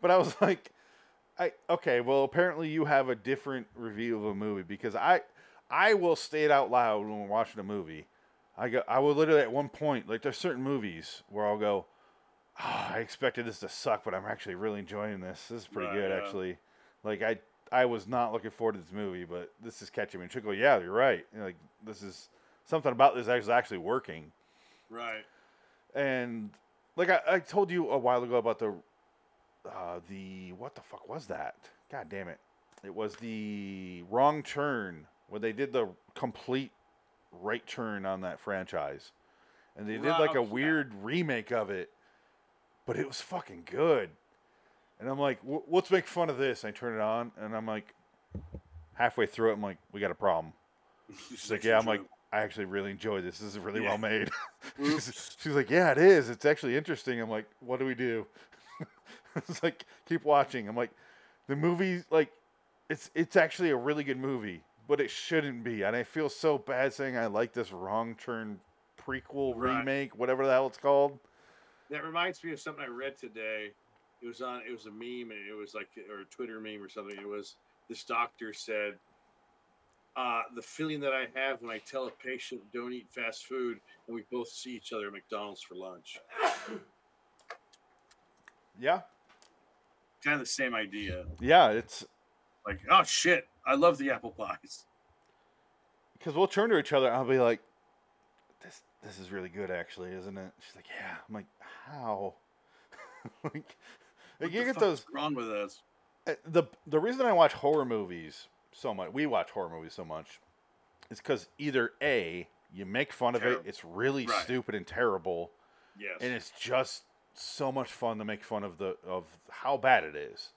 Speaker 1: But I was (laughs) like, I okay, well apparently you have a different review of a movie because I I will state out loud when we're watching a movie. I go I will literally at one point like there's certain movies where I'll go, oh, I expected this to suck, but I'm actually really enjoying this. This is pretty
Speaker 2: Right,
Speaker 1: good
Speaker 2: yeah.
Speaker 1: actually. Like I I was not looking forward to this movie, but this is catching me. And she'll go, Yeah, you're right. And, like this is something about this is actually working
Speaker 3: right.
Speaker 1: and like I, I told you a while ago about the uh, the what the fuck was that? God damn it! It was the wrong turn when they did the complete right turn on that franchise, and they did like
Speaker 2: Right,
Speaker 1: a
Speaker 2: yeah.
Speaker 1: weird remake of it, but it was fucking good. And I'm like, "W- let's make fun of this. And I turn it on, and I'm like, halfway through it, I'm like, we got a problem. She's like, yeah. I'm like, I actually really enjoy this. This is really
Speaker 2: Yeah.
Speaker 1: well made. (laughs) she's,
Speaker 2: Oops.
Speaker 1: she's like, yeah, it is. It's actually interesting. I'm like, what do we do? (laughs) it's like, keep watching. I'm like, the movie, like, it's it's actually a really good movie, but it shouldn't be. And I feel so bad saying I like this wrong turn prequel
Speaker 3: Right.
Speaker 1: remake, whatever the hell it's called.
Speaker 3: That reminds me of something I read today. It was on. It was a meme, and it was like or a Twitter meme or something. It was this doctor said, uh, "The feeling that I have when I tell a patient don't eat fast food, and we both see each other at McDonald's for lunch."
Speaker 1: Yeah,
Speaker 2: kind of the same idea.
Speaker 1: yeah. It's
Speaker 2: Like, oh shit, I love the apple pies.
Speaker 1: because we'll turn to each other. and I'll be like, this this is really good, actually, isn't it? She's like, yeah. I'm like, how? (laughs) like, like,
Speaker 2: What
Speaker 1: you
Speaker 2: the
Speaker 1: get
Speaker 2: fuck is
Speaker 1: those
Speaker 2: wrong with us.
Speaker 1: Uh, the the reason I watch horror movies so much, we watch horror movies so much, is because either a you make fun of it,
Speaker 2: Terrible.
Speaker 1: it's really
Speaker 2: Right.
Speaker 1: stupid and terrible,
Speaker 3: Yes.
Speaker 1: and it's just so much fun to make fun of the of how bad it is.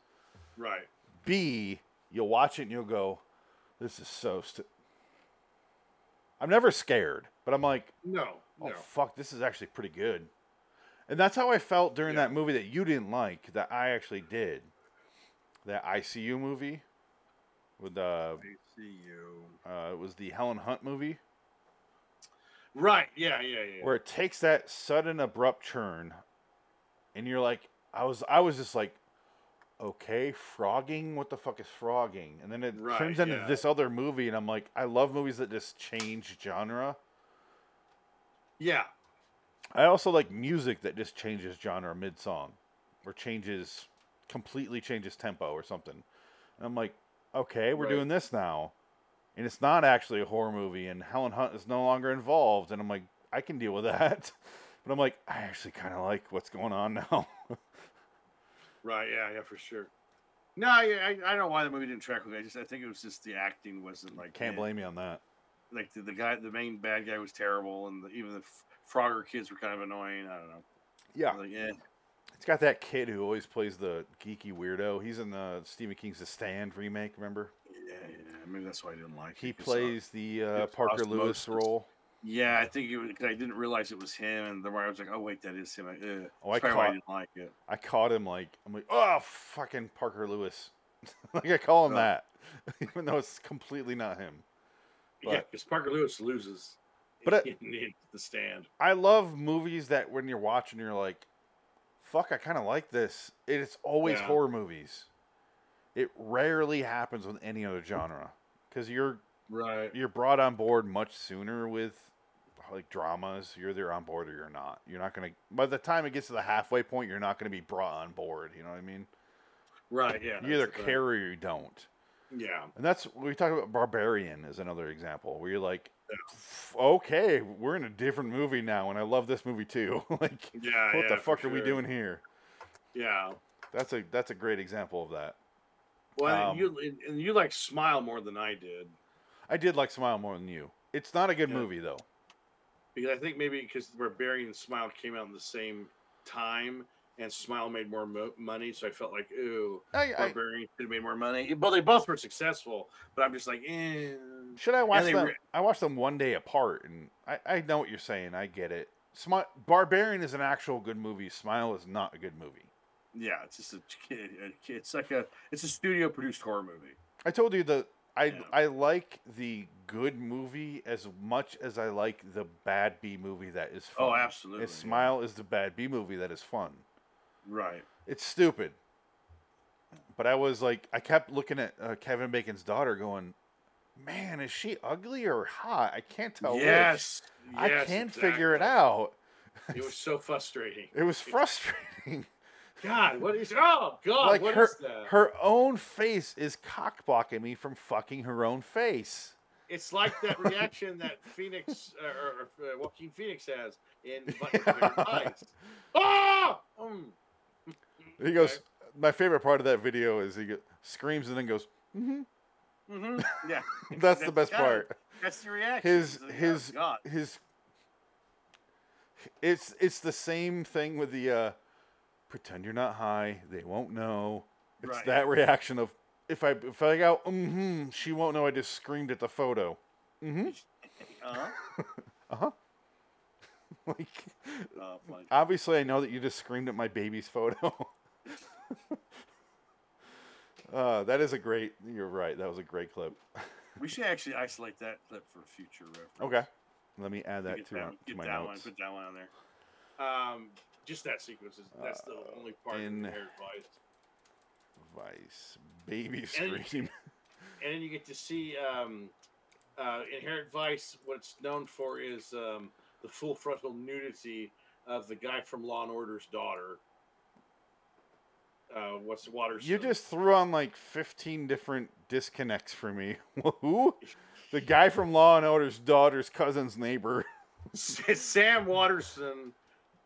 Speaker 3: right.
Speaker 1: B you'll watch it and you'll go, this is so stupid. I'm never scared, but I'm like,
Speaker 3: No.
Speaker 1: oh
Speaker 3: No.
Speaker 1: fuck, this is actually pretty good. And that's how I felt during
Speaker 3: Yeah.
Speaker 1: that movie that you didn't like that I actually did. That ICU movie with uh,
Speaker 3: I see you.
Speaker 1: uh it was the Helen Hunt movie
Speaker 3: Right. Yeah. Yeah. Yeah.
Speaker 1: where it takes that sudden abrupt turn and you're like I was I was just like okay, frogging, what the fuck is frogging? And then it
Speaker 3: Right,
Speaker 1: turns into
Speaker 3: yeah.
Speaker 1: this other movie and I'm like I love movies that just change genre.
Speaker 3: yeah.
Speaker 1: I also like music that just changes genre mid song or changes completely changes tempo or something. And I'm like, okay, we're
Speaker 3: Right.
Speaker 1: doing this now. And it's not actually a horror movie and Helen Hunt is no longer involved and I'm like, I can deal with (laughs) that. But I'm like, I actually kind of like what's going on (laughs) now.
Speaker 3: Right. Yeah. Yeah. For sure.
Speaker 2: No, I, I, I don't know why the movie didn't track with me. I just I think it was just the acting wasn't like
Speaker 1: Can't
Speaker 2: it.
Speaker 1: blame you on that.
Speaker 2: Like the, the guy, the main bad guy was terrible, and the, even the F- Frogger kids were kind of annoying. I don't know.
Speaker 1: Yeah.
Speaker 2: I was like, eh, yeah,
Speaker 1: It's got that kid who always plays the geeky weirdo. He's in the Stephen King's The Stand remake, remember?
Speaker 2: yeah, yeah. Maybe that's why I didn't like.
Speaker 1: He
Speaker 2: it, 'cause, uh,
Speaker 1: plays the uh,
Speaker 2: was
Speaker 1: Parker Lewis
Speaker 2: Osmosis.
Speaker 1: role.
Speaker 2: Yeah, I think it was, 'cause I didn't realize it was him, and the I was like, "Oh wait, that is him." I, ugh.
Speaker 1: Oh, I
Speaker 2: That's probably why
Speaker 1: caught-
Speaker 2: I didn't like it.
Speaker 1: I caught him like I'm like, oh fucking Parker Lewis. (laughs) like I call him
Speaker 2: Oh.
Speaker 1: that. (laughs) Even though it's completely not him.
Speaker 3: yeah.
Speaker 1: But-
Speaker 3: Because Parker Lewis loses.
Speaker 1: But
Speaker 3: (laughs) in, in the stand.
Speaker 1: I love movies that when you're watching you're like, fuck, I kinda like this. It- It's always
Speaker 3: Yeah.
Speaker 1: horror movies. It rarely happens with any other genre. Because you're
Speaker 3: Right.
Speaker 1: you're brought on board much sooner with like dramas. You're either on board or you're not. You're not gonna by the time it gets to the halfway point, you're not gonna be brought on board. You know what I mean?
Speaker 3: Right. Yeah.
Speaker 1: you either
Speaker 3: that's the thing.
Speaker 1: care or you don't.
Speaker 3: Yeah.
Speaker 1: And that's we talk about Barbarian as another example where you're like, "F- okay, we're in a different movie now, and I love this movie too. (laughs) like,
Speaker 3: Yeah.
Speaker 1: what
Speaker 3: Uh, yeah,
Speaker 1: the
Speaker 3: for
Speaker 1: fuck are we
Speaker 3: sure.
Speaker 1: doing here?
Speaker 3: Yeah.
Speaker 1: That's a that's a great example of that.
Speaker 3: Well,
Speaker 1: Um,
Speaker 3: you and- and you like smile more than I did
Speaker 1: I did like Smile more than you. It's not a good
Speaker 3: Yeah.
Speaker 1: movie though.
Speaker 3: because I think maybe because Barbarian and Smile came out in the same time, and Smile made more mo- money, so I felt like ooh,
Speaker 1: I, I,
Speaker 3: Barbarian should have made more money. But they both were successful. But I'm just like, eh.
Speaker 1: should I watch
Speaker 3: they
Speaker 1: them?
Speaker 3: re-
Speaker 1: I watched them one day apart, and I, I know what you're saying. I get it. Smi- Barbarian is an actual good movie. Smile is not a good movie.
Speaker 2: Yeah, it's just a kid. It's like a it's a studio produced horror movie.
Speaker 1: I told you the I
Speaker 2: Yeah.
Speaker 1: I like the good movie as much as I like the bad B movie that is fun.
Speaker 2: Oh, absolutely,
Speaker 1: And
Speaker 2: yeah.
Speaker 1: Smile is the bad B movie that is fun.
Speaker 2: Right.
Speaker 1: It's stupid. But I was like, I kept looking at uh, Kevin Bacon's daughter, going, "Man, is she ugly or hot? I can't tell. which.
Speaker 2: yes.
Speaker 1: I
Speaker 3: Yes,
Speaker 1: can't figure it
Speaker 3: exactly.
Speaker 1: out.
Speaker 3: It was so frustrating.
Speaker 1: It was frustrating.
Speaker 3: God, what is? Oh God,
Speaker 1: like
Speaker 3: what is
Speaker 1: her,
Speaker 3: that?
Speaker 1: her own face is cock blocking me from fucking her own face.
Speaker 3: It's like
Speaker 2: (laughs)
Speaker 3: that reaction that Phoenix uh, or, or uh, Joaquin Phoenix has
Speaker 2: (laughs)
Speaker 3: in
Speaker 1: Yeah.
Speaker 3: Eyes. Ah! Mm.
Speaker 1: He goes. My favorite part of that video is he go, screams and then
Speaker 2: (laughs)
Speaker 1: goes.
Speaker 2: hmm Yeah.
Speaker 1: That's the best
Speaker 2: Yeah,
Speaker 1: part.
Speaker 2: That's the reaction.
Speaker 1: His
Speaker 2: It's like,
Speaker 1: his
Speaker 2: oh, God.
Speaker 1: his. It's it's the same thing with the uh, pretend you're not high. They won't know. It's
Speaker 2: Right.
Speaker 1: that reaction of if I if I go mm-hmm, she won't know I just screamed at the photo. (laughs) Mm-hmm.
Speaker 2: Uh-huh.
Speaker 1: Like
Speaker 2: Oh, funny.
Speaker 1: obviously I know that you just screamed at my baby's photo. (laughs) uh, that is a great. You're right. That was a great clip.
Speaker 2: We should actually isolate that clip for future reference.
Speaker 1: Okay. Let me add that
Speaker 2: Get
Speaker 1: to, our,
Speaker 2: one-
Speaker 1: to
Speaker 2: get
Speaker 1: my
Speaker 2: that one.
Speaker 1: notes.
Speaker 2: Put that one on there. uh-huh.
Speaker 3: Um, just that sequence is that's the only part
Speaker 1: Uh, in-
Speaker 3: in Inherent Vice.
Speaker 1: Vice baby
Speaker 3: And-
Speaker 1: scream.
Speaker 3: And then you get to see um, uh, Inherent Vice. What it's known for is um, the full frontal nudity of the guy from Law and Order's daughter. Uh, what's Waters?
Speaker 1: You just threw on like 15 different disconnects for me. (laughs) Who? The
Speaker 2: (laughs)
Speaker 1: guy from Law and Order's daughter's cousin's neighbor.
Speaker 3: Sam Waterston,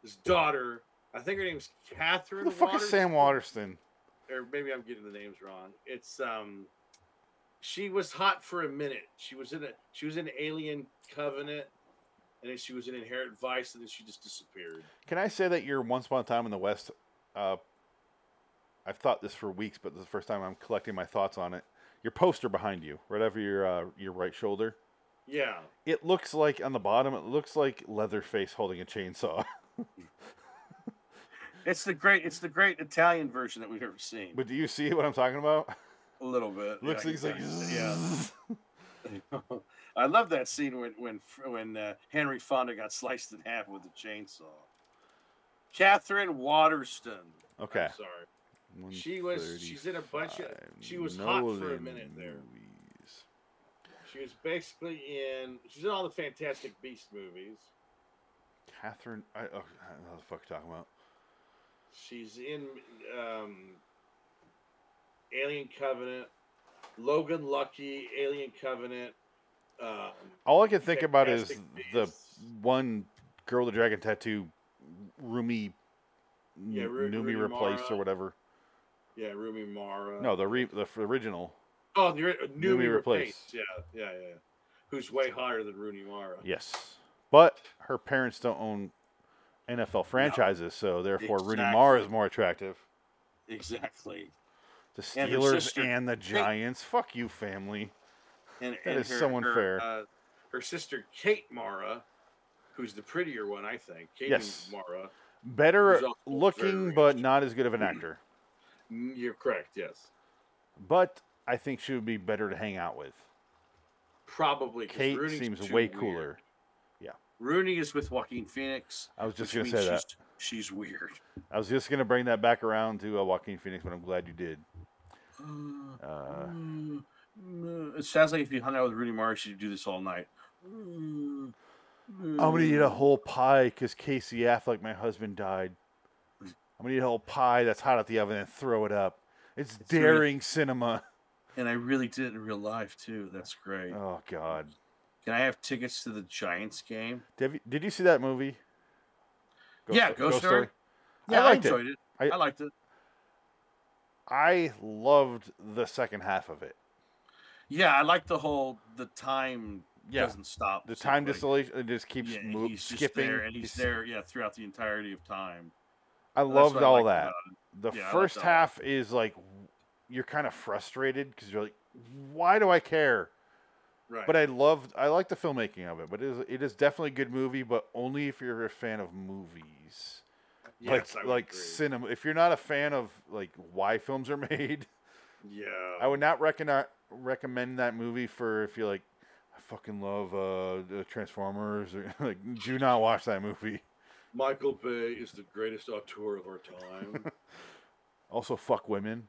Speaker 3: his daughter. I think her name's Catherine.
Speaker 1: Who the fuck is
Speaker 3: Waters-
Speaker 1: Sam Waterston?
Speaker 3: Or maybe I'm getting the names wrong. It's um, she was hot for a minute. She was in a she was in Alien Covenant, and then she was in Inherent Vice, and then she just disappeared.
Speaker 1: Can I say that your Once Upon a Time in the West? Uh, I've thought this for weeks, but this is the first time I'm collecting my thoughts on it. Your poster behind you, right over your uh, your right shoulder.
Speaker 3: Yeah.
Speaker 1: It looks like on the bottom. It looks like Leatherface holding a chainsaw. (laughs)
Speaker 2: It's the great. It's the great Italian version that we've ever seen.
Speaker 1: But do you see what I'm talking about?
Speaker 2: a little bit.
Speaker 1: Looks
Speaker 2: yeah,
Speaker 1: like he's like,
Speaker 2: yeah. (laughs) I love that scene when when when uh, Henry Fonda got sliced in half with a chainsaw. Catherine Waterston.
Speaker 1: Okay.
Speaker 3: I'm sorry. She was- she's in a bunch of-
Speaker 1: 135
Speaker 3: she was hot for a minute there.
Speaker 1: movies.
Speaker 3: She was basically in she's in all the Fantastic Beast movies.
Speaker 1: Catherine. I, oh, I don't know what the fuck you're talking about.
Speaker 3: She's in um, Alien Covenant, Logan Lucky, Alien Covenant. Um,
Speaker 1: All I can think about is
Speaker 3: Fantastic
Speaker 1: the
Speaker 3: Beasts.
Speaker 1: one girl with the dragon tattoo, Rumi,
Speaker 3: Yeah, Ru-
Speaker 1: Numi
Speaker 3: Rooney
Speaker 1: replace
Speaker 3: Mara.
Speaker 1: or whatever.
Speaker 3: yeah, Rumi Mara.
Speaker 1: No, the re, the f- original.
Speaker 3: Oh, the newly
Speaker 1: Numi
Speaker 3: replaced.
Speaker 1: replaced.
Speaker 3: Yeah, yeah, yeah. Who's way higher than Rooney Mara?
Speaker 1: Yes, but her parents don't own NFL franchises, so therefore Rooney Mara is
Speaker 2: Exactly.
Speaker 1: more attractive.
Speaker 2: Exactly.
Speaker 1: The
Speaker 2: And her
Speaker 1: Steelers
Speaker 2: sister-
Speaker 1: and, the Giants. Fuck you, family.
Speaker 2: And,
Speaker 1: That
Speaker 2: and
Speaker 1: is
Speaker 2: her-
Speaker 1: so unfair.
Speaker 3: Uh, her sister Kate Mara, who's the prettier one, I think. Kate
Speaker 1: Yes.
Speaker 3: Mara.
Speaker 1: Better
Speaker 3: Who's also
Speaker 1: looking,
Speaker 3: very
Speaker 1: but not as good
Speaker 2: (clears throat)
Speaker 1: of an actor.
Speaker 3: Mm, You're correct. Yes,
Speaker 1: But I think she would be better to hang out with.
Speaker 3: probably. 'cause
Speaker 1: Kate
Speaker 3: Rooney's
Speaker 1: seems
Speaker 3: too
Speaker 1: way
Speaker 3: weird.
Speaker 1: cooler.
Speaker 2: Rooney is with Joaquin Phoenix.
Speaker 1: I was just
Speaker 2: which
Speaker 1: gonna say
Speaker 2: means She's, she's weird.
Speaker 1: I was just gonna bring that back around to uh, Joaquin Phoenix, but I'm glad you did.
Speaker 2: Uh,
Speaker 1: Uh,
Speaker 2: mm, mm. it sounds like if you hung out with Rooney Mara, she'd do this all night. Mm,
Speaker 1: I'm gonna eat
Speaker 2: mm.
Speaker 1: a whole pie because Casey Affleck, my husband, died. I'm gonna eat a whole pie that's hot out the oven and throw it up. It's,
Speaker 2: really-
Speaker 1: daring cinema.
Speaker 2: And I really did it in real life too. That's great.
Speaker 1: Oh God,
Speaker 2: Can I have tickets to the Giants game?
Speaker 1: did you, did you see that movie?
Speaker 2: Yeah,
Speaker 1: Sto-
Speaker 2: Ghost Story.
Speaker 1: I liked it.
Speaker 2: enjoyed it.
Speaker 1: I-
Speaker 2: I, liked it.
Speaker 1: I loved the second half of it.
Speaker 2: Yeah, I liked the whole the time
Speaker 1: Yeah.
Speaker 2: doesn't stop.
Speaker 1: The
Speaker 2: so,
Speaker 1: time
Speaker 2: like,
Speaker 1: distillation it just keeps
Speaker 2: yeah,
Speaker 1: mo-
Speaker 2: he's just
Speaker 1: skipping.
Speaker 2: there, and he's, there, yeah, throughout the entirety of time.
Speaker 1: I
Speaker 2: That's
Speaker 1: loved
Speaker 2: what I
Speaker 1: all
Speaker 2: liked
Speaker 1: that.
Speaker 2: about it.
Speaker 1: the
Speaker 2: Yeah, I like
Speaker 1: first
Speaker 2: that one.
Speaker 1: half is like you're kind of frustrated because you're like, why do I care?
Speaker 3: Right.
Speaker 1: But I loved, I like the filmmaking of it. But it is, it is definitely a good movie, but only if you're a fan of movies,
Speaker 3: yes,
Speaker 1: like
Speaker 3: I would
Speaker 1: like
Speaker 3: agree.
Speaker 1: cinema. If you're not a fan of like why films are (laughs) made,
Speaker 3: yeah.
Speaker 1: I would not recogni recommend that movie for if you're like, I fucking love uh, the Transformers. Or, (laughs) like, do not watch that movie.
Speaker 3: Michael Bay is the greatest auteur of our time.
Speaker 1: Also, fuck women.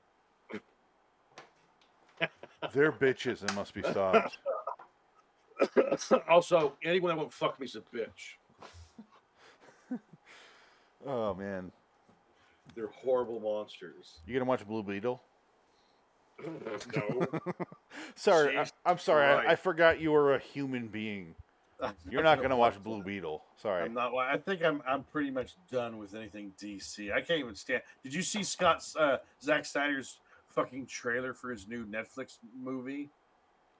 Speaker 1: They're bitches and must be stopped.
Speaker 3: also, anyone that won't fuck me is a bitch.
Speaker 1: Oh man,
Speaker 3: They're horrible
Speaker 2: (laughs)
Speaker 3: monsters.
Speaker 1: you gonna watch Blue Beetle?
Speaker 3: no.
Speaker 1: Sorry,
Speaker 3: Jesus
Speaker 1: I, am sorry, I, I
Speaker 3: Christ.
Speaker 1: forgot you were a human being. You're not gonna watch Blue Beetle. Sorry.
Speaker 2: I'm not. I think I'm. I'm pretty much done with anything DC. I can't even stand. Did you see Scott's uh, Zack Snyder's fucking trailer for his new Netflix movie?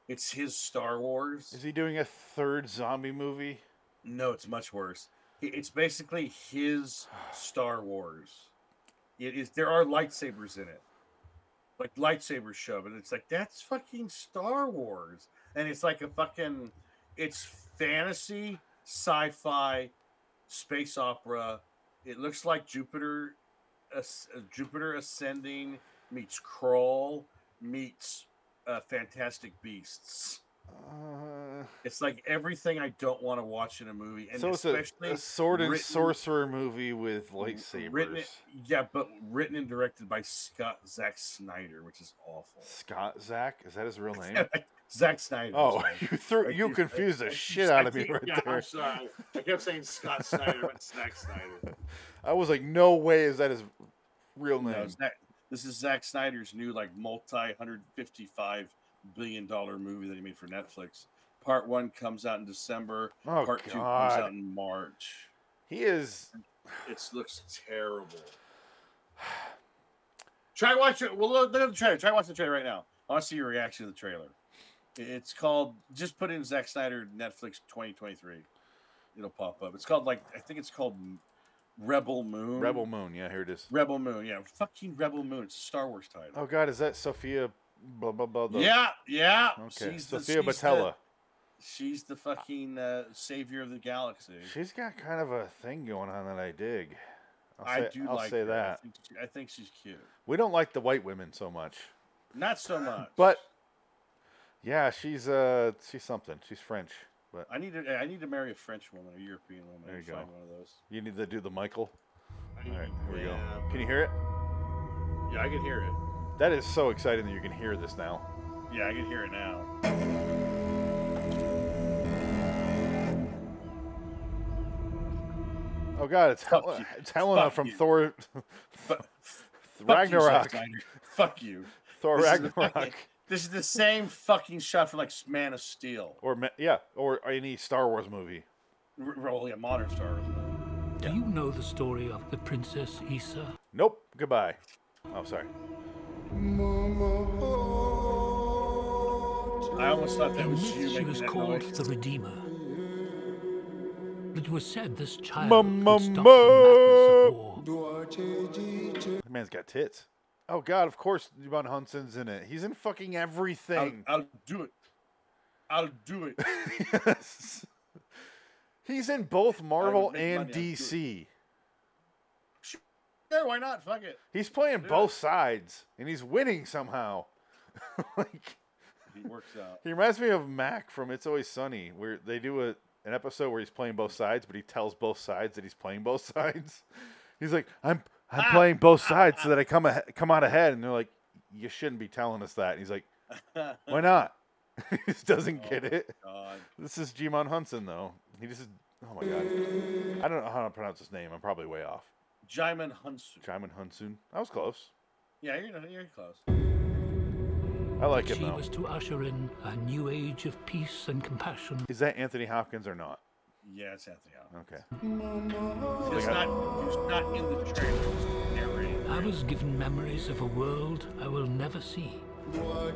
Speaker 2: It's his Star Wars.
Speaker 1: Is he doing a third zombie movie?
Speaker 2: No, it's much worse. I- It's basically his Star Wars. It is. There are lightsabers in it, like lightsaber show, and it's like that's fucking Star Wars, and it's like a fucking, it's fantasy, sci-fi, space opera. It looks like Jupiter, As- uh, Jupiter Ascending meets Crawl meets uh, Fantastic Beasts.
Speaker 1: Uh,
Speaker 2: It's like everything I don't want to watch in a movie, and
Speaker 1: so it's a,
Speaker 2: especially
Speaker 1: a sword and
Speaker 2: written-
Speaker 1: sorcerer movie with lightsabers.
Speaker 2: written, yeah, but written and directed by Scott Zack Snyder, which is awful.
Speaker 1: Scott Zach is that his real
Speaker 2: (laughs)
Speaker 1: name?
Speaker 2: Zack Snyder. I'm
Speaker 1: Oh, (laughs)
Speaker 2: sorry.
Speaker 1: you threw
Speaker 2: Like,
Speaker 1: you
Speaker 2: you-
Speaker 1: confused
Speaker 2: (laughs)
Speaker 1: the shit out of me
Speaker 3: Yeah,
Speaker 1: right
Speaker 3: I'm
Speaker 1: there.
Speaker 3: sorry. I kept saying Scott Snyder, but Snack
Speaker 1: (laughs)
Speaker 3: Snyder.
Speaker 1: I was like, no way is that his real
Speaker 2: No,
Speaker 1: name.
Speaker 2: Zack, this is Zack Snyder's new like multi hundred fifty five billion dollar movie that he made for Netflix. Part one comes out in December.
Speaker 1: Oh
Speaker 2: part two comes out
Speaker 1: God,
Speaker 2: in March.
Speaker 1: he is.
Speaker 3: It looks terrible.
Speaker 2: (sighs) Try watch it. Well, look, look at the trailer. Try watch the trailer right now. I want to see your reaction to the trailer. I- It's called. Just put in Zack Snyder Netflix 2023. It'll pop up. It's called like I think it's called M- Rebel Moon.
Speaker 1: Rebel Moon. Yeah, here it is.
Speaker 2: Rebel Moon. Yeah, fucking Rebel Moon. It's a Star Wars title.
Speaker 1: Oh God, is that Sophia? Blah blah blah. the-
Speaker 2: yeah, yeah.
Speaker 1: Okay.
Speaker 2: She's
Speaker 1: Sophia
Speaker 2: the, she's the-
Speaker 1: Batella.
Speaker 2: she's the fucking uh, savior of the galaxy.
Speaker 1: She's got kind of a thing going on that I dig. I'll
Speaker 2: I
Speaker 1: say,
Speaker 2: do
Speaker 1: I'll
Speaker 2: like
Speaker 1: say
Speaker 2: her. I
Speaker 1: that.
Speaker 2: think, she- I think she's cute.
Speaker 1: We don't like the white women so much,
Speaker 2: Not so much.
Speaker 1: but yeah, she's uh she's something. She's French, but
Speaker 2: I need to. I need to marry a French woman, a European woman.
Speaker 1: There you
Speaker 2: I need to Find
Speaker 1: go.
Speaker 2: one of those.
Speaker 1: you need to do the Michael. All right, here we
Speaker 3: Yeah,
Speaker 1: go. Can you hear it?
Speaker 3: but- Yeah, I can hear it.
Speaker 1: That is so exciting that you can hear this now.
Speaker 2: Yeah, I can hear it now.
Speaker 1: (laughs) Oh god, it's
Speaker 2: Fuck
Speaker 1: Hel-
Speaker 2: you.
Speaker 1: it's Helena
Speaker 2: Fuck
Speaker 1: from
Speaker 2: you.
Speaker 1: Thor
Speaker 2: Fuck
Speaker 1: Ragnarok.
Speaker 2: You, Zack Snyder.
Speaker 1: (laughs)
Speaker 2: fuck you.
Speaker 1: Thor
Speaker 2: This is the
Speaker 1: Ragnarok
Speaker 2: fucking- This is the same fucking shot for like Man of Steel.
Speaker 1: or Ma- yeah, or any Star Wars movie.
Speaker 2: R- Rolling a modern Star Wars movie.
Speaker 6: Do you know the story of the Princess Issa?
Speaker 1: Nope. Goodbye. Oh, sorry.
Speaker 2: I almost thought that
Speaker 6: In
Speaker 2: was
Speaker 6: myth,
Speaker 2: you
Speaker 6: she
Speaker 2: making
Speaker 6: was
Speaker 2: that
Speaker 6: called
Speaker 2: noise.
Speaker 6: the Redeemer. It was said this child
Speaker 1: Mamma
Speaker 6: could stop
Speaker 1: mia.
Speaker 6: the madness of war.
Speaker 1: That man's got tits. Oh god, of course Yvonne Hunson's in it. He's in fucking
Speaker 2: I'll,
Speaker 1: everything.
Speaker 2: I'll do it. I'll do it. oh.
Speaker 1: Yes. (laughs) He's in both Marvel
Speaker 2: make
Speaker 1: and
Speaker 2: money, I'd do it.
Speaker 1: DC.
Speaker 2: Sure, why not? Fuck it.
Speaker 1: He's playing
Speaker 2: Yeah.
Speaker 1: both sides and he's winning somehow. (laughs) like
Speaker 2: It works out.
Speaker 1: He reminds me of Mac from It's Always Sunny, where they do a an episode where he's playing both sides, but he tells both sides that he's playing both (laughs) sides. He's like, "I'm I'm playing both sides so that I come ahe- come out ahead," and they're like, "You shouldn't be telling us that." And he's like, "Why not?" (laughs) he just doesn't get it.
Speaker 2: God.
Speaker 1: This is Jimon Hunson though. He just oh my god, I don't know how to pronounce his name. I'm probably way off.
Speaker 2: Jaimin Hunsu.
Speaker 1: Jimon Hunsoon. I was close.
Speaker 2: Yeah, you're, you're close.
Speaker 1: I like him
Speaker 6: She
Speaker 1: though.
Speaker 6: was to usher in a new age of peace and compassion.
Speaker 1: Is that Anthony Hopkins or not?
Speaker 2: Yeah, it's Anthony Hopkins.
Speaker 1: Okay.
Speaker 2: It's
Speaker 1: Like, I-
Speaker 2: not, it's not in the trailer. It's narrated.
Speaker 6: I was given memories of a world I will never see,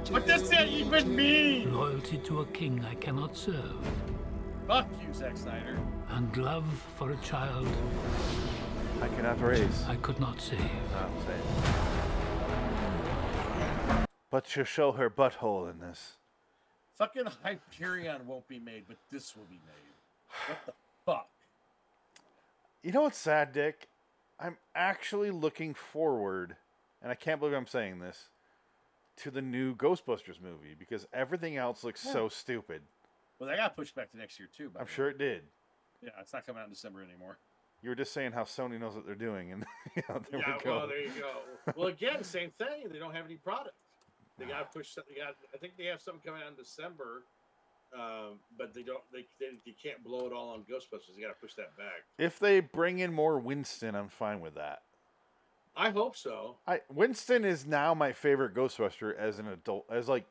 Speaker 2: What does that even mean?
Speaker 6: loyalty to a king I cannot serve,
Speaker 2: Fuck you, Zack Snyder.
Speaker 6: and love for a child
Speaker 1: I cannot raise.
Speaker 6: I could not save.
Speaker 1: not saying. But she'll show her butthole in this.
Speaker 2: Fucking Hyperion won't be made, but this will be made. What the fuck?
Speaker 1: You know what's sad, Dick? I'm actually looking forward, and I can't believe I'm saying this, to the new Ghostbusters movie because everything else looks so stupid.
Speaker 2: Well, that got pushed back to next year too. By
Speaker 1: I'm
Speaker 2: the way.
Speaker 1: sure it did.
Speaker 2: Yeah, it's not coming out in December anymore.
Speaker 1: You were just saying how Sony knows what they're doing, and (laughs) you know, (laughs) there
Speaker 3: yeah,
Speaker 1: we go.
Speaker 3: well, there you go. Well, again, same thing. They don't have any product. They
Speaker 1: (sighs)
Speaker 3: got to push. some- They got. I think they have something coming out in December, um, but they don't. They, they they can't blow it all on Ghostbusters. They got to push that back.
Speaker 1: If they bring in more Winston, I'm fine with that.
Speaker 3: I hope so.
Speaker 1: I Winston is now my favorite Ghostbuster as an adult, as like,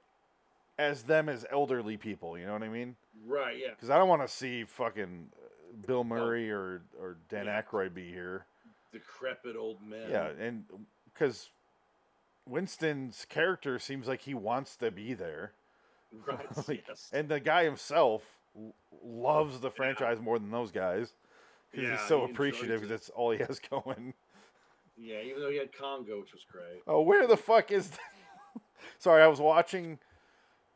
Speaker 1: as them as elderly people. You know what I mean?
Speaker 3: Right? Yeah.
Speaker 1: Because I don't want to see fucking uh, Bill Murray or or Dan
Speaker 3: Yeah.
Speaker 1: Aykroyd be here.
Speaker 3: Decrepit old men.
Speaker 1: Yeah, and because Winston's character seems like he wants to be there, (laughs)
Speaker 3: Right.
Speaker 1: Like,
Speaker 3: yes.
Speaker 1: and the guy himself l- loves the franchise more than those guys. 'cause
Speaker 3: Yeah,
Speaker 1: he's so
Speaker 3: he enjoys
Speaker 1: appreciative
Speaker 3: it.
Speaker 1: because that's all he has (laughs) going.
Speaker 3: yeah. Even though he had Congo, which was great.
Speaker 1: Oh, where the (laughs) fuck is? th- Sorry, I was watching,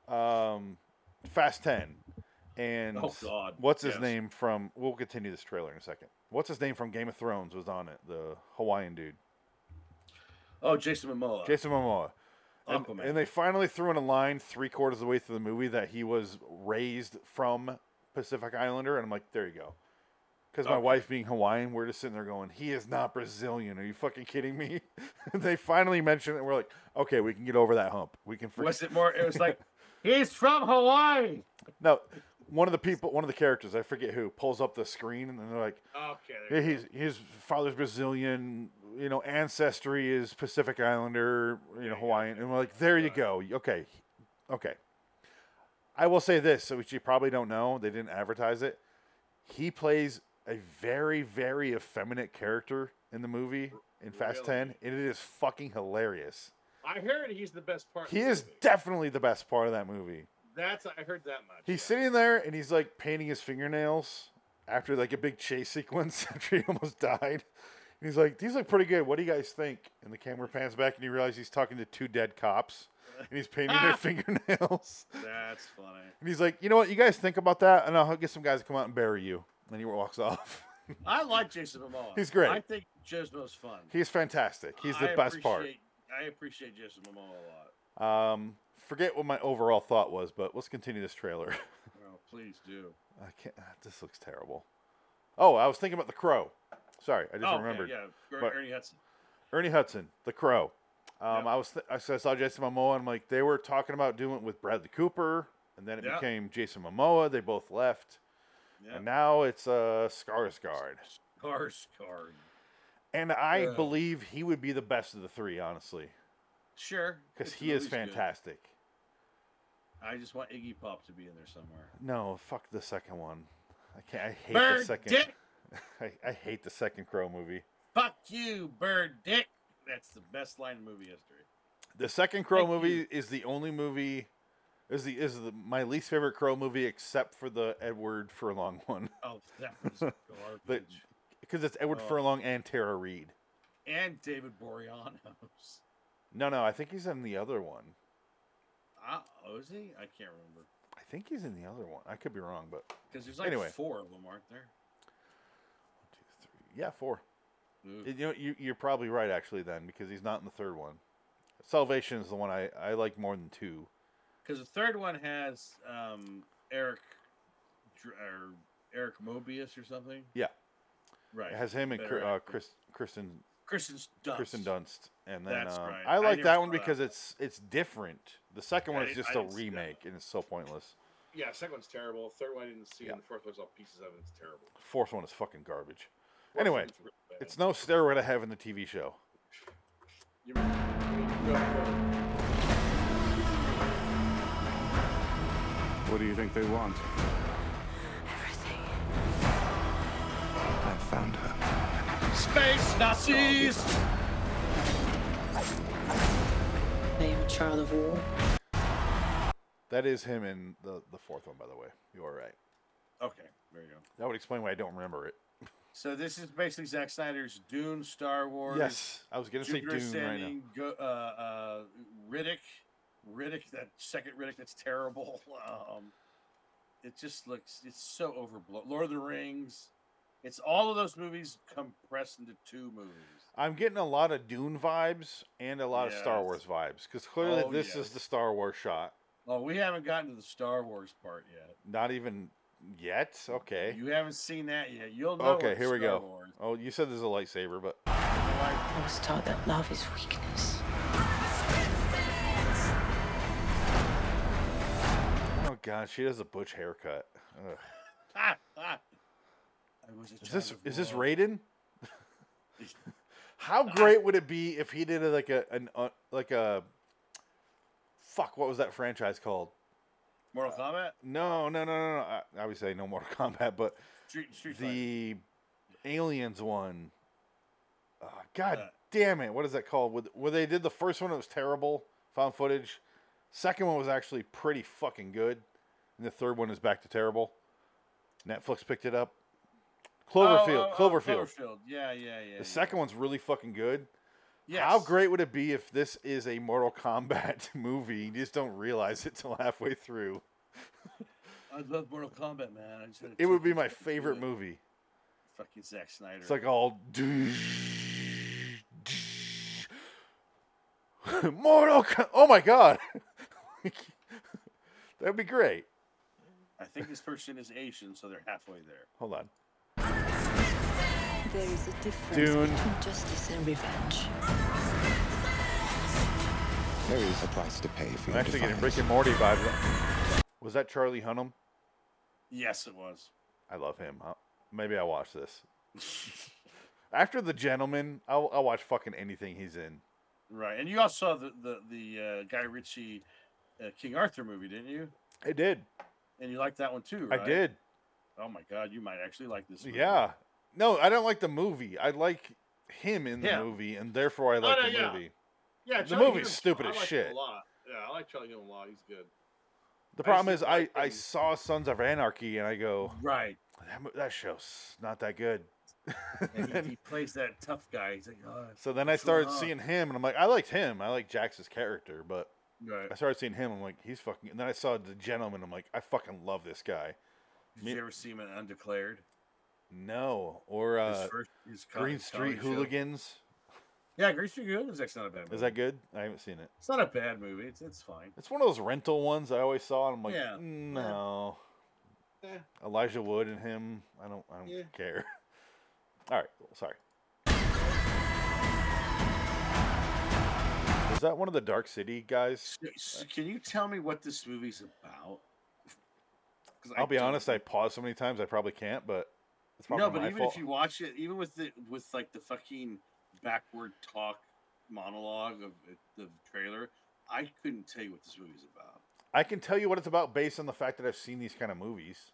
Speaker 1: um, Fast Ten, and
Speaker 3: Oh, God.
Speaker 1: what's his
Speaker 3: Yes.
Speaker 1: name from? We'll continue this trailer in a second. What's his name from Game of Thrones was on it. The Hawaiian dude,
Speaker 2: Oh, Jason Momoa.
Speaker 1: Jason Momoa. And,
Speaker 2: Aquaman.
Speaker 1: and they finally threw in a line three quarters of the way through the movie that he was raised from Pacific Islander, and I'm like, there you go. Because my
Speaker 3: Okay.
Speaker 1: wife being Hawaiian, we're just sitting there going, he is not Brazilian. Are you fucking kidding me? (laughs) they finally mentioned it. And we're like, okay, we can get over that hump. We can forget.
Speaker 2: was it more? It was
Speaker 1: (laughs)
Speaker 2: like he's from Hawaii.
Speaker 1: No, one of the people, one of the characters, I forget who, pulls up the screen and they're like,
Speaker 3: Okay.
Speaker 1: yeah,
Speaker 3: There you
Speaker 1: he's, his father's Brazilian, you know, ancestry is Pacific Islander, you know, Hawaiian. And we're like, there you go. Okay. Okay. I will say this, which you probably don't know, they didn't advertise it. He plays a very, very effeminate character in the movie in Fast 10, and it is fucking hilarious.
Speaker 3: go. I heard he's the best part.
Speaker 1: He
Speaker 3: of the
Speaker 1: is
Speaker 3: movie.
Speaker 1: definitely the best part of that movie.
Speaker 3: That's I heard that much.
Speaker 1: He's sitting there and he's like painting his fingernails after like a big chase sequence (laughs) after he almost died. And he's like, These look pretty good. What do you guys think? And the camera pans back and you realize he's talking to two dead cops and he's painting
Speaker 2: (laughs)
Speaker 1: their fingernails.
Speaker 2: That's funny.
Speaker 1: And he's like, You know what? You guys think about that and I'll get some guys to come out and bury you. And he walks (laughs) off.
Speaker 2: I like Jason Momoa.
Speaker 1: He's great.
Speaker 2: I think Jezmo's fun.
Speaker 1: he's fantastic. He's the
Speaker 2: I
Speaker 1: best part.
Speaker 2: appreciate- I appreciate Jason Momoa a lot.
Speaker 1: Um, forget what my overall thought was, but let's continue this trailer. (laughs)
Speaker 2: Well, please do.
Speaker 1: I can't. This looks terrible. Oh, I was thinking about The Crow. Sorry, I just
Speaker 2: oh, okay,
Speaker 1: remembered.
Speaker 2: yeah, Er-
Speaker 1: but-
Speaker 2: Ernie Hudson.
Speaker 1: Ernie Hudson, The Crow. Um,
Speaker 2: Yep.
Speaker 1: I was th- I saw- I saw Jason Momoa. And I'm like, they were talking about doing it with Bradley Cooper, and then it
Speaker 2: Yep.
Speaker 1: became Jason Momoa. They both left,
Speaker 2: Yeah.
Speaker 1: and now it's uh, Skarsgård.
Speaker 2: Skarsgård.
Speaker 1: And I
Speaker 2: Yeah.
Speaker 1: believe he would be the best of the three, honestly,
Speaker 2: Sure,
Speaker 1: because
Speaker 2: if the
Speaker 1: he is
Speaker 2: movie's good.
Speaker 1: fantastic.
Speaker 2: I just want Iggy Pop to be in there somewhere.
Speaker 1: No, fuck the second one. I can't. I hate the
Speaker 2: Bird
Speaker 1: second.
Speaker 2: Dick,
Speaker 1: (laughs) I, I hate the second Crow movie.
Speaker 2: fuck you, Bird Dick. That's the best line in movie history.
Speaker 1: The second Crow
Speaker 2: Thank
Speaker 1: movie
Speaker 2: you.
Speaker 1: is the only movie. Is the is the my least favorite Crow movie except for the Edward Furlong (laughs) one
Speaker 2: Oh, that
Speaker 1: (laughs)
Speaker 2: was garbage.
Speaker 1: because it's Edward
Speaker 2: Oh.
Speaker 1: Furlong and Tara Reid.
Speaker 2: and David Boreanaz. (laughs)
Speaker 1: No, no, I think he's in the other one.
Speaker 2: Ah, oh, is he? I can't remember
Speaker 1: I think he's in the other one. I could be wrong, but
Speaker 2: because there's like
Speaker 1: Anyway.
Speaker 2: four of them, aren't there?
Speaker 1: one, two, three, yeah, four.
Speaker 2: Ooh.
Speaker 1: You know, you, you're probably right actually then because he's not in the third one. Salvation is the one I, I like more than two.
Speaker 2: Because the third one has um, Eric Dr- or Eric Mobius or something.
Speaker 1: Yeah.
Speaker 2: right.
Speaker 1: It has him and
Speaker 2: Better
Speaker 1: Cri- uh,
Speaker 2: actor.
Speaker 1: Chris, Kristen
Speaker 2: Kristen Dunst.
Speaker 1: Kristen Dunst, and then
Speaker 2: That's
Speaker 1: um,
Speaker 2: right.
Speaker 1: I
Speaker 2: I
Speaker 1: like
Speaker 2: never
Speaker 1: that one
Speaker 2: saw that
Speaker 1: because it's it's different. The second
Speaker 2: Yeah,
Speaker 1: one
Speaker 2: I
Speaker 1: is
Speaker 2: didn't-
Speaker 1: just
Speaker 2: I
Speaker 1: a
Speaker 2: didn't see that
Speaker 1: remake and it's so pointless.
Speaker 7: Yeah, second one's terrible. Third one I didn't see,
Speaker 1: Yeah.
Speaker 7: and the fourth one's all pieces of it. It's terrible.
Speaker 1: Fourth one is fucking garbage.
Speaker 7: Fourth
Speaker 1: Anyway,
Speaker 7: one's really bad.
Speaker 1: It's no stairway to heaven, the TV show.
Speaker 7: You remember- you remember-
Speaker 8: What do you think they want?
Speaker 9: Everything.
Speaker 8: I found her.
Speaker 2: Space Nazis.
Speaker 9: I am a child of war.
Speaker 1: That is him in the the fourth one, by the way. You are right.
Speaker 2: Okay, there you go.
Speaker 1: That would explain why I don't remember it.
Speaker 2: So this is basically Zack Snyder's Dune, Star Wars.
Speaker 1: Yes, I was gonna say
Speaker 2: Jupiter
Speaker 1: Dune right now.
Speaker 2: Ascending, Go, uh, uh, Riddick, Riddick, that second Riddick, that's terrible. (laughs) Um, it just looks, it's so overblown. Lord of the Rings, it's all of those movies compressed into two movies.
Speaker 1: I'm getting a lot of Dune vibes and a lot of Star
Speaker 2: Yes.
Speaker 1: Wars vibes because clearly
Speaker 2: Oh,
Speaker 1: this
Speaker 2: yes.
Speaker 1: is the Star Wars shot.
Speaker 2: Oh, we haven't gotten to the Star Wars part yet.
Speaker 1: Not even yet. Okay.
Speaker 2: You haven't seen that yet. You'll know.
Speaker 1: okay.
Speaker 2: it's
Speaker 1: Here we
Speaker 2: Star
Speaker 1: go.
Speaker 2: Wars.
Speaker 1: Oh, you said there's a lightsaber, but
Speaker 9: I was taught that love is weakness.
Speaker 1: oh god, she has a butch haircut. Ugh.
Speaker 2: Ah, ah. I was a
Speaker 1: Is
Speaker 2: child
Speaker 1: this
Speaker 2: of
Speaker 1: is this
Speaker 2: love. (laughs)
Speaker 1: Raiden? How great would it be if he did a, like a an uh, like a fuck? What was that franchise called?
Speaker 2: Mortal
Speaker 1: uh,
Speaker 2: Kombat?
Speaker 1: No, no, no, no, no. I, I would say no Mortal (laughs) Kombat, but
Speaker 2: Street, Street Fighter.
Speaker 1: the aliens one. Oh, God
Speaker 2: Uh,
Speaker 1: damn it! What is that called? With where they did the first one, it was terrible. Found footage. Second one was actually pretty fucking good, and the third one is back to terrible. Netflix picked it up. Cloverfield,
Speaker 2: Oh, oh, oh,
Speaker 1: Cloverfield.
Speaker 2: Cloverfield. Yeah, yeah, yeah.
Speaker 1: The second one's really fucking good.
Speaker 2: yeah.
Speaker 1: How
Speaker 2: Yes.
Speaker 1: great would it be if this is a Mortal Kombat (laughs) movie? You just don't realize it till halfway through.
Speaker 2: I love Mortal Kombat, man. I just had to
Speaker 1: It would
Speaker 2: take
Speaker 1: be
Speaker 2: this
Speaker 1: my
Speaker 2: fucking
Speaker 1: favorite
Speaker 2: bullet.
Speaker 1: movie.
Speaker 2: Fucking Zack Snyder.
Speaker 1: It's like all (laughs) Mortal. Ko- oh my god, (laughs) that'd be great.
Speaker 2: I think this person is Asian, so they're halfway there.
Speaker 1: Hold on.
Speaker 9: There is a difference
Speaker 1: Dune.
Speaker 9: between justice and revenge.
Speaker 8: There is a price to pay for
Speaker 1: I'm
Speaker 8: your
Speaker 1: actually getting
Speaker 8: defiance.
Speaker 1: Rick and Morty vibes. Was that Charlie Hunnam?
Speaker 2: Yes, it was.
Speaker 1: I love him. I'll- maybe I will watch this (laughs) after The Gentleman. I'll, I'll watch fucking anything he's in.
Speaker 2: Right, and you also saw the the, the uh, Guy Ritchie uh, King Arthur movie, didn't you?
Speaker 1: I did.
Speaker 2: And you liked that one too,
Speaker 1: I
Speaker 2: right?
Speaker 1: did.
Speaker 2: Oh my God, you might actually like this. Movie.
Speaker 1: Yeah. No, I don't like the movie. I like him in the
Speaker 2: Yeah.
Speaker 1: movie, and therefore I like
Speaker 7: no,
Speaker 1: the
Speaker 7: yeah.
Speaker 1: movie.
Speaker 7: Yeah,
Speaker 1: The
Speaker 7: Charlie
Speaker 1: movie's
Speaker 7: Hunnam's-
Speaker 1: stupid
Speaker 7: I
Speaker 1: as
Speaker 7: like him
Speaker 1: shit.
Speaker 7: A lot. Yeah, I like Charlie Hunnam a lot. He's good. I
Speaker 1: The problem
Speaker 7: see
Speaker 1: is,
Speaker 7: the
Speaker 1: I, I
Speaker 7: thing.
Speaker 1: saw Sons of Anarchy, and I go,
Speaker 2: Right,
Speaker 1: that, mo- that show's not that good.
Speaker 2: and
Speaker 1: (laughs)
Speaker 2: he, he plays that tough guy. He's like, oh,
Speaker 1: so then I
Speaker 2: what's going
Speaker 1: started
Speaker 2: on?"
Speaker 1: seeing him, and I'm like, I liked him. I like Jax's character, but
Speaker 2: Right.
Speaker 1: I started seeing him. I'm like, he's fucking. And then I saw The Gentleman. I'm like, I fucking love this guy.
Speaker 2: Did
Speaker 1: me-
Speaker 2: you ever see him in Undeclared?
Speaker 1: No, or
Speaker 2: His
Speaker 1: uh,
Speaker 2: first, his co-
Speaker 1: Green
Speaker 2: his
Speaker 1: Street
Speaker 2: comedy show.
Speaker 1: Hooligans.
Speaker 2: Yeah, Green Street Hooligans. That's not a bad. Movie.
Speaker 1: Is that good? I haven't seen it.
Speaker 2: It's not a bad movie. It's it's fine.
Speaker 1: It's one of those rental ones I always saw, and I'm like, "Mm,
Speaker 2: Yeah.
Speaker 1: no.
Speaker 7: Yeah.
Speaker 1: Elijah Wood and him, I don't, I don't
Speaker 7: Yeah.
Speaker 1: care. (laughs) All right, well, sorry. Is that one of the Dark City guys?
Speaker 2: S- s- Can you tell me what this movie's about? 'Cause I
Speaker 1: I'll be
Speaker 2: don't-
Speaker 1: honest, I paused so many times I probably can't, but It's
Speaker 2: No,
Speaker 1: probably
Speaker 2: but
Speaker 1: my
Speaker 2: even
Speaker 1: fault.
Speaker 2: if you watch it, even with the with like the fucking backward talk monologue of it- the trailer, I couldn't tell you what this movie's about.
Speaker 1: I can tell you what it's about based on the fact that I've seen these kind of movies.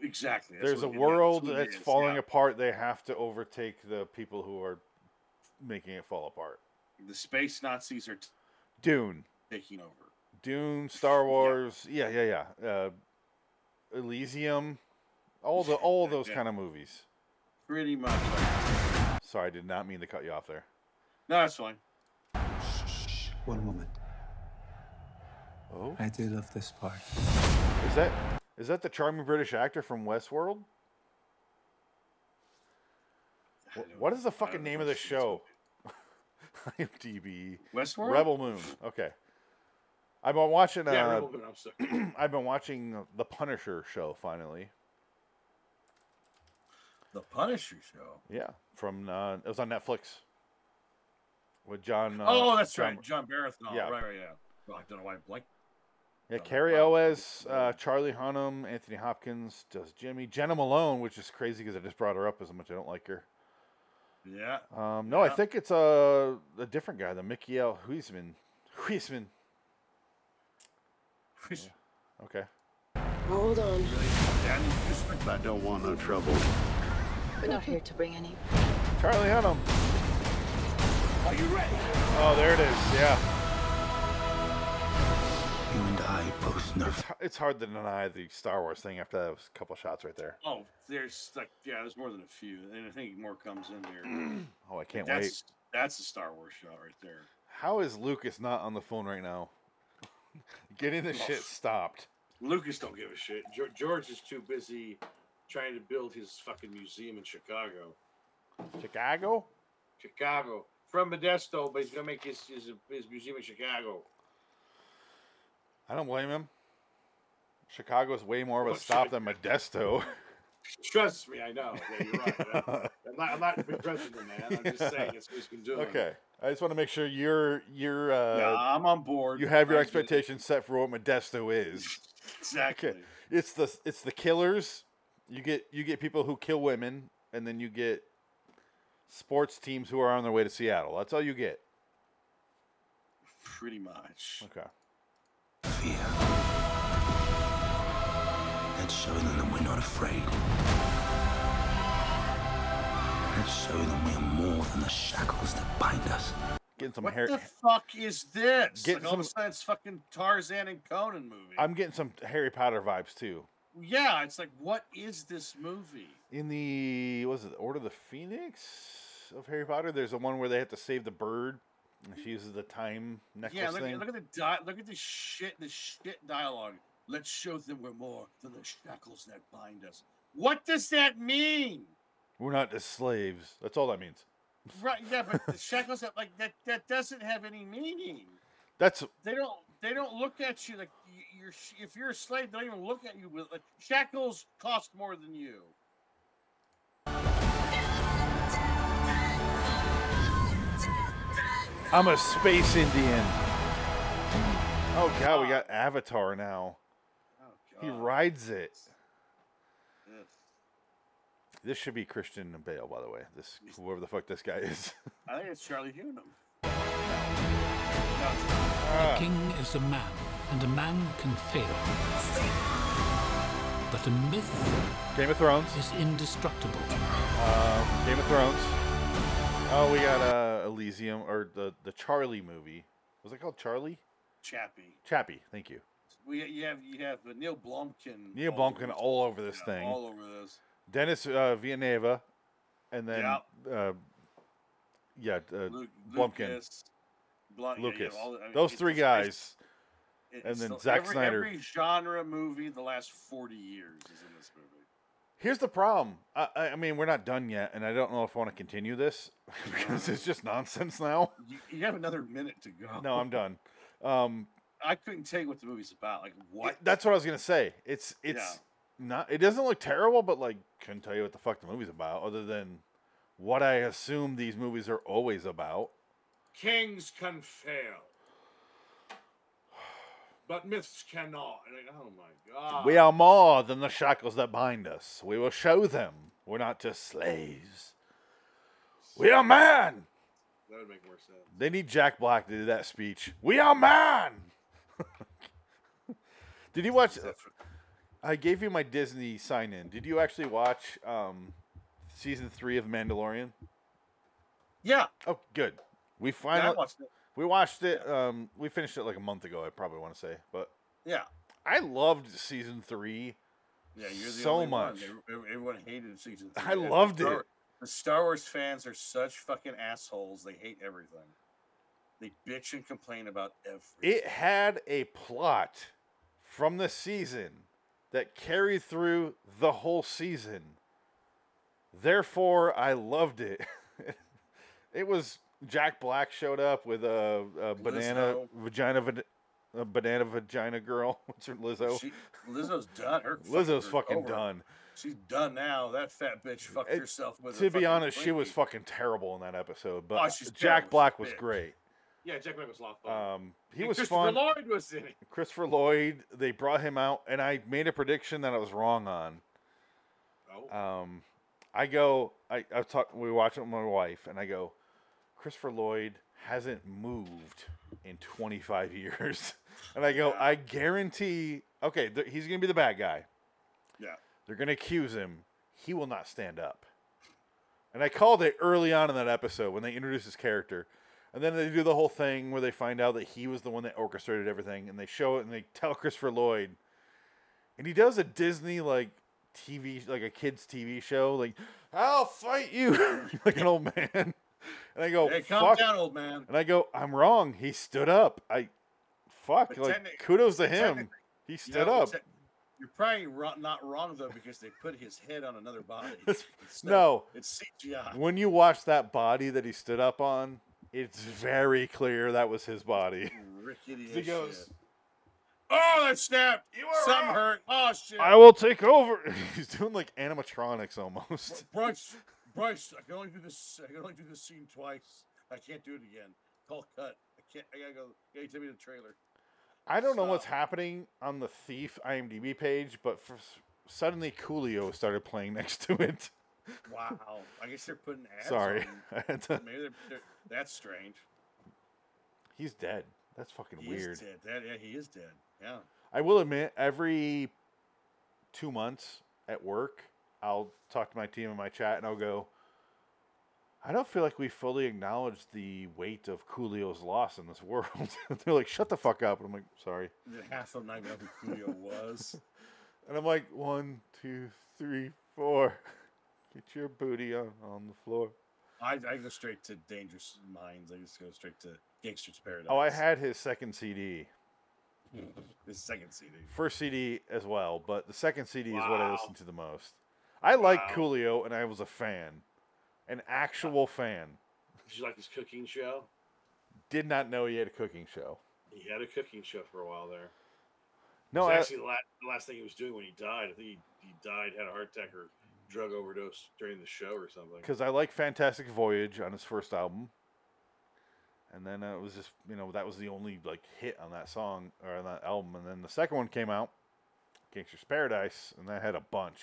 Speaker 2: Exactly. that's
Speaker 1: There's a
Speaker 2: what- yeah,
Speaker 1: world
Speaker 2: what it
Speaker 1: that's
Speaker 2: is,
Speaker 1: falling
Speaker 2: yeah.
Speaker 1: apart. They have to overtake the people who are making it fall apart.
Speaker 2: The space Nazis are t-
Speaker 1: Dune,
Speaker 2: taking over.
Speaker 1: Dune, Star Wars, yeah, yeah, yeah. Uh, Elysium, all the all those
Speaker 2: Yeah.
Speaker 1: kind of movies.
Speaker 2: Pretty much. Like,
Speaker 1: Sorry, I did not mean to cut you off there.
Speaker 2: no, that's fine.
Speaker 10: One moment.
Speaker 1: Oh,
Speaker 10: I do love this part.
Speaker 1: is that is that the charming British actor from Westworld?
Speaker 2: I
Speaker 1: Wh-
Speaker 2: don't
Speaker 1: What
Speaker 2: know.
Speaker 1: is the
Speaker 2: I
Speaker 1: fucking
Speaker 2: don't know
Speaker 1: name
Speaker 2: if
Speaker 1: of the
Speaker 2: I've seen
Speaker 1: show? (laughs) IMDb.
Speaker 2: Westworld.
Speaker 1: Rebel Moon. Okay. I've been watching. Uh,
Speaker 3: yeah, Rebel Moon, I'm
Speaker 2: (clears throat)
Speaker 3: sorry.
Speaker 1: I've been watching the Punisher show finally.
Speaker 11: The Punisher show.
Speaker 1: Yeah, from uh, it was on Netflix with John. Uh,
Speaker 11: oh, that's
Speaker 1: John-
Speaker 11: right, John Baratheon.
Speaker 1: Yeah.
Speaker 11: Right, right, yeah.
Speaker 2: Oh,
Speaker 11: Well, I don't know why I'm blank.
Speaker 1: Yeah,
Speaker 11: John
Speaker 1: Carrie
Speaker 11: Baratheon.
Speaker 1: Elwes, uh, Charlie Hunnam, Anthony Hopkins does Jimmy, Jenna Malone, which is crazy because I just brought her up as much I don't like her.
Speaker 11: Yeah,
Speaker 2: (laughs)
Speaker 1: Um, no, I
Speaker 11: Yeah.
Speaker 1: think it's a a different guy, the Mikiel Huisman. Huisman. Okay.
Speaker 9: Hold on.
Speaker 12: I don't want no trouble.
Speaker 9: We're not here to bring any.
Speaker 1: Charlie Hunnam. Are you ready? Oh, there it is. Yeah,
Speaker 12: You and I both know.
Speaker 1: it's, h- it's hard to deny the Star Wars thing after those couple shots right there.
Speaker 2: Oh, there's like yeah, there's more than a few, and I think more comes
Speaker 1: (clears throat)
Speaker 2: in there.
Speaker 1: Oh, I can't
Speaker 2: that's
Speaker 1: wait.
Speaker 2: that's a Star Wars shot right there.
Speaker 1: How is Lucas not on the phone right now? (laughs) Getting the shit stopped.
Speaker 3: Lucas don't give a shit. Geor- George is too busy trying to build his fucking museum in Chicago.
Speaker 1: Chicago?
Speaker 3: Chicago. From Modesto, but he's gonna make his his, his museum in Chicago.
Speaker 1: I don't blame him. Chicago's way more of
Speaker 3: Oh,
Speaker 1: a stop than Modesto. (laughs)
Speaker 3: Trust me, I know. Yeah, you're right. I'm- I'm not, I'm not begrudging the man. I'm just saying it's what he's been doing.
Speaker 1: okay. I just want to make sure you're you're uh,
Speaker 2: yeah, I'm on board.
Speaker 1: you have your
Speaker 2: I get it.
Speaker 1: expectations set for what Modesto
Speaker 2: (laughs)
Speaker 1: is.
Speaker 2: Exactly.
Speaker 1: It's the it's the killers. You get you get people who kill women, and then you get sports teams who are on their way to Seattle. That's all you get.
Speaker 2: Pretty much.
Speaker 1: Okay.
Speaker 12: Fear. Let's show them that we're not afraid. Let's show them we are more than the shackles that bind us.
Speaker 1: Getting some
Speaker 2: What
Speaker 1: hair.
Speaker 2: the fuck is this?
Speaker 1: Get
Speaker 2: like, all of
Speaker 1: some-
Speaker 2: a sudden, it's fucking Tarzan and Conan movie.
Speaker 1: I'm getting some Harry Potter vibes too.
Speaker 2: yeah, it's like, what is this movie?
Speaker 1: in the was it the Order of the Phoenix of Harry Potter? There's the one where they have to save the bird, and she uses the time necklace
Speaker 2: yeah, look,
Speaker 1: thing.
Speaker 2: at look at the di- look at the shit, the shit dialogue. Let's show them we're more than the shackles that bind us. What does that mean?
Speaker 1: We're not just slaves. That's all that means.
Speaker 2: Right? Yeah, but
Speaker 1: (laughs)
Speaker 2: the shackles that like that that doesn't have any meaning.
Speaker 1: That's
Speaker 2: They don't they don't look at you like y- you're sh- if you're a slave. They don't even look at you with like shackles cost more than you.
Speaker 1: I'm a space Indian. Oh god, we got Avatar now.
Speaker 2: Ah. Oh,
Speaker 1: He
Speaker 2: God.
Speaker 1: rides it.
Speaker 2: Ugh.
Speaker 1: This should be Christian Bale, by the way. This whoever the fuck this guy is. (laughs)
Speaker 2: I think it's Charlie Hunnam.
Speaker 6: The king is a man, and a man can fail. But a myth
Speaker 1: Game of Thrones.
Speaker 6: is indestructible.
Speaker 1: Um, Game of Thrones. Oh, we got uh, Elysium or the the Charlie movie. Was it called Charlie?
Speaker 2: Chappie.
Speaker 1: Chappie, thank you.
Speaker 2: We you have you have uh, Neil Blomkin.
Speaker 1: Neil
Speaker 2: all over
Speaker 1: Blomkin
Speaker 2: this-
Speaker 1: all over this
Speaker 2: yeah,
Speaker 1: thing.
Speaker 2: All over this.
Speaker 1: Dennis uh, Villeneuve, and then
Speaker 2: Yep.
Speaker 1: uh, yeah, uh,
Speaker 2: Luke,
Speaker 1: Blomkin, Lucas.
Speaker 2: Lucas. Blom- yeah, you have all the- I mean,
Speaker 1: Those
Speaker 2: it's
Speaker 1: three
Speaker 2: just-
Speaker 1: guys.
Speaker 2: it's-
Speaker 1: and
Speaker 2: it's
Speaker 1: then
Speaker 2: the-
Speaker 1: Zack
Speaker 2: every,
Speaker 1: Snyder.
Speaker 2: Every genre movie the last forty years is in this movie.
Speaker 1: Here's the problem. I, I- I mean, we're not done yet, and I don't know if I want to continue this (laughs) because it's just nonsense now. (laughs)
Speaker 2: You, you have another minute to go.
Speaker 1: No, I'm done. Um,
Speaker 2: I couldn't tell you what the movie's about. Like what?
Speaker 1: it- that's what I was gonna say. It's it's not. It doesn't look terrible, but like, couldn't tell you what the fuck the movie's about, other than what I assume these movies are always about.
Speaker 3: Kings can
Speaker 1: (sighs)
Speaker 3: fail. But myths cannot. And like, oh my god.
Speaker 1: We are more than the shackles that bind us. We will show them. We're not just slaves. We are man.
Speaker 3: That would make more sense.
Speaker 1: They need Jack Black to do that speech. We are man. (laughs) Did you watch? uh, I gave you my Disney sign in. Did you actually watch um, season three of Mandalorian?
Speaker 2: Yeah.
Speaker 1: Oh, good. We
Speaker 2: I
Speaker 1: finally
Speaker 2: watched it.
Speaker 1: we watched it. Um, we finished it like a month ago. I probably want to say, but
Speaker 2: Yeah.
Speaker 1: I loved season three.
Speaker 2: Yeah, you're the
Speaker 1: so
Speaker 2: only
Speaker 1: much.
Speaker 2: One. Ev- ev- Everyone hated season.
Speaker 1: I
Speaker 2: three. Every-
Speaker 1: loved
Speaker 2: Star-
Speaker 1: it.
Speaker 2: The Star Wars fans are such fucking assholes. They hate everything. They bitch and complain about everything.
Speaker 1: It had a plot from the season that carried through the whole season. Therefore, I loved it. (laughs) it was Jack Black showed up with a, a banana
Speaker 2: Lizzo.
Speaker 1: vagina, vagina, a banana vagina girl. (laughs) What's her Lizzo?
Speaker 2: She, Lizzo's done. Her
Speaker 1: Lizzo's
Speaker 2: her
Speaker 1: fucking
Speaker 2: over.
Speaker 1: done.
Speaker 2: She's done now. That fat bitch fucked
Speaker 1: It-
Speaker 2: herself with. a
Speaker 1: to be
Speaker 2: fucking
Speaker 1: honest, she
Speaker 2: Twinkie.
Speaker 1: was fucking terrible in that episode. But
Speaker 2: Oh, she's terrible.
Speaker 1: Jack Black was
Speaker 2: She's a bitch.
Speaker 1: great.
Speaker 3: Yeah, Jack Black was a lot of fun. (laughs)
Speaker 1: Um, he
Speaker 3: And
Speaker 1: was
Speaker 3: Christopher
Speaker 1: fun.
Speaker 3: Lloyd was in it.
Speaker 1: Christopher Lloyd, they brought him out, and I made a prediction that I was wrong on.
Speaker 3: Oh.
Speaker 1: Um, I go, I, I was talking, we were watching it with my wife, and I go, Christopher Lloyd hasn't moved in 25 (laughs) years. And I go, I guarantee, okay, th- he's going to be the bad guy.
Speaker 2: Yeah.
Speaker 1: They're going to accuse him. He will not stand up. And I called it early on in that episode when they introduced his character. And then they do the whole thing where they find out that he was the one that orchestrated everything. And they show it and they (laughs) tell Christopher Lloyd. And he does a Disney, like, TV, like a kid's TV show, like, I'll fight you, (laughs) like an old man. And I go,
Speaker 2: Hey, calm
Speaker 1: Oh, "Fuck."
Speaker 2: down, old man.
Speaker 1: And I go, I'm wrong. He stood up. I, fuck,
Speaker 2: But
Speaker 1: like,
Speaker 2: technic-
Speaker 1: kudos to him.
Speaker 2: technically-
Speaker 1: He
Speaker 2: You
Speaker 1: stood
Speaker 2: know,
Speaker 1: up.
Speaker 2: te- You're probably ro- not wrong though because they put his head on another body.
Speaker 1: (laughs)
Speaker 2: It's
Speaker 1: no.
Speaker 2: it's CGI.
Speaker 1: when you watch that body that he stood up on, it's very clear that was his body.
Speaker 2: Rickety.
Speaker 3: He
Speaker 2: as
Speaker 3: goes,
Speaker 2: shit. "Oh, that snapped. You
Speaker 3: are
Speaker 2: Some
Speaker 3: wrong."
Speaker 2: hurt. Oh shit.
Speaker 1: (laughs) I will take over. (laughs) He's doing like animatronics almost.
Speaker 2: Bryce, Bryce, I can only do this. I can only do this scene twice. I can't do it again. Call cut. I can't. I gotta go. Yeah, you take me to the trailer.
Speaker 1: (laughs) I don't know what's happening on the Thief IMDb page, but for, suddenly Coolio started playing next to it.
Speaker 2: Wow. I guess they're putting ads.
Speaker 1: Sorry.
Speaker 2: on.
Speaker 1: I had to-
Speaker 2: Maybe they're, they're, that's strange.
Speaker 1: (laughs) He's dead. That's fucking
Speaker 2: He
Speaker 1: weird.
Speaker 2: is dead. That, yeah, he is dead. Yeah.
Speaker 1: I will admit, every two months at work, I'll talk to my team in my chat and I'll go, I don't feel like we fully acknowledge the weight of Coolio's loss in this world. (laughs) They're like, shut the fuck up. And I'm like, sorry.
Speaker 2: That half of them not even know who Coolio was.
Speaker 1: And I'm like, one, two, three, four. Get your booty on, on the floor.
Speaker 2: I, I go straight to Dangerous Minds. I just go straight to Gangster's Paradise.
Speaker 1: Oh, I had his second CD.
Speaker 2: his second CD.
Speaker 1: First CD as well, but the second CD is what I
Speaker 2: Wow.
Speaker 1: listen to the most. I like
Speaker 3: Wow.
Speaker 1: Coolio and I was a fan. An actual fan.
Speaker 3: Did you like his cooking show?
Speaker 1: Did not know he had a cooking show.
Speaker 3: He had a cooking show for a while there.
Speaker 1: No,
Speaker 3: it was
Speaker 1: I,
Speaker 3: actually the last, the last thing he was doing when he died. I think he, he died, had a heart attack or drug overdose during the show or something.
Speaker 1: because I like Fantastic Voyage on his first album, and then uh, it was just you know that was the only like hit on that song or on that album, and then the second one came out, Gangster's Paradise, and that had a bunch,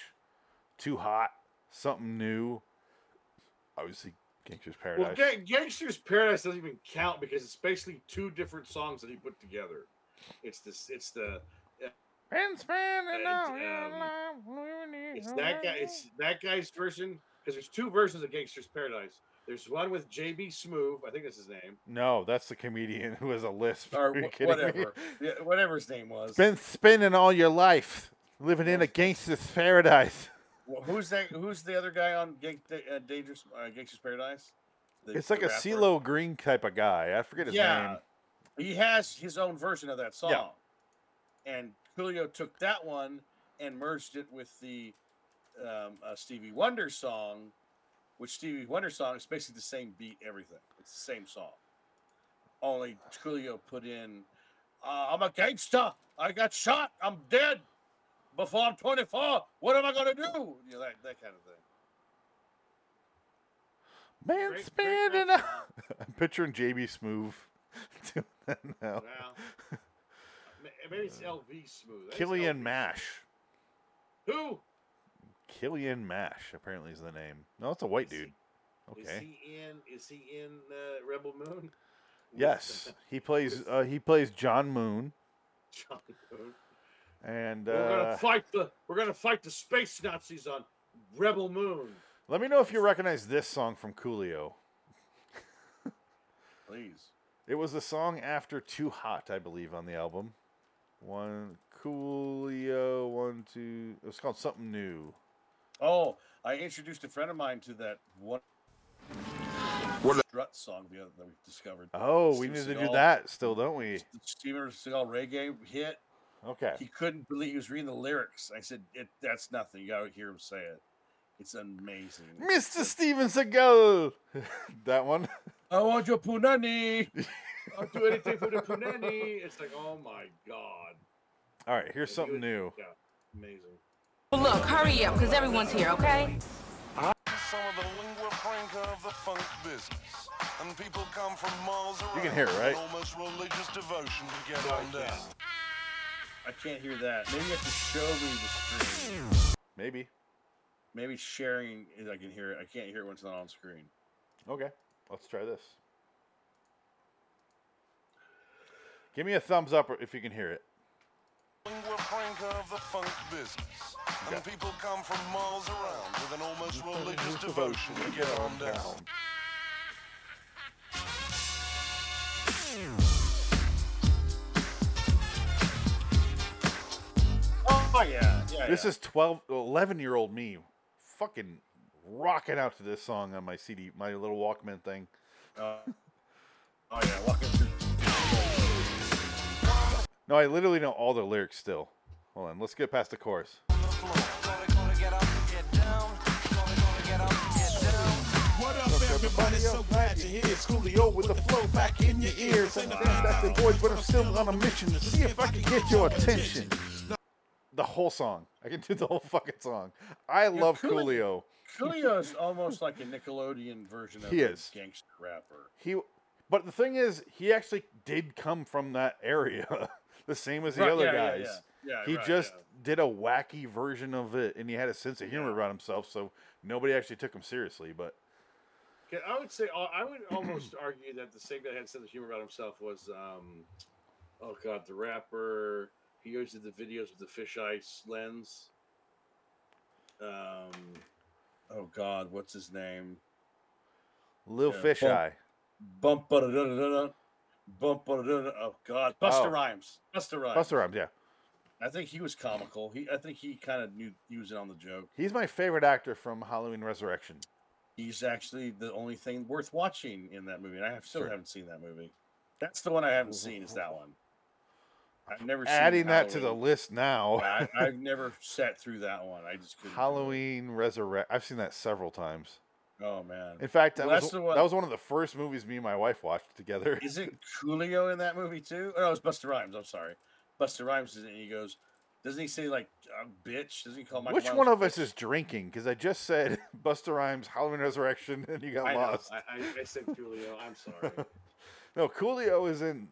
Speaker 1: Too Hot, Something New, obviously Gangster's
Speaker 3: Well,
Speaker 1: Paradise.
Speaker 3: Ga- Gangster's Paradise doesn't even count because it's basically two different songs that he put together. It's this. It's the.
Speaker 1: Been spending
Speaker 3: Uh,
Speaker 1: all
Speaker 3: um,
Speaker 1: your life living
Speaker 3: It's
Speaker 1: in
Speaker 3: that guy.
Speaker 1: a
Speaker 3: It's that guy's version because there's two versions of Gangster's Paradise. There's one with JB Smoove. I think that's his name.
Speaker 1: no, that's the comedian (laughs) who has a lisp.
Speaker 2: Or
Speaker 1: Are you
Speaker 2: wh-
Speaker 1: kidding me?
Speaker 2: whatever. Yeah, whatever his name was.
Speaker 1: Been spending all your life living in a gangster's paradise.
Speaker 2: Wh- Who's that? Who's the other guy on Gang, uh, Dangerous uh, Gangster's Paradise? The-
Speaker 1: It's like
Speaker 2: the
Speaker 1: a
Speaker 2: rapper?
Speaker 1: CeeLo Green type of guy. I forget his
Speaker 2: Yeah.
Speaker 1: name.
Speaker 2: He has his own version of that song. And Coolio took that one and merged it with the um, uh, Stevie Wonder song, which Stevie Wonder song is basically the same beat, everything. It's the same song. Only Coolio put in, uh, I'm a gangster. I got shot. I'm dead before I'm 24. What am I going to do? You know, that, that kind of thing.
Speaker 1: Man,
Speaker 2: Great- great
Speaker 1: spinning. i (laughs) I'm picturing JB Smoove (laughs) doing that now.
Speaker 2: (laughs)
Speaker 3: Wow.
Speaker 2: Uh,
Speaker 3: Ma- Maybe it's LV Smooth. I think it's
Speaker 1: Killian
Speaker 3: LV.
Speaker 1: Mash.
Speaker 3: Who?
Speaker 1: Killian Mash apparently is the name. No, it's a white
Speaker 13: Is he-
Speaker 1: dude.
Speaker 13: Is
Speaker 1: Okay.
Speaker 13: he in? Is he in uh, Rebel Moon?
Speaker 2: (laughs)
Speaker 1: Yes, (laughs) he plays. Uh, he plays John Moon,
Speaker 13: John Moon.
Speaker 1: and
Speaker 13: We're
Speaker 1: uh,
Speaker 13: gonna fight the. We're gonna fight the space Nazis on Rebel Moon.
Speaker 1: let me know if you recognize this song from Coolio.
Speaker 14: Please.
Speaker 1: It was the song after "Too Hot," I believe, on the album. One Coolio, one two. It was called something new.
Speaker 2: Oh, I introduced a friend of mine to that one
Speaker 1: What the-
Speaker 2: strut song the other that we discovered.
Speaker 1: Oh, we
Speaker 2: Steven
Speaker 1: need to do
Speaker 2: Seagal-
Speaker 1: that still, don't we?
Speaker 2: Steven Seagal reggae hit.
Speaker 1: Okay.
Speaker 2: He couldn't believe he was reading the lyrics. I said, it, "That's nothing." You gotta hear him say it. It's amazing.
Speaker 1: Mr. Steven Seagal. (laughs) that one. (laughs)
Speaker 2: I want your (laughs) punani.
Speaker 13: I'll do anything for the punani. It's like, oh my god,
Speaker 1: All right, here's something new.
Speaker 13: amazing.
Speaker 9: Well, look, hurry up, because everyone's here, okay?
Speaker 15: Some of the lingua franca of the funk business. And people come from miles around.
Speaker 1: You can hear it, right?
Speaker 15: with Almost religious devotion to get on down.
Speaker 2: I can't hear that. Maybe you have to show me the screen.
Speaker 1: Maybe.
Speaker 2: Maybe sharing is I can hear it. I can't hear it when it's not on screen.
Speaker 1: Okay, let's try this. Give me a thumbs up if you can hear it.
Speaker 15: Lingua franca of the funk business. And
Speaker 1: Okay.
Speaker 15: people come from miles around with an almost religious devotion to get on down.
Speaker 2: Oh yeah, yeah.
Speaker 1: this
Speaker 2: yeah.
Speaker 1: is 12, 11 year old me fucking rocking out to this song on my CD, my little Walkman thing.
Speaker 2: Uh, oh yeah, walking through.
Speaker 1: No, I literally know all the lyrics still. Hold on, let's get past the chorus.
Speaker 15: What up, everybody? So glad you're here. It's Coolio with the flow back in your ears. And the fantastic boys, but I'm still on a mission to see if I can get your attention.
Speaker 1: The whole song. I can do the whole fucking song. I love Coolio.
Speaker 13: (laughs)
Speaker 2: Coolio's almost like a Nickelodeon version of
Speaker 1: He
Speaker 2: a
Speaker 1: is.
Speaker 2: gangster rapper.
Speaker 1: He, but the thing is, he actually did come from that area, (laughs) the same as the
Speaker 2: Right,
Speaker 1: other
Speaker 2: yeah, yeah,
Speaker 1: guys.
Speaker 2: yeah. Yeah,
Speaker 1: he
Speaker 2: right,
Speaker 1: just did a wacky version of it, and he had a sense of humor about himself, so nobody actually took him seriously. But
Speaker 13: Okay, I would say uh, I would (clears throat) almost argue that the same guy that had sense of humor about himself was, um, oh god, the rapper. He always did the videos with the fisheye s- lens. Um,
Speaker 2: Oh God, what's his name?
Speaker 1: Lil
Speaker 2: Yeah,
Speaker 1: Fisheye,
Speaker 2: Bump, da da da bump, ba-da-da-da-da. oh God, Buster
Speaker 1: Oh.
Speaker 2: Rhymes, Buster Rhymes,
Speaker 1: Buster Rhymes, yeah,
Speaker 2: I think he was comical. He, I think he kind of knew he was in on the joke.
Speaker 1: he's my favorite actor from Halloween Resurrection.
Speaker 2: He's actually the only thing worth watching in that movie. And I have, still
Speaker 1: Sure.
Speaker 2: haven't seen that movie. That's the one I haven't seen. Is that one? I've never seen
Speaker 1: Adding that to the
Speaker 2: Halloween.
Speaker 1: list now.
Speaker 2: I, I've never sat through that one. I just couldn't. do
Speaker 1: (laughs)
Speaker 2: it.
Speaker 1: Halloween Resurrection. I've seen that several times.
Speaker 2: Oh man!
Speaker 1: In fact, that
Speaker 2: Well,
Speaker 1: was
Speaker 2: that's the one-
Speaker 1: that was one of the first movies me and my wife watched together. (laughs)
Speaker 2: Is it Coolio in that movie too? Oh, no, it's Buster Rhymes. I'm sorry, Buster Rhymes is in it. and He goes, doesn't he say like uh, "bitch"? Doesn't he call Michael?
Speaker 1: Which
Speaker 2: Myers
Speaker 1: one
Speaker 2: a
Speaker 1: of
Speaker 2: bitch?
Speaker 1: us is drinking? Because I just said (laughs) Buster Rhymes, Halloween Resurrection, (laughs) and you got
Speaker 13: I, know,
Speaker 1: lost.
Speaker 13: I, I, I said Julio. I'm
Speaker 1: (laughs)
Speaker 13: sorry.
Speaker 1: No, Coolio is in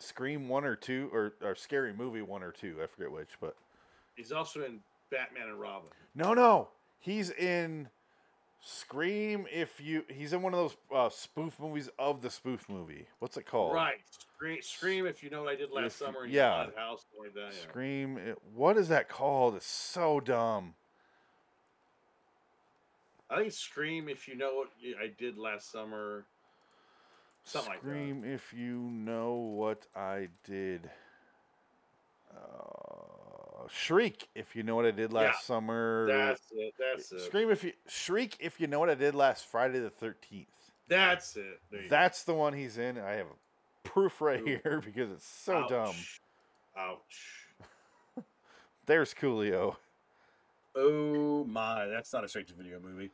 Speaker 1: Scream one or two, or, or Scary Movie one or two. I forget which, but
Speaker 13: He's also in Batman and Robin.
Speaker 1: no, no, he's in Scream. If you, he's in one of those uh, spoof movies of the spoof movie. What's it called?
Speaker 13: Right. Scream, scream if you know what I did last
Speaker 1: Oh. If-
Speaker 13: summer. in
Speaker 1: yeah.
Speaker 13: Haunted House or like that. yeah.
Speaker 1: Scream. It, what is that called? It's so dumb.
Speaker 13: I think Scream if you know what y- I did last summer. Something like that.
Speaker 1: Scream if you know what I did. Uh, shriek if you know what I did last
Speaker 13: Yeah,
Speaker 1: summer.
Speaker 13: That's it. That's it.
Speaker 1: Scream if you shriek if you know what I did last Friday the thirteenth.
Speaker 13: That's it. There you go.
Speaker 1: That's the one he's in. and I have proof right here (laughs) because it's so dumb.
Speaker 13: Ouch. Ouch.
Speaker 1: There's Coolio,
Speaker 2: Oh my, that's not a straight to video movie.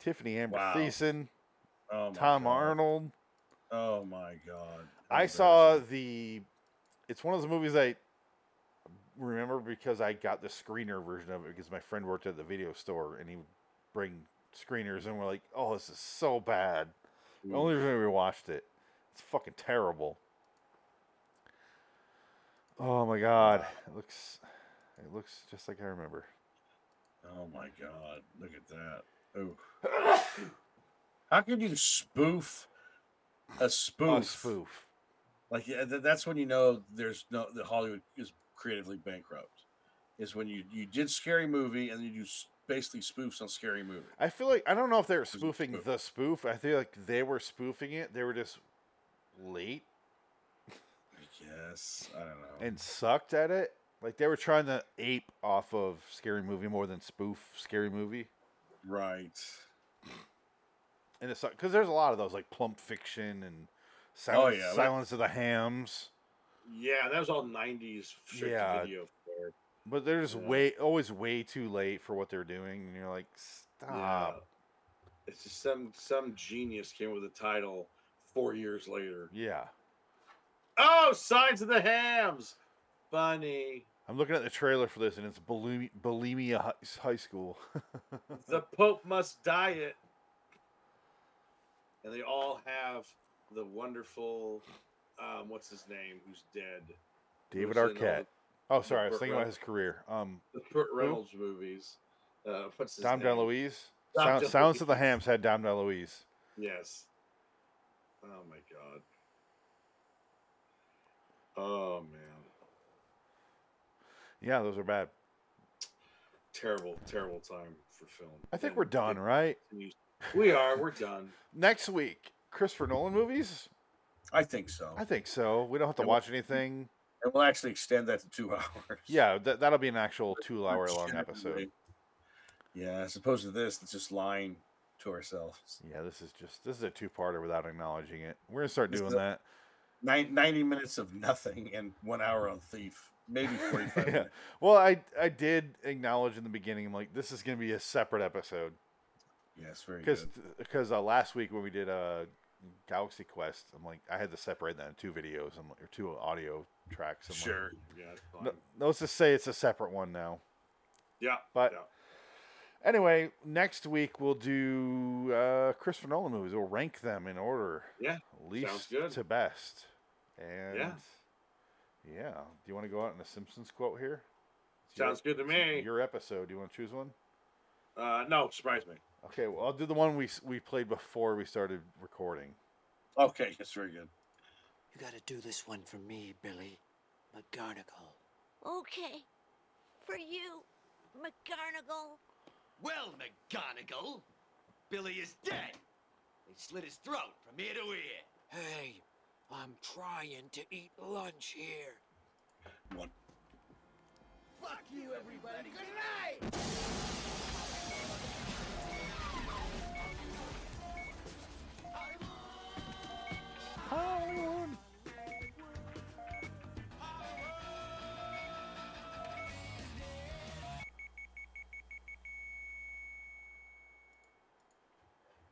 Speaker 1: Tiffany Amber
Speaker 2: Wow.
Speaker 1: Thiessen,
Speaker 2: Oh my
Speaker 1: Tom
Speaker 2: God.
Speaker 1: Arnold.
Speaker 2: Oh my god. How
Speaker 1: I saw the. It's one of those movies I remember because I got the screener version of it because my friend worked at the video store and he would bring screeners and we're like, oh, this is so bad. The only reason we watched it, it's fucking terrible. Oh my god, it looks, it looks just like I remember.
Speaker 11: Oh my god, look at that. Oh.
Speaker 1: (coughs)
Speaker 11: How can you spoof a spoof?
Speaker 1: spoof.
Speaker 11: Like yeah, th- that's when you know there's no that Hollywood is creatively bankrupt. Is when you you did scary movie and then you s- basically spoofs on scary movie.
Speaker 1: I feel like I don't know if they were spoofing the spoof. I feel like they were spoofing it. They were just late
Speaker 11: Yes, I don't know.
Speaker 1: and sucked at it. Like they were trying to ape off of scary movie more than spoof scary movie.
Speaker 11: Right.
Speaker 1: And it's because there's a lot of those like Plump Fiction and
Speaker 2: Oh,
Speaker 1: Silence,
Speaker 2: yeah, that-
Speaker 1: Silence of the Hams.
Speaker 2: Yeah, that was all '90s straight
Speaker 1: Yeah.
Speaker 2: to video. fare.
Speaker 1: But they're just way always way too late for what they're doing, and you're like, stop.
Speaker 2: It's just some some genius came up with a title four years later.
Speaker 1: yeah.
Speaker 2: Oh, signs of the hams. Funny.
Speaker 1: I'm looking at the trailer for this, and it's bulim- bulimia Hi- high school. (laughs)
Speaker 2: the Pope must diet. And they all have the wonderful, um, what's his name, who's dead?
Speaker 1: David
Speaker 2: Who's in all
Speaker 1: Arquette.
Speaker 2: the-
Speaker 1: Oh, sorry, I
Speaker 2: Burt
Speaker 1: was thinking about his
Speaker 2: Reynolds-
Speaker 1: career. Um,
Speaker 2: The Burt
Speaker 1: who?
Speaker 2: Reynolds movies. Uh, what's his
Speaker 1: Dom
Speaker 2: name?
Speaker 1: DeLuise.
Speaker 2: Dom
Speaker 1: Sil- Silence of the
Speaker 2: DeLuise.
Speaker 1: Hams had Dom DeLuise.
Speaker 2: Yes. Oh my god. Oh man.
Speaker 1: Yeah, those are bad.
Speaker 2: Terrible, terrible time for film.
Speaker 1: I think
Speaker 2: And
Speaker 1: we're done, right?
Speaker 2: continues- (laughs) We are. We're done.
Speaker 1: Next week, Christopher Nolan movies.
Speaker 11: I think so.
Speaker 1: I think so. We don't have to
Speaker 11: Yeah,
Speaker 1: watch anything.
Speaker 11: And we'll actually extend that to two (laughs) hours.
Speaker 1: Yeah, that that'll be an actual two-hour-long episode.
Speaker 11: Generally. Yeah, as opposed to this, it's just lying to ourselves.
Speaker 1: Yeah, this is just this is a two-parter without acknowledging it. We're gonna start
Speaker 11: This
Speaker 1: doing
Speaker 11: is
Speaker 1: that.
Speaker 11: a- (laughs) Nine, 90 minutes of nothing and one hour on Thief. Maybe
Speaker 1: (laughs)
Speaker 11: 45
Speaker 1: yeah.
Speaker 11: minutes.
Speaker 1: Well, I I did acknowledge in the beginning. I'm like, this is gonna be a separate episode
Speaker 11: Yes, very
Speaker 1: because
Speaker 11: good.
Speaker 1: because uh, last week when we did uh, Galaxy Quest, I'm like, I had to separate that in two videos and or two audio tracks. I'm like,
Speaker 2: Sure. Yeah. it's fine.
Speaker 1: no, no, let's just say it's a separate one now.
Speaker 2: Yeah.
Speaker 1: But
Speaker 2: yeah.
Speaker 1: anyway, next week we'll do uh, Christopher Nolan movies. We'll rank them in order,
Speaker 2: Yeah.
Speaker 1: least
Speaker 2: Sounds good.
Speaker 1: to best. And
Speaker 2: Yeah.
Speaker 1: yeah. Do you want to go out in a Simpsons quote here? It's your-
Speaker 2: Sounds good to
Speaker 1: it's
Speaker 2: me.
Speaker 1: Your episode. Do you want to choose one?
Speaker 2: Uh, no, surprise me.
Speaker 1: Okay, well, I'll do the one we s- we played before we started recording.
Speaker 11: Okay, that's very good.
Speaker 16: You gotta do this one for me, Billy. McGarnacle.
Speaker 5: Okay. For you, McGarnagle.
Speaker 4: Well, McGonagall, Billy is dead. They slit his throat from ear to ear.
Speaker 16: Hey, I'm trying to eat lunch here.
Speaker 4: Fuck you, everybody. Good night.